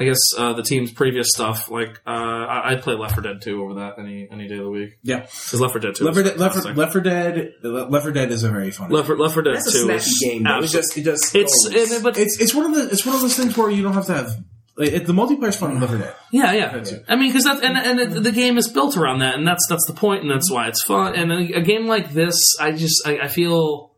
Speaker 3: I guess uh, the team's previous stuff, like uh, I, I'd play Left 4 Dead 2 over that any any day of the week.
Speaker 2: Yeah.
Speaker 3: because Left 4 Dead 2.
Speaker 2: Left 4 Dead,
Speaker 3: was
Speaker 2: Left, 4
Speaker 3: fantastic.
Speaker 2: Left 4 Dead, Left 4 Dead is a very fun.
Speaker 3: Left 4 Left 4 Dead
Speaker 4: That's a
Speaker 3: 2
Speaker 4: snappy
Speaker 3: is
Speaker 4: game. Though. It
Speaker 3: absolute-
Speaker 4: just it just
Speaker 3: It's
Speaker 4: goes.
Speaker 3: and- but
Speaker 2: It's it's one of the it's one of those things where you don't have to have like, it, the multiplayer's fun in Left 4 Dead.
Speaker 3: Yeah, yeah. I mean, because that's and and it, the game is built around that, and that's that's the point, and that's why it's fun. And a, a game like this, I just I, I feel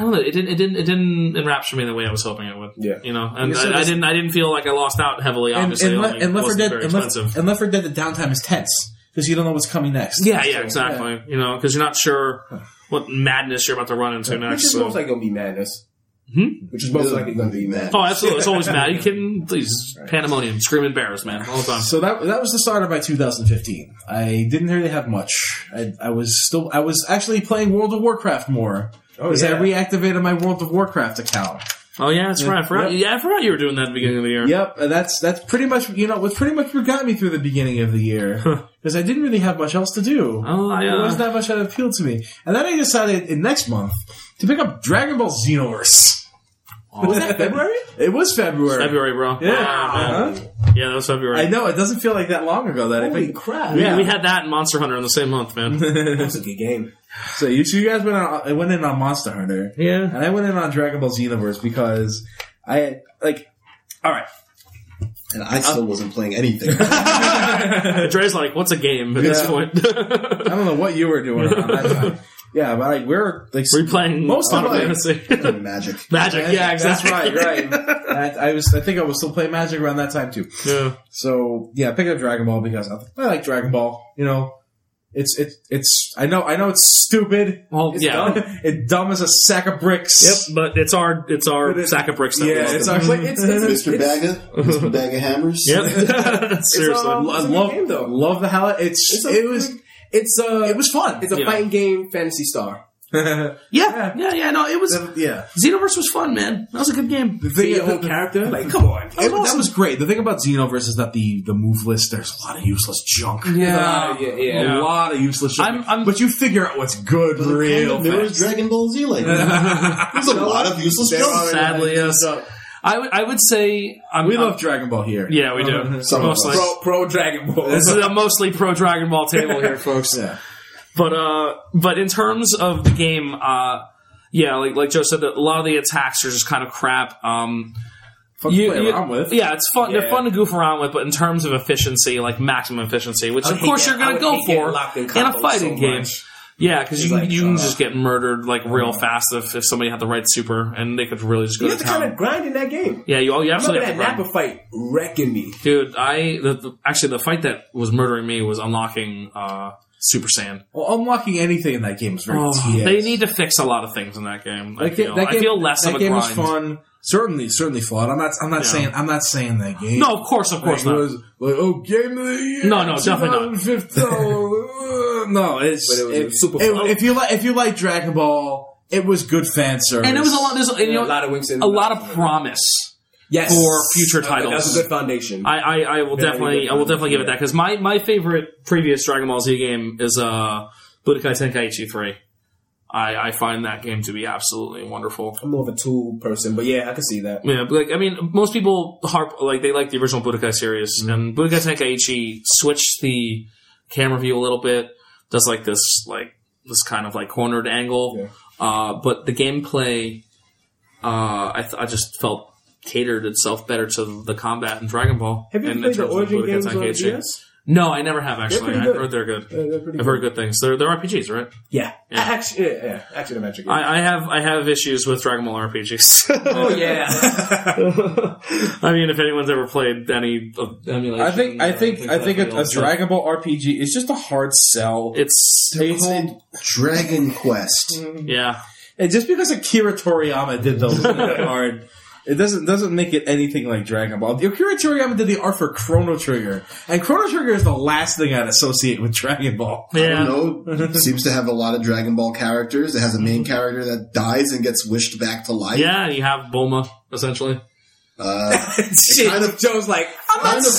Speaker 3: I don't know. It didn't it didn't it didn't enrapture me the way I was hoping it would.
Speaker 4: Yeah.
Speaker 3: you know, and
Speaker 2: Yeah, so
Speaker 3: I, I
Speaker 2: this-
Speaker 3: didn't I didn't feel like I lost out heavily.
Speaker 2: And,
Speaker 3: Obviously,
Speaker 2: and,
Speaker 3: only
Speaker 2: Le- and
Speaker 3: it
Speaker 2: Left 4
Speaker 3: wasn't
Speaker 2: Dead
Speaker 3: very
Speaker 2: and Left,
Speaker 3: expensive.
Speaker 2: and Left 4 Dead the downtime is tense. because you don't know what's coming next.
Speaker 3: Yeah, yeah, exactly. You know, because you're not sure what madness you're about to run into
Speaker 4: Which
Speaker 3: next.
Speaker 4: is
Speaker 3: so-
Speaker 4: most likely gonna be madness.
Speaker 3: Hmm?
Speaker 4: Which is most likely gonna be madness.
Speaker 3: Oh, absolutely. It's always mad. You kidding? Please, pandemonium, screaming bears, man, all the time.
Speaker 2: So that that was the start of my 2015. I didn't really have much. I, I was still I was actually playing World of Warcraft more because I reactivated my World of Warcraft account.
Speaker 3: Oh yeah, that's right. I forgot. Yeah, I forgot you were doing that at the beginning of the year.
Speaker 2: Yep, and that's that's pretty much you know what pretty much what got me through the beginning of the year because I didn't really have much else to do.
Speaker 3: Oh, I, uh,
Speaker 2: There wasn't that much that appealed to me, and then I decided in next month to pick up Dragon Ball Xenoverse.
Speaker 4: was that February?
Speaker 2: Oh. It was February.
Speaker 3: February, bro.
Speaker 2: Yeah.
Speaker 3: Wow, man.
Speaker 2: Uh-huh.
Speaker 3: yeah, that was February.
Speaker 2: I know it doesn't feel like that long ago that I
Speaker 4: Holy
Speaker 2: picked.
Speaker 4: crap!
Speaker 3: We-
Speaker 2: Yeah.
Speaker 3: We had that and Monster Hunter in the same month, man.
Speaker 4: That's a good game.
Speaker 2: So you, so you guys went on, I went in on Monster Hunter.
Speaker 3: yeah.
Speaker 2: And I went in on Dragon Ball Xenoverse because I had, like, alright.
Speaker 1: and I still wasn't playing anything.
Speaker 3: Dre's like, what's a game at this
Speaker 2: Yeah.
Speaker 3: point?
Speaker 2: I don't know what you were doing around that time. Yeah, but like, we're, like,
Speaker 3: We're playing
Speaker 2: Most
Speaker 3: Most
Speaker 2: of
Speaker 3: Final
Speaker 2: it.
Speaker 3: Fantasy.
Speaker 1: Magic.
Speaker 3: Magic, yeah,
Speaker 2: That's
Speaker 3: exactly.
Speaker 2: right, right. And I, I was, I think I was still playing Magic around that time too.
Speaker 3: Yeah.
Speaker 2: So, yeah, I picked up Dragon Ball because I, I like Dragon Ball, you know. It's, it's, it's, I know, I know it's stupid.
Speaker 3: Well,
Speaker 2: It's
Speaker 3: yeah.
Speaker 2: Dumb. It's dumb as a sack of bricks.
Speaker 3: Yep, but it's our it's our
Speaker 2: But it-
Speaker 3: sack of bricks. That we
Speaker 2: Yeah,
Speaker 3: love.
Speaker 2: it's, our- it's, it's,
Speaker 1: Mr.
Speaker 2: it's,
Speaker 1: Bagga, Mr. Bagga Hammers.
Speaker 3: Yep. Seriously.
Speaker 4: um,
Speaker 2: I
Speaker 4: It's a good
Speaker 2: love,
Speaker 4: game, though.
Speaker 2: love the how it's,
Speaker 4: It's a-
Speaker 2: it was, uh,
Speaker 4: It's a
Speaker 2: it was fun.
Speaker 4: it's a
Speaker 3: Yeah.
Speaker 4: fighting game, Fantasy Star.
Speaker 3: yeah, yeah, yeah. No, it was
Speaker 2: yeah.
Speaker 3: Xenoverse was fun, man. That was a good game.
Speaker 2: The thing,
Speaker 4: Your whole character, like come on.
Speaker 2: It was, that was great. The thing about Xenoverse is that the the move list there's a lot of useless junk.
Speaker 3: Yeah.
Speaker 4: uh, yeah, yeah.
Speaker 2: A
Speaker 3: Yeah.
Speaker 2: lot of useless junk.
Speaker 3: I'm- I'm-
Speaker 2: but you figure out what's good real
Speaker 1: There was
Speaker 2: fast.
Speaker 1: Dragon Ball Z like that. There's a lot of useless jokes.
Speaker 3: Sadly, yes. I would I would say I'm,
Speaker 2: We
Speaker 3: I'm-
Speaker 2: love Dragon Ball here.
Speaker 3: Yeah, we do.
Speaker 1: Some of
Speaker 3: mostly.
Speaker 4: Pro, pro Dragon Ball.
Speaker 3: This is a mostly pro Dragon Ball table here, folks.
Speaker 2: Yeah.
Speaker 3: But uh, but in terms of the game, uh, yeah, like like Joe said, that a lot of the attacks are just kind of crap. Um,
Speaker 2: Fun
Speaker 3: You-
Speaker 2: to play
Speaker 3: you-
Speaker 2: around with.
Speaker 3: yeah, it's fun. They're
Speaker 4: Yeah.
Speaker 3: fun to goof around with, but in terms of efficiency, like maximum efficiency, which
Speaker 4: I
Speaker 3: of
Speaker 4: hate
Speaker 3: course
Speaker 4: that.
Speaker 3: you're going
Speaker 4: I
Speaker 3: to go
Speaker 4: hate getting
Speaker 3: for
Speaker 4: locked in
Speaker 3: in a
Speaker 4: combos
Speaker 3: fighting
Speaker 4: so
Speaker 3: game.
Speaker 4: much.
Speaker 3: Yeah, because you,
Speaker 4: like,
Speaker 3: you can
Speaker 4: uh,
Speaker 3: just get murdered like real fast if, if somebody had the right super, and they could really just go
Speaker 4: You
Speaker 3: to
Speaker 4: have to
Speaker 3: town.
Speaker 4: kind of grind in that game.
Speaker 3: yeah, you, oh, you
Speaker 4: Remember
Speaker 3: absolutely have
Speaker 4: that
Speaker 3: to grind.
Speaker 4: Napa fight wrecking me.
Speaker 3: Dude, I the, the, actually the fight that was murdering me was unlocking uh, Super Saiyan.
Speaker 2: Well, unlocking anything in that game is very
Speaker 3: Oh,
Speaker 2: tedious.
Speaker 3: They need to fix a lot of things in that game. I
Speaker 2: That ga-
Speaker 3: feel,
Speaker 2: that
Speaker 3: I feel less
Speaker 2: that
Speaker 3: of a
Speaker 2: game
Speaker 3: grind.
Speaker 2: was fun. Certainly, certainly flawed. I'm not. I'm not
Speaker 3: Yeah.
Speaker 2: saying. I'm not saying that game.
Speaker 3: No, of course, of course
Speaker 2: Like, it
Speaker 3: not.
Speaker 2: was like oh, game of the year.
Speaker 3: No, no, definitely not.
Speaker 2: 2015. Oh, no, it's
Speaker 4: But it was super
Speaker 2: it-
Speaker 4: fun.
Speaker 2: If you like, if you like Dragon Ball, it was good fan service,
Speaker 3: And there was a lot. There's and, you know,
Speaker 4: a lot of winks and uh,
Speaker 3: a lot of promise.
Speaker 4: yes.
Speaker 3: for future titles.
Speaker 4: That's a good foundation.
Speaker 3: I, I, I will
Speaker 4: Yeah, you
Speaker 3: definitely
Speaker 4: get
Speaker 3: I will
Speaker 4: that.
Speaker 3: definitely give it that because my, my favorite previous Dragon Ball Z game is uh Budokai Tenkaichi three. I, I find that game to be absolutely wonderful.
Speaker 4: I'm more of a tool person, but yeah, I can see that.
Speaker 3: Yeah, but, like I mean, most people harp like they like the original Budokai series,
Speaker 4: Mm-hmm.
Speaker 3: and Budokai Tenkaichi switched the camera view a little bit. Does like this like this kind of like cornered angle, uh, but the gameplay uh, I, th- I just felt catered itself better to the combat in Dragon Ball.
Speaker 4: Have you
Speaker 3: and in
Speaker 4: played the
Speaker 3: terms of
Speaker 4: Origin
Speaker 3: Budokai
Speaker 4: games on
Speaker 3: Tenkaichi.
Speaker 4: DS?
Speaker 3: No, I never have actually.
Speaker 4: pretty
Speaker 3: I've
Speaker 4: good.
Speaker 3: heard they're good.
Speaker 4: Yeah, Uh, they're pretty
Speaker 3: I've heard good things. They're they're RPGs, right?
Speaker 4: Yeah. Action, yeah, yeah. Action adventure game.
Speaker 3: I, I have I have issues with Dragon Ball RPGs.
Speaker 4: oh, yeah.
Speaker 3: I mean, if anyone's ever played any of emulation,
Speaker 2: I think. I
Speaker 3: or
Speaker 2: think.
Speaker 3: things
Speaker 2: I
Speaker 3: like
Speaker 2: think
Speaker 3: that,
Speaker 2: a,
Speaker 3: all
Speaker 2: a
Speaker 3: that stuff,
Speaker 2: Dragon Ball RPG is just a hard sell.
Speaker 3: It's
Speaker 2: It's-
Speaker 1: called Dragon Quest.
Speaker 3: yeah.
Speaker 2: Mm. and just because Akira Toriyama did those hard. It doesn't doesn't make it anything like Dragon Ball. Akira Toriyama did the art for Chrono Trigger, and Chrono Trigger is the last thing I'd associate with Dragon Ball.
Speaker 3: Yeah.
Speaker 1: No, seems to have a lot of Dragon Ball characters. It has a main character that dies and gets wished back to life.
Speaker 3: Yeah, you have Bulma essentially.
Speaker 1: Uh,
Speaker 4: Shit.
Speaker 1: kind of-
Speaker 4: Joe's like, I'm not
Speaker 1: kind of-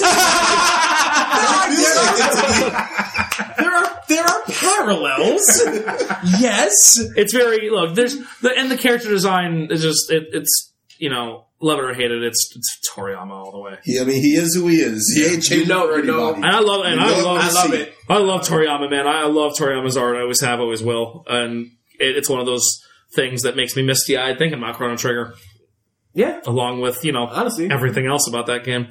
Speaker 1: it feels like it's a-
Speaker 2: There are there are parallels. yes,
Speaker 3: It's very look. There's the and the character design is just it, it's you know love it or hate it. It's, it's Toriyama all the way.
Speaker 1: He, I mean, he is who he is. He ain't changing
Speaker 4: You know-
Speaker 1: for
Speaker 4: you know-
Speaker 1: anybody.
Speaker 3: And I love and
Speaker 1: You
Speaker 3: I
Speaker 1: know,
Speaker 3: love
Speaker 1: I love
Speaker 4: it.
Speaker 3: I love Toriyama, man. I love Toriyama's art. I always have, always will. And it, it's one of those things that makes me misty eyed thinking about Chrono Trigger,
Speaker 4: Yeah.
Speaker 3: along with you know
Speaker 4: Honestly.
Speaker 3: everything else about that game.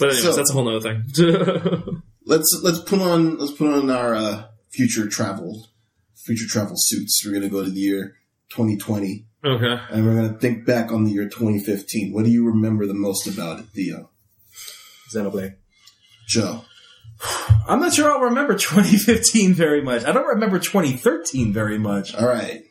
Speaker 3: But anyways,
Speaker 1: So-
Speaker 3: that's a whole nother thing.
Speaker 1: Let's let's put on let's put on our uh, future travel future travel suits. We're gonna go to the year 2020,
Speaker 3: okay.
Speaker 1: and we're gonna think back on the year 2015. What do you remember the most about it, Theo?
Speaker 4: Xenoblade.
Speaker 1: Joe.
Speaker 2: I'm not sure I'll remember 2015 very much. I don't remember 2013 very much.
Speaker 1: All right.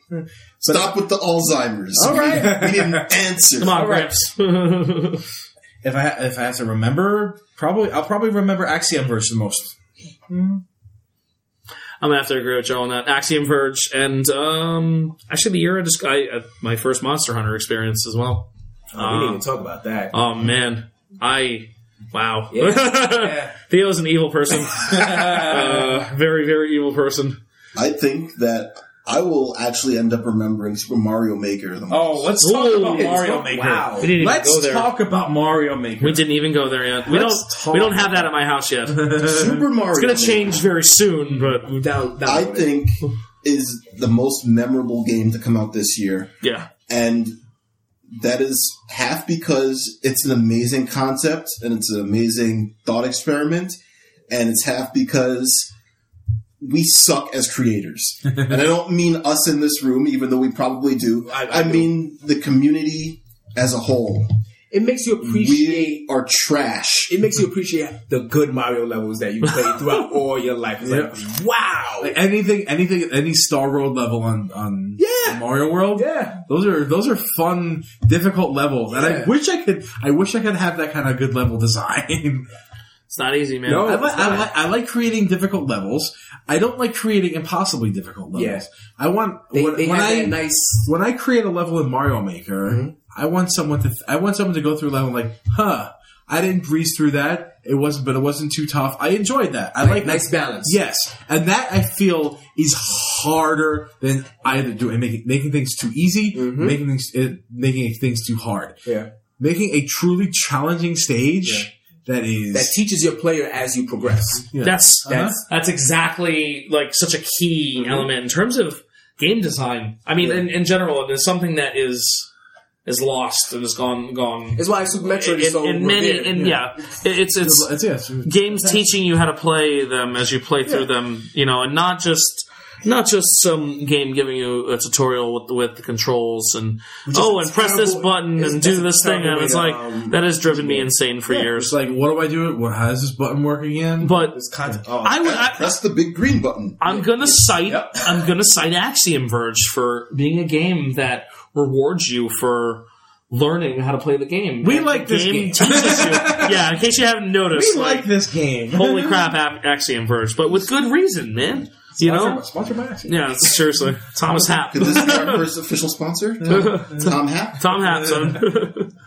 Speaker 1: Stop with the Alzheimer's. All
Speaker 2: right.
Speaker 1: We didn't answer.
Speaker 3: Come on,
Speaker 2: All right.
Speaker 3: Grips.
Speaker 2: If I if I have to remember, probably I'll probably remember Axiom Verge the most.
Speaker 3: I'm gonna have to agree with Joe on that. Axiom Verge and um, actually the year I just I, uh, my first Monster Hunter experience as well.
Speaker 4: we didn't even talk about that.
Speaker 3: Oh man, I wow.
Speaker 4: Yeah. Yeah.
Speaker 3: Theo's an evil person, uh, very very evil person.
Speaker 1: I think that I will actually end up remembering Super Mario Maker the most.
Speaker 2: Oh, let's talk
Speaker 3: Ooh.
Speaker 2: about Mario Maker.
Speaker 4: Wow.
Speaker 3: We didn't even go
Speaker 2: Let's
Speaker 3: there.
Speaker 2: talk about Mario Maker.
Speaker 3: we didn't even go there yet. We
Speaker 4: Let's
Speaker 3: don't.
Speaker 4: talk
Speaker 3: We don't have that at my house yet. It's
Speaker 1: Super Mario
Speaker 3: gonna
Speaker 1: Maker,
Speaker 3: change very soon, but
Speaker 4: Down, down.
Speaker 1: I think is the most memorable game to come out this year.
Speaker 3: yeah,
Speaker 1: and that is half because it's an amazing concept and it's an amazing thought experiment and it's half because we suck as creators and i don't mean us in this room even though we probably do
Speaker 4: I-
Speaker 1: i,
Speaker 4: I do.
Speaker 1: mean the community as a whole
Speaker 4: It makes you appreciate.
Speaker 1: we are trash
Speaker 4: It makes you appreciate the good Mario levels that you played throughout all your life. It's like, wow.
Speaker 2: Like anything, anything, any Star Road level on on
Speaker 4: Yeah.
Speaker 2: Mario World.
Speaker 4: yeah.
Speaker 2: Those are those are fun, difficult levels, and I
Speaker 4: Yeah.
Speaker 2: wish I could. I wish I could have that kind of good level design.
Speaker 3: it's not easy, man.
Speaker 4: No.
Speaker 2: I, li- I, li- I like creating difficult levels. I don't like creating impossibly difficult levels.
Speaker 4: Yeah.
Speaker 2: I want
Speaker 4: They,
Speaker 2: when,
Speaker 4: they
Speaker 2: when
Speaker 4: had
Speaker 2: I
Speaker 4: that nice
Speaker 2: when I create a level in Mario Maker,
Speaker 3: Mm-hmm.
Speaker 2: I want someone to th- I want someone to go through a level like, huh, I didn't breeze through that. It wasn't, but it wasn't too tough. I enjoyed that. I like
Speaker 4: nice balance.
Speaker 2: Yes, and that I feel is harder than either doing making making things too easy,
Speaker 3: Mm-hmm.
Speaker 4: Mhm.
Speaker 2: making things uh, making things too hard,
Speaker 4: Yeah.
Speaker 2: making a truly challenging stage that is
Speaker 4: That teaches your player as you progress.
Speaker 2: yeah.
Speaker 3: That's
Speaker 4: That's
Speaker 3: that's exactly like such a key element in terms of game design. I mean, in, in general, it is something that is is lost and is gone gone.
Speaker 4: that's why Super Metroid
Speaker 3: In,
Speaker 4: is so
Speaker 3: in many,
Speaker 4: revered.
Speaker 3: in, yeah, It- it's it's
Speaker 2: it's, yes,
Speaker 3: games teaching you how to play them as you play through them, you know, and not just not just some game giving you a tutorial with, with the controls and oh, and press this
Speaker 4: terrible-
Speaker 3: button
Speaker 4: it's-
Speaker 3: and
Speaker 4: that's
Speaker 3: do
Speaker 4: a
Speaker 3: this thing,
Speaker 4: terrible
Speaker 3: and
Speaker 4: way
Speaker 3: it's
Speaker 4: to,
Speaker 3: like
Speaker 4: um,
Speaker 3: that has driven me insane for
Speaker 2: It's
Speaker 3: years.
Speaker 2: like what do I do? What how does this button work again?
Speaker 3: But
Speaker 4: It's kind of- oh,
Speaker 3: I would. I,
Speaker 1: press the big green button
Speaker 3: I'm gonna cite I'm gonna cite Axiom Verge for being a game that rewards you for learning how to play the game.
Speaker 2: We
Speaker 3: And
Speaker 2: like
Speaker 3: the
Speaker 2: this game.
Speaker 3: teaches you. Yeah, in case you haven't noticed,
Speaker 2: we like this game.
Speaker 3: holy crap, A- Axiom Verge, but with good reason, man. You
Speaker 4: Oh,
Speaker 3: know,
Speaker 2: sponsored by Axiom.
Speaker 3: yeah, seriously, Thomas Happ,
Speaker 1: could this be our first official sponsor tom, tom happ
Speaker 3: Tom Happ, son.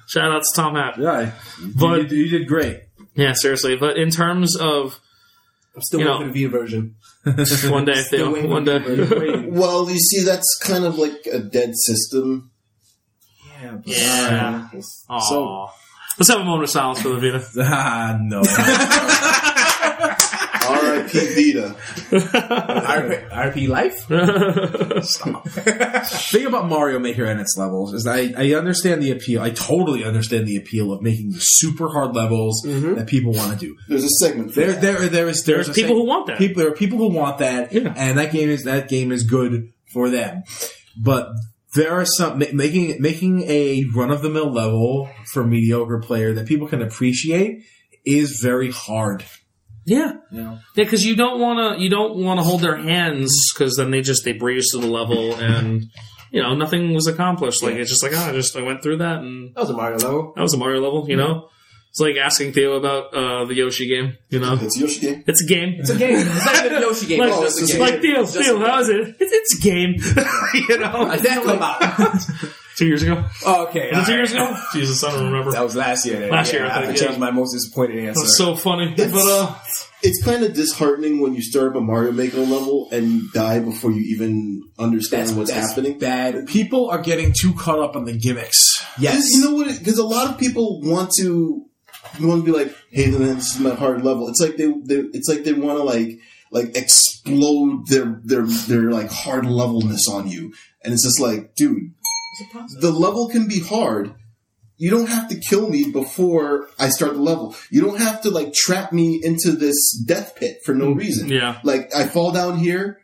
Speaker 3: Shout out to Tom Happ.
Speaker 2: Yeah,
Speaker 3: But-
Speaker 2: you, did, you did great.
Speaker 3: Yeah, seriously, but in terms of
Speaker 4: I'm still
Speaker 3: you
Speaker 4: waiting
Speaker 3: know.
Speaker 4: for the Vita version.
Speaker 3: one day,
Speaker 4: Still
Speaker 3: Theo,
Speaker 4: waiting for
Speaker 3: one
Speaker 4: the
Speaker 3: day.
Speaker 4: Vita version. Waiting.
Speaker 1: well you see that's kind of like a dead system
Speaker 4: Yeah, but-
Speaker 3: Yeah. Aw.
Speaker 2: So-
Speaker 3: let's have a moment of silence for the Vita.
Speaker 2: Ah, no.
Speaker 1: rip vita
Speaker 4: RP, RP Life?
Speaker 2: thing about Mario Maker and its levels is I, I understand the appeal. I totally understand the appeal of making the super hard levels that people want to do.
Speaker 1: there's a segment for
Speaker 2: There,
Speaker 1: that.
Speaker 2: there, there is there's,
Speaker 3: There's
Speaker 2: a
Speaker 3: people
Speaker 2: seg-
Speaker 3: who want that.
Speaker 2: People, there are people who want that,
Speaker 3: Yeah.
Speaker 2: and that game is that game is good for them. But there are some ma- making making a run of the mill level for mediocre player that people can appreciate is very hard.
Speaker 3: Yeah,
Speaker 2: Yeah.
Speaker 3: Yeah, because you don't want to you don't want to hold their hands because then they just they breeze to the level and you know nothing was accomplished. Like it's just like ah, I just I went through that and
Speaker 4: That was a Mario level.
Speaker 3: that was a Mario level. You know, it's like asking Theo about uh, the Yoshi game. You know,
Speaker 1: it's yoshi game
Speaker 3: it's a game.
Speaker 4: It's a game. It's not even a Yoshi game. Oh,
Speaker 3: like,
Speaker 1: it's
Speaker 4: It's just a
Speaker 1: just
Speaker 4: game.
Speaker 3: like Theo,
Speaker 4: It's just
Speaker 3: Theo,
Speaker 4: a game.
Speaker 3: how is it? It's, it's a game. you know,
Speaker 4: How'd that come out?
Speaker 3: two years ago.
Speaker 4: Oh, okay.
Speaker 3: Was it two
Speaker 4: alright.
Speaker 3: years ago? Jesus, I don't remember.
Speaker 4: That was last year. then.
Speaker 3: Last
Speaker 4: Yeah,
Speaker 3: year, I
Speaker 4: I
Speaker 3: think,
Speaker 4: changed
Speaker 3: yeah.
Speaker 4: my most disappointed answer.
Speaker 3: That's so funny. But uh,
Speaker 1: it's kind of disheartening when you start up a Mario Maker level and you die before you even understand
Speaker 4: that's
Speaker 1: what's
Speaker 4: that's
Speaker 1: happening.
Speaker 4: Bad.
Speaker 2: People are getting too caught up on the gimmicks.
Speaker 1: Because
Speaker 4: Yes.
Speaker 1: You know what? Because a lot of people want to you want to be like, "Hey, then this is my hard level." It's like they, they it's like they want to like like explode their their their like hard levelness on you, and it's just like, dude, the level can be hard. You don't have to kill me before I start the level. You don't have to like trap me into this death pit for
Speaker 4: Hmm.
Speaker 1: no reason.
Speaker 3: yeah,
Speaker 1: Like I fall down here.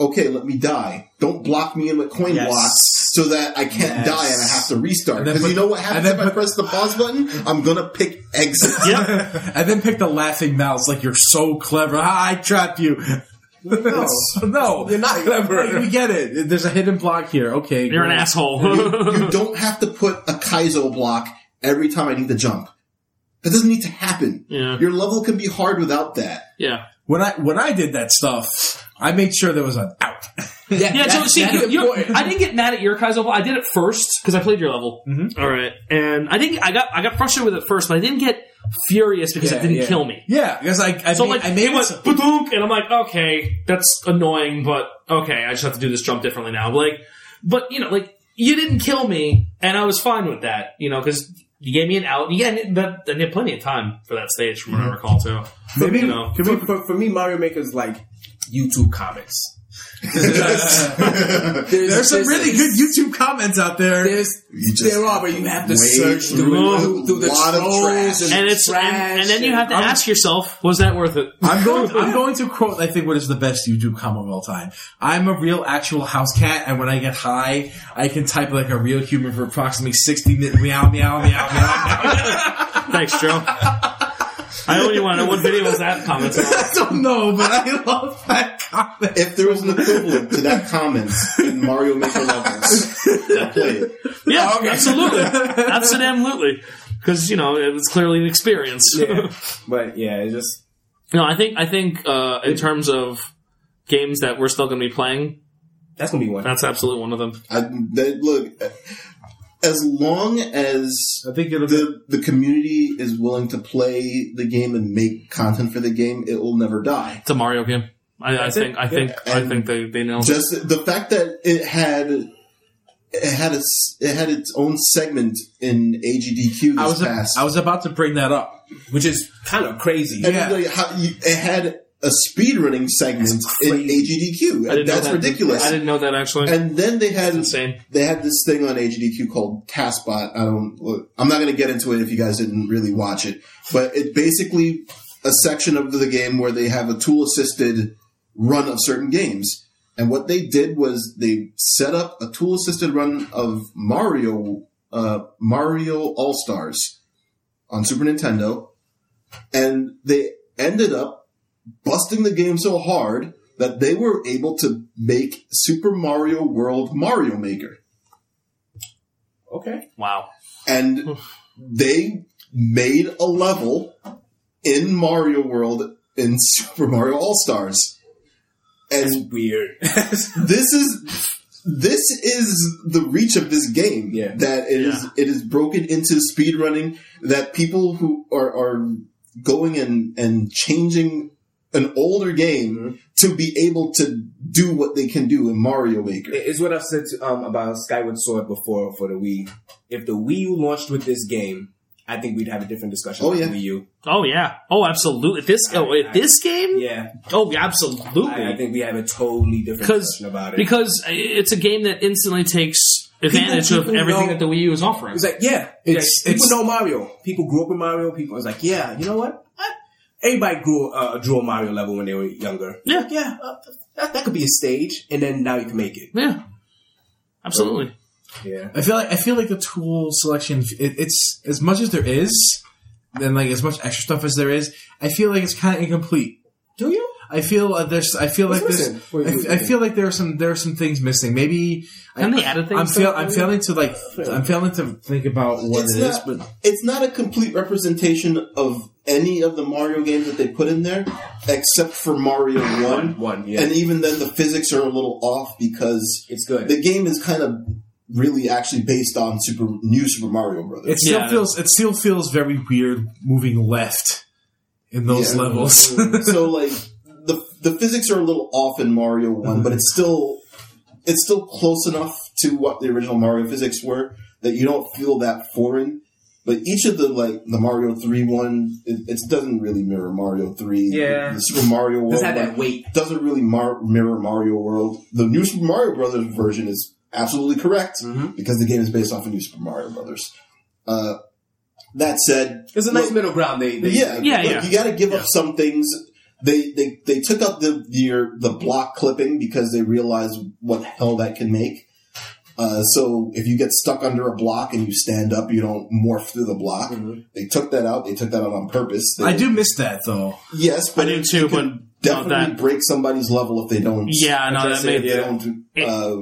Speaker 1: Okay, let me die. Don't block me in with coin blocks. so that I can't
Speaker 2: Yes.
Speaker 1: die and I have to restart.
Speaker 2: And then
Speaker 1: Because
Speaker 2: put-
Speaker 1: you know what
Speaker 2: and
Speaker 1: happens
Speaker 2: then
Speaker 1: if I
Speaker 2: put-
Speaker 1: press the pause button? I'm gonna pick exit.
Speaker 2: and then pick the laughing mouths like you're so clever. Ah, I trapped you. No, no,
Speaker 4: You're not clever.
Speaker 2: Like, we get it. There's a hidden block here. Okay,
Speaker 3: You're an
Speaker 2: great.
Speaker 3: asshole.
Speaker 1: you don't have to put a Kaizo block every time I need to jump. That doesn't need to happen.
Speaker 3: Yeah.
Speaker 1: Your level can be hard without that.
Speaker 3: yeah.
Speaker 2: When I when I did that stuff, I made sure there was an out.
Speaker 3: Yeah, so see,
Speaker 4: that's
Speaker 3: you, you,
Speaker 4: important.
Speaker 3: I didn't get mad at your Kaizo level. I did it first because I played your level.
Speaker 2: Mm-hmm.
Speaker 3: All right, and I think I got I got frustrated with it first, but I didn't get furious because
Speaker 4: Yeah,
Speaker 3: it didn't
Speaker 4: yeah.
Speaker 3: kill me.
Speaker 2: yeah, because I I
Speaker 3: So
Speaker 2: made,
Speaker 3: like
Speaker 2: I made
Speaker 3: it was
Speaker 2: some-
Speaker 3: badunk, and I'm like, okay, that's annoying, but okay, I just have to do this jump differently now. Like, but you know, like you didn't kill me, and I was fine with that, you know, because you gave me an out. Yeah, and that and you had plenty of time for that stage, from what
Speaker 2: Mm-hmm.
Speaker 3: I recall too.
Speaker 4: Maybe
Speaker 3: you know.
Speaker 4: for, for, for me, Mario Maker is like YouTube comments. there's,
Speaker 2: There's some
Speaker 4: there's-
Speaker 2: really good YouTube comments out there.
Speaker 4: There's
Speaker 1: You just
Speaker 4: there are, but you have to
Speaker 1: wade
Speaker 4: search
Speaker 1: through
Speaker 4: through,
Speaker 1: a
Speaker 4: through, through the
Speaker 1: lot of
Speaker 4: trolls
Speaker 1: trash.
Speaker 4: and,
Speaker 3: And it's and,
Speaker 4: trash
Speaker 3: and then you have to ask yourself, was that worth it?
Speaker 2: I'm going. I'm going to quote. I think what is the best YouTube comment of all time. I'm a real actual house cat, and when I get high, I can type like a real human for approximately sixty minutes. Meow meow meow meow. meow.
Speaker 3: Thanks, Joe. I only want to know what video was that comment.
Speaker 2: I don't know, but I love that comment.
Speaker 1: If there was an equivalent to that comment in Mario Maker levels, I'll play it.
Speaker 3: Yeah, absolutely, absolutely. Because you know it was clearly an experience.
Speaker 4: But yeah, it's just
Speaker 3: No, I think I think uh, in terms of games that we're still going to be playing,
Speaker 4: that's gonna be one.
Speaker 3: that's absolutely one of them.
Speaker 1: I, that, look, as long as
Speaker 2: I think it'll be
Speaker 1: the the community is willing to play the game and make content for the game, it will never die.
Speaker 3: It's a Mario game. I, I think I think I
Speaker 1: And
Speaker 3: think they they nailed it.
Speaker 1: Just the fact that it had. It had its it had its own segment in AGDQ this
Speaker 2: I was
Speaker 1: past.
Speaker 2: I was about to bring that up.
Speaker 4: which is kind of crazy.
Speaker 1: And
Speaker 2: Yeah.
Speaker 1: like, how, you, it had a speedrunning segment in
Speaker 3: I
Speaker 1: AGDQ.
Speaker 3: didn't know
Speaker 1: That's
Speaker 3: that.
Speaker 1: ridiculous.
Speaker 3: I didn't know that actually.
Speaker 1: and then they had
Speaker 3: Insane.
Speaker 1: they had this thing on AGDQ called Taskbot. I don't. look, I'm not going to get into it if you guys didn't really watch it, but it basically a section of the game where they have a tool assisted run of certain games. And what they did was they set up a tool assisted run of Mario uh, Mario All Stars on Super Nintendo, and they ended up busting the game so hard that they were able to make Super Mario World Mario Maker,
Speaker 4: Okay,
Speaker 3: Wow.
Speaker 1: and they made a level in Mario World in Super Mario All Stars, and
Speaker 4: weird.
Speaker 1: this is this is the reach of this game
Speaker 4: Yeah.
Speaker 1: that it is it is broken into speedrunning that people who are are going and and changing an older game
Speaker 4: Mm-hmm.
Speaker 1: to be able to do what they can do in Mario Maker.
Speaker 4: It's what I've said to, um, about Skyward Sword before for the Wii. If the Wii U launched with this game, I think we'd have a different discussion.
Speaker 1: Oh,
Speaker 4: about
Speaker 1: yeah.
Speaker 4: the Wii U.
Speaker 3: Oh yeah. Oh absolutely. This oh wait, this game.
Speaker 4: Yeah,
Speaker 3: Oh absolutely.
Speaker 4: I, I think we have a totally different
Speaker 3: 'Cause-
Speaker 4: discussion about it.
Speaker 3: because it's a game that instantly takes advantage of
Speaker 4: people
Speaker 3: everything
Speaker 4: know-
Speaker 3: that the Wii U is offering.
Speaker 4: It's like, yeah,
Speaker 2: It's-
Speaker 4: yeah, people
Speaker 2: it's-
Speaker 4: know Mario. People grew up with Mario. People was like, yeah, you know what? I, everybody grew uh, drew a Mario level when they were younger.
Speaker 3: Yeah.
Speaker 4: yeah, uh, that, that could be a stage, and then now you can make it.
Speaker 3: Yeah, absolutely.
Speaker 4: Yeah,
Speaker 2: I feel like I feel like the tool selection. It, it's as much as there is, and like as much extra stuff as there is. I feel like it's kind of incomplete.
Speaker 4: do you?
Speaker 2: I feel uh, there's. I feel like
Speaker 4: What's
Speaker 2: there's.
Speaker 4: missing? Wait, wait,
Speaker 2: I, I
Speaker 4: wait.
Speaker 2: feel like there are some. There are some things missing. Maybe.
Speaker 3: And
Speaker 2: I,
Speaker 3: they added things
Speaker 2: I'm, fail,
Speaker 3: to it,
Speaker 2: I'm
Speaker 3: maybe?
Speaker 2: failing to like. I'm failing to think about what
Speaker 1: It's
Speaker 2: it is,
Speaker 1: not-
Speaker 2: but
Speaker 1: it's not a complete representation of any of the Mario games that they put in there, except for Mario One.
Speaker 4: One, yeah.
Speaker 1: and even then, the physics are a little off because
Speaker 4: It's good.
Speaker 1: the game is kind of really actually based on Super New Super Mario Brothers.
Speaker 2: it still
Speaker 3: Yeah.
Speaker 2: feels. It still feels very weird moving left in those
Speaker 1: Yeah.
Speaker 2: levels.
Speaker 1: so like the the physics are a little off in Mario One, but it's still it's still close enough to what the original Mario physics were that you don't feel that foreign. But each of the like the Mario Three one, it, it doesn't really mirror Mario Three.
Speaker 4: Yeah.
Speaker 1: the Super Mario World
Speaker 4: Does have that
Speaker 1: one
Speaker 4: weight?
Speaker 1: doesn't really mar- mirror Mario World. The New Super Mario Brothers version is absolutely correct
Speaker 4: Mhm.
Speaker 1: because the game is based off of New Super Mario Brothers. Uh, that said,
Speaker 4: It's a nice
Speaker 1: Look-
Speaker 4: middle ground. They, they
Speaker 1: yeah,
Speaker 3: Yeah,
Speaker 1: look,
Speaker 3: yeah.
Speaker 1: You got to give up some things. They they they took up the your the block clipping because they realized what hell that can make. Uh, so if you get stuck under a block and you stand up, you don't morph through the block.
Speaker 3: Mm-hmm.
Speaker 1: They took that out. They took that out on purpose. They,
Speaker 2: I do miss that though.
Speaker 1: Yes, but
Speaker 3: I do
Speaker 1: it-
Speaker 3: too,
Speaker 1: it can
Speaker 3: but not
Speaker 1: definitely
Speaker 3: that-
Speaker 1: break somebody's level if they don't.
Speaker 3: Yeah, no, that
Speaker 1: Say if
Speaker 3: made
Speaker 1: they don't.
Speaker 3: It-
Speaker 1: Uh,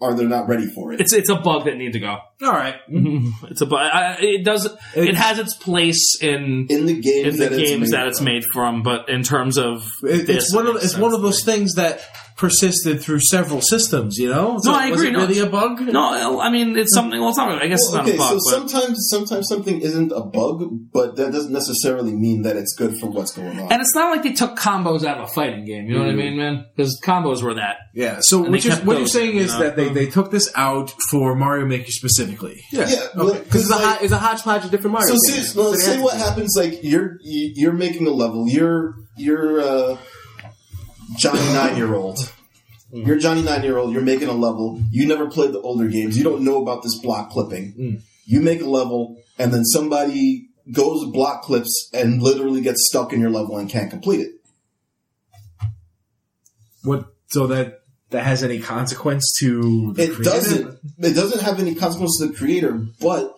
Speaker 1: are they not ready for it?
Speaker 3: it's it's a bug that need to go.
Speaker 2: All right.
Speaker 3: It's a bug. I, it does. It, has its place in
Speaker 1: in the games
Speaker 3: in the
Speaker 1: that it's
Speaker 3: games
Speaker 1: made
Speaker 3: that it's
Speaker 1: from.
Speaker 3: made from, but in terms of
Speaker 2: It-
Speaker 3: this,
Speaker 2: it's one of
Speaker 3: it
Speaker 2: it's
Speaker 3: makes
Speaker 2: one
Speaker 3: sense.
Speaker 2: of those things that persisted through several systems. You know,
Speaker 3: No, I
Speaker 2: was
Speaker 3: agree,
Speaker 2: It
Speaker 3: no.
Speaker 2: really a bug?
Speaker 3: No, I mean it's something. Well, it's not. I guess
Speaker 1: Well,
Speaker 3: it's not
Speaker 1: okay,
Speaker 3: a bug.
Speaker 1: so
Speaker 3: but
Speaker 1: sometimes sometimes something isn't a bug, but that doesn't necessarily mean that it's good for what's going on.
Speaker 3: and it's not like they took combos out of a fighting game. You know what I mean, man? Because combos were that.
Speaker 2: Yeah. So
Speaker 3: And
Speaker 2: what
Speaker 3: they
Speaker 2: you're,
Speaker 3: kept
Speaker 2: what you're
Speaker 3: those,
Speaker 2: saying
Speaker 3: you
Speaker 2: is
Speaker 3: know?
Speaker 2: that they, they took this out for Mario Maker specifically.
Speaker 1: yeah,
Speaker 4: Because it's, a hot, it's a hodgepodge of different Mario.
Speaker 1: So
Speaker 4: games.
Speaker 1: see, well,
Speaker 4: they
Speaker 1: see
Speaker 4: have-
Speaker 1: what happens. Like you're you- you're making a level. You're you're uh, Johnny nine year old.
Speaker 3: Hmm.
Speaker 1: You're Johnny nine year old. You're making a level. You never played the older games. You don't know about this block clipping.
Speaker 3: Hmm.
Speaker 1: You make a level, and then somebody goes block clips and literally gets stuck in your level and can't complete it.
Speaker 2: What? So that that has any consequence to the
Speaker 1: It
Speaker 2: creator?
Speaker 1: doesn't. It doesn't have any consequence to the creator, but.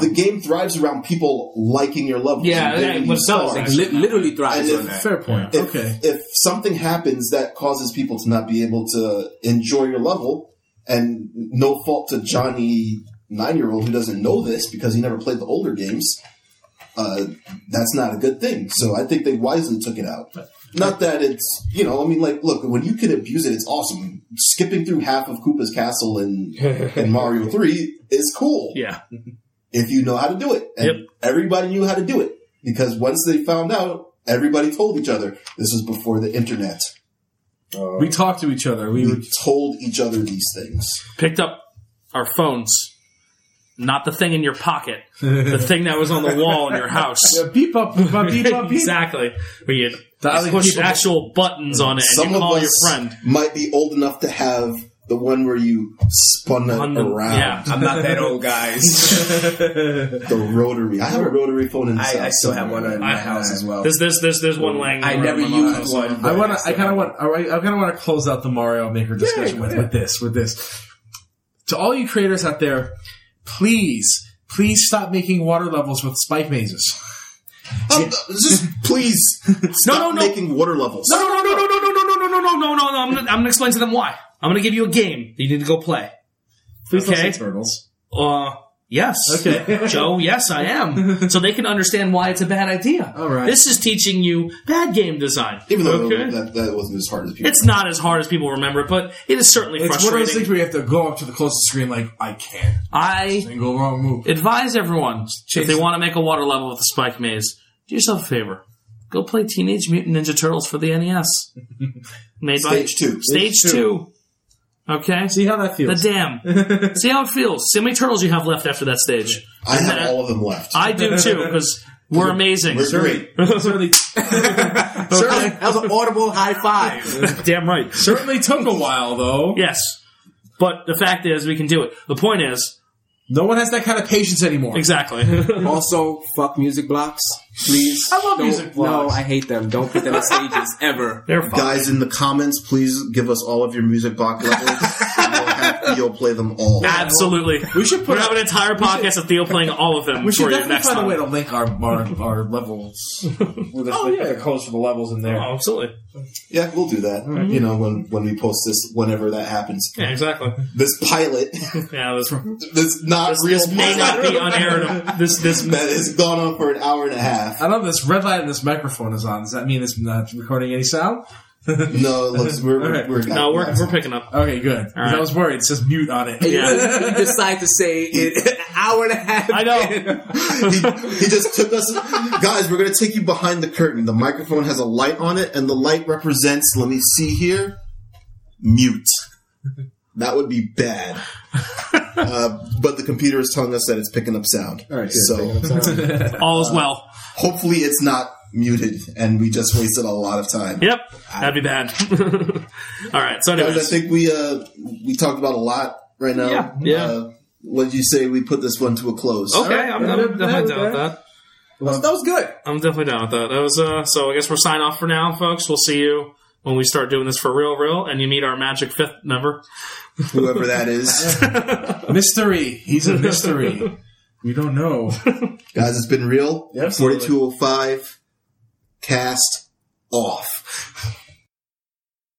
Speaker 1: The game thrives around people liking your levels.
Speaker 3: Yeah,
Speaker 1: and
Speaker 3: that
Speaker 1: giving you
Speaker 3: was- that was
Speaker 1: stars.
Speaker 3: actually-
Speaker 4: Li- literally thrives
Speaker 1: And
Speaker 4: on
Speaker 1: if-
Speaker 4: that.
Speaker 2: Fair point.
Speaker 1: If,
Speaker 2: Okay.
Speaker 1: if something happens that causes people to not be able to enjoy your level, and no fault to Johnny nine year old who doesn't know this because he never played the older games, uh, that's not a good thing. So I think they wisely took it out. Not that it's you know I mean like look when you can abuse it it's awesome. Skipping through half of Koopa's castle in in Mario three is cool
Speaker 3: Yeah.
Speaker 1: if you know how to do it. And
Speaker 3: Yep.
Speaker 1: everybody knew how to do it because once they found out, everybody told each other. This was before the internet.
Speaker 2: we talked to each other. We would
Speaker 1: We told each other these things.
Speaker 3: Picked up our phones. Not the thing in your pocket, the thing that was on the wall in your house.
Speaker 2: beep up, beep up, beep up, beep.
Speaker 3: exactly. Where you
Speaker 2: Dialing
Speaker 3: push
Speaker 2: people.
Speaker 3: actual buttons on it and
Speaker 1: Some
Speaker 3: you
Speaker 1: of
Speaker 3: call
Speaker 1: us
Speaker 3: your friend.
Speaker 1: might be old enough to have the one where you spun it
Speaker 3: On the-
Speaker 1: around
Speaker 3: yeah.
Speaker 4: I'm not that old, guys.
Speaker 1: the rotary. I have a rotary phone in the Um,
Speaker 4: I, I
Speaker 1: house
Speaker 4: still have one
Speaker 1: somewhere.
Speaker 4: in my house as well.
Speaker 3: There's there's there's there's one laying.
Speaker 4: I
Speaker 3: around
Speaker 4: never
Speaker 3: my mom's
Speaker 4: used
Speaker 3: house.
Speaker 4: one.
Speaker 2: I
Speaker 4: but
Speaker 2: want to. I
Speaker 4: still
Speaker 2: kind of
Speaker 4: have
Speaker 2: want. I kind of want to close out the Mario Maker discussion with, with this. With this, to all you creators out there, please, please stop making water levels with spike mazes.
Speaker 1: Oh, just please stop
Speaker 3: no, no.
Speaker 1: making water levels.
Speaker 3: No no no no no no no no no no no no no no. I'm gonna I'm gonna explain to them why. I'm gonna give you a game that you need to go play.
Speaker 2: Please don't
Speaker 3: Okay.
Speaker 2: say turtles.
Speaker 3: Uh, yes.
Speaker 2: Okay.
Speaker 3: Joe, yes, I am. So they can understand why it's a bad idea.
Speaker 2: All right.
Speaker 3: This is teaching you bad game design.
Speaker 1: Even though
Speaker 3: Okay.
Speaker 1: that, that wasn't as hard as people.
Speaker 3: It's not as hard as people remember, it, but it is certainly
Speaker 2: It's one of those
Speaker 3: frustrating.
Speaker 2: things where you have to go up to the closest screen. Like I can't.
Speaker 3: I
Speaker 2: And go wrong move.
Speaker 3: advise everyone if
Speaker 2: Chase-
Speaker 3: they want to make a water level with the spike maze, do yourself a favor. Go play Teenage Mutant Ninja Turtles for the NES. Made by
Speaker 1: Stage two.
Speaker 3: Stage
Speaker 2: Stage
Speaker 3: two. Okay.
Speaker 2: See how
Speaker 3: the
Speaker 2: that feels.
Speaker 3: dam. See how it feels. See how many turtles you have left after that stage.
Speaker 1: I have all of them left.
Speaker 3: I do too because we're amazing.
Speaker 1: We're great.
Speaker 2: certainly,
Speaker 4: That was an audible high five.
Speaker 3: Damn right.
Speaker 2: certainly took a while though.
Speaker 3: Yes. But the fact is, we can do it. The point is,
Speaker 2: No one has that kind of patience anymore.
Speaker 3: exactly.
Speaker 4: also, fuck music blocks, please.
Speaker 2: I love
Speaker 4: Don't-
Speaker 2: music blocks.
Speaker 4: No, I hate them. Don't put them on stages ever.
Speaker 3: They're fine.
Speaker 1: Guys in the comments, please give us all of your music block levels. and we'll have Theo play them all.
Speaker 3: Absolutely.
Speaker 2: We should
Speaker 3: We're
Speaker 2: put.
Speaker 3: having an entire podcast of Theo playing all of them
Speaker 2: We should
Speaker 3: for you
Speaker 2: definitely
Speaker 3: next
Speaker 2: find a way
Speaker 3: time.
Speaker 2: to link our our, our levels. oh
Speaker 6: like,
Speaker 2: yeah, codes for the levels in there.
Speaker 3: Oh, absolutely.
Speaker 1: Yeah, we'll do that. You know, when when we post this, whenever that happens,
Speaker 3: Yeah, exactly.
Speaker 1: this pilot,
Speaker 3: Yeah, this,
Speaker 1: this not
Speaker 3: this,
Speaker 1: real
Speaker 3: this may not
Speaker 1: pilot
Speaker 3: be on air. This this
Speaker 1: that has gone on for an hour and a half.
Speaker 2: I love this red light on this microphone is on. Does that mean it's not recording any sound?
Speaker 1: No, it looks we're we're,
Speaker 2: Okay.
Speaker 1: we're
Speaker 3: no, we're we're picking up.
Speaker 2: Okay, good. 'Cause I
Speaker 3: right.
Speaker 2: was worried. It says mute on it.
Speaker 3: Yeah.
Speaker 4: You decide to say it an hour and a half.
Speaker 3: I know.
Speaker 1: he, he just took us, guys. We're gonna take you behind the curtain. The microphone has a light on it, and the light represents. Let me see here. Mute. That would be bad. uh, but the computer is telling us that it's picking up sound. All right, so
Speaker 3: All is well.
Speaker 1: hopefully it's not muted, and we just wasted a lot of time.
Speaker 3: Yep. That'd be bad. all right. So,
Speaker 1: Guys, I
Speaker 3: anyways,
Speaker 1: think we uh, we talked about a lot right now.
Speaker 3: Yeah, yeah. Oh.
Speaker 1: Uh, what did you say? We put this one to a close.
Speaker 3: okay, I'm, I'm definitely down with that.
Speaker 4: That was good.
Speaker 3: I'm definitely down with that. That was uh. So I guess we're sign off for now, folks. We'll see you when we start doing this for real, real, and you meet our magic fifth member.
Speaker 1: Whoever that is.
Speaker 2: Mystery. He's a mystery. we don't know.
Speaker 1: Guys, it's been real.
Speaker 2: Yeah, absolutely.
Speaker 1: 4205 cast off.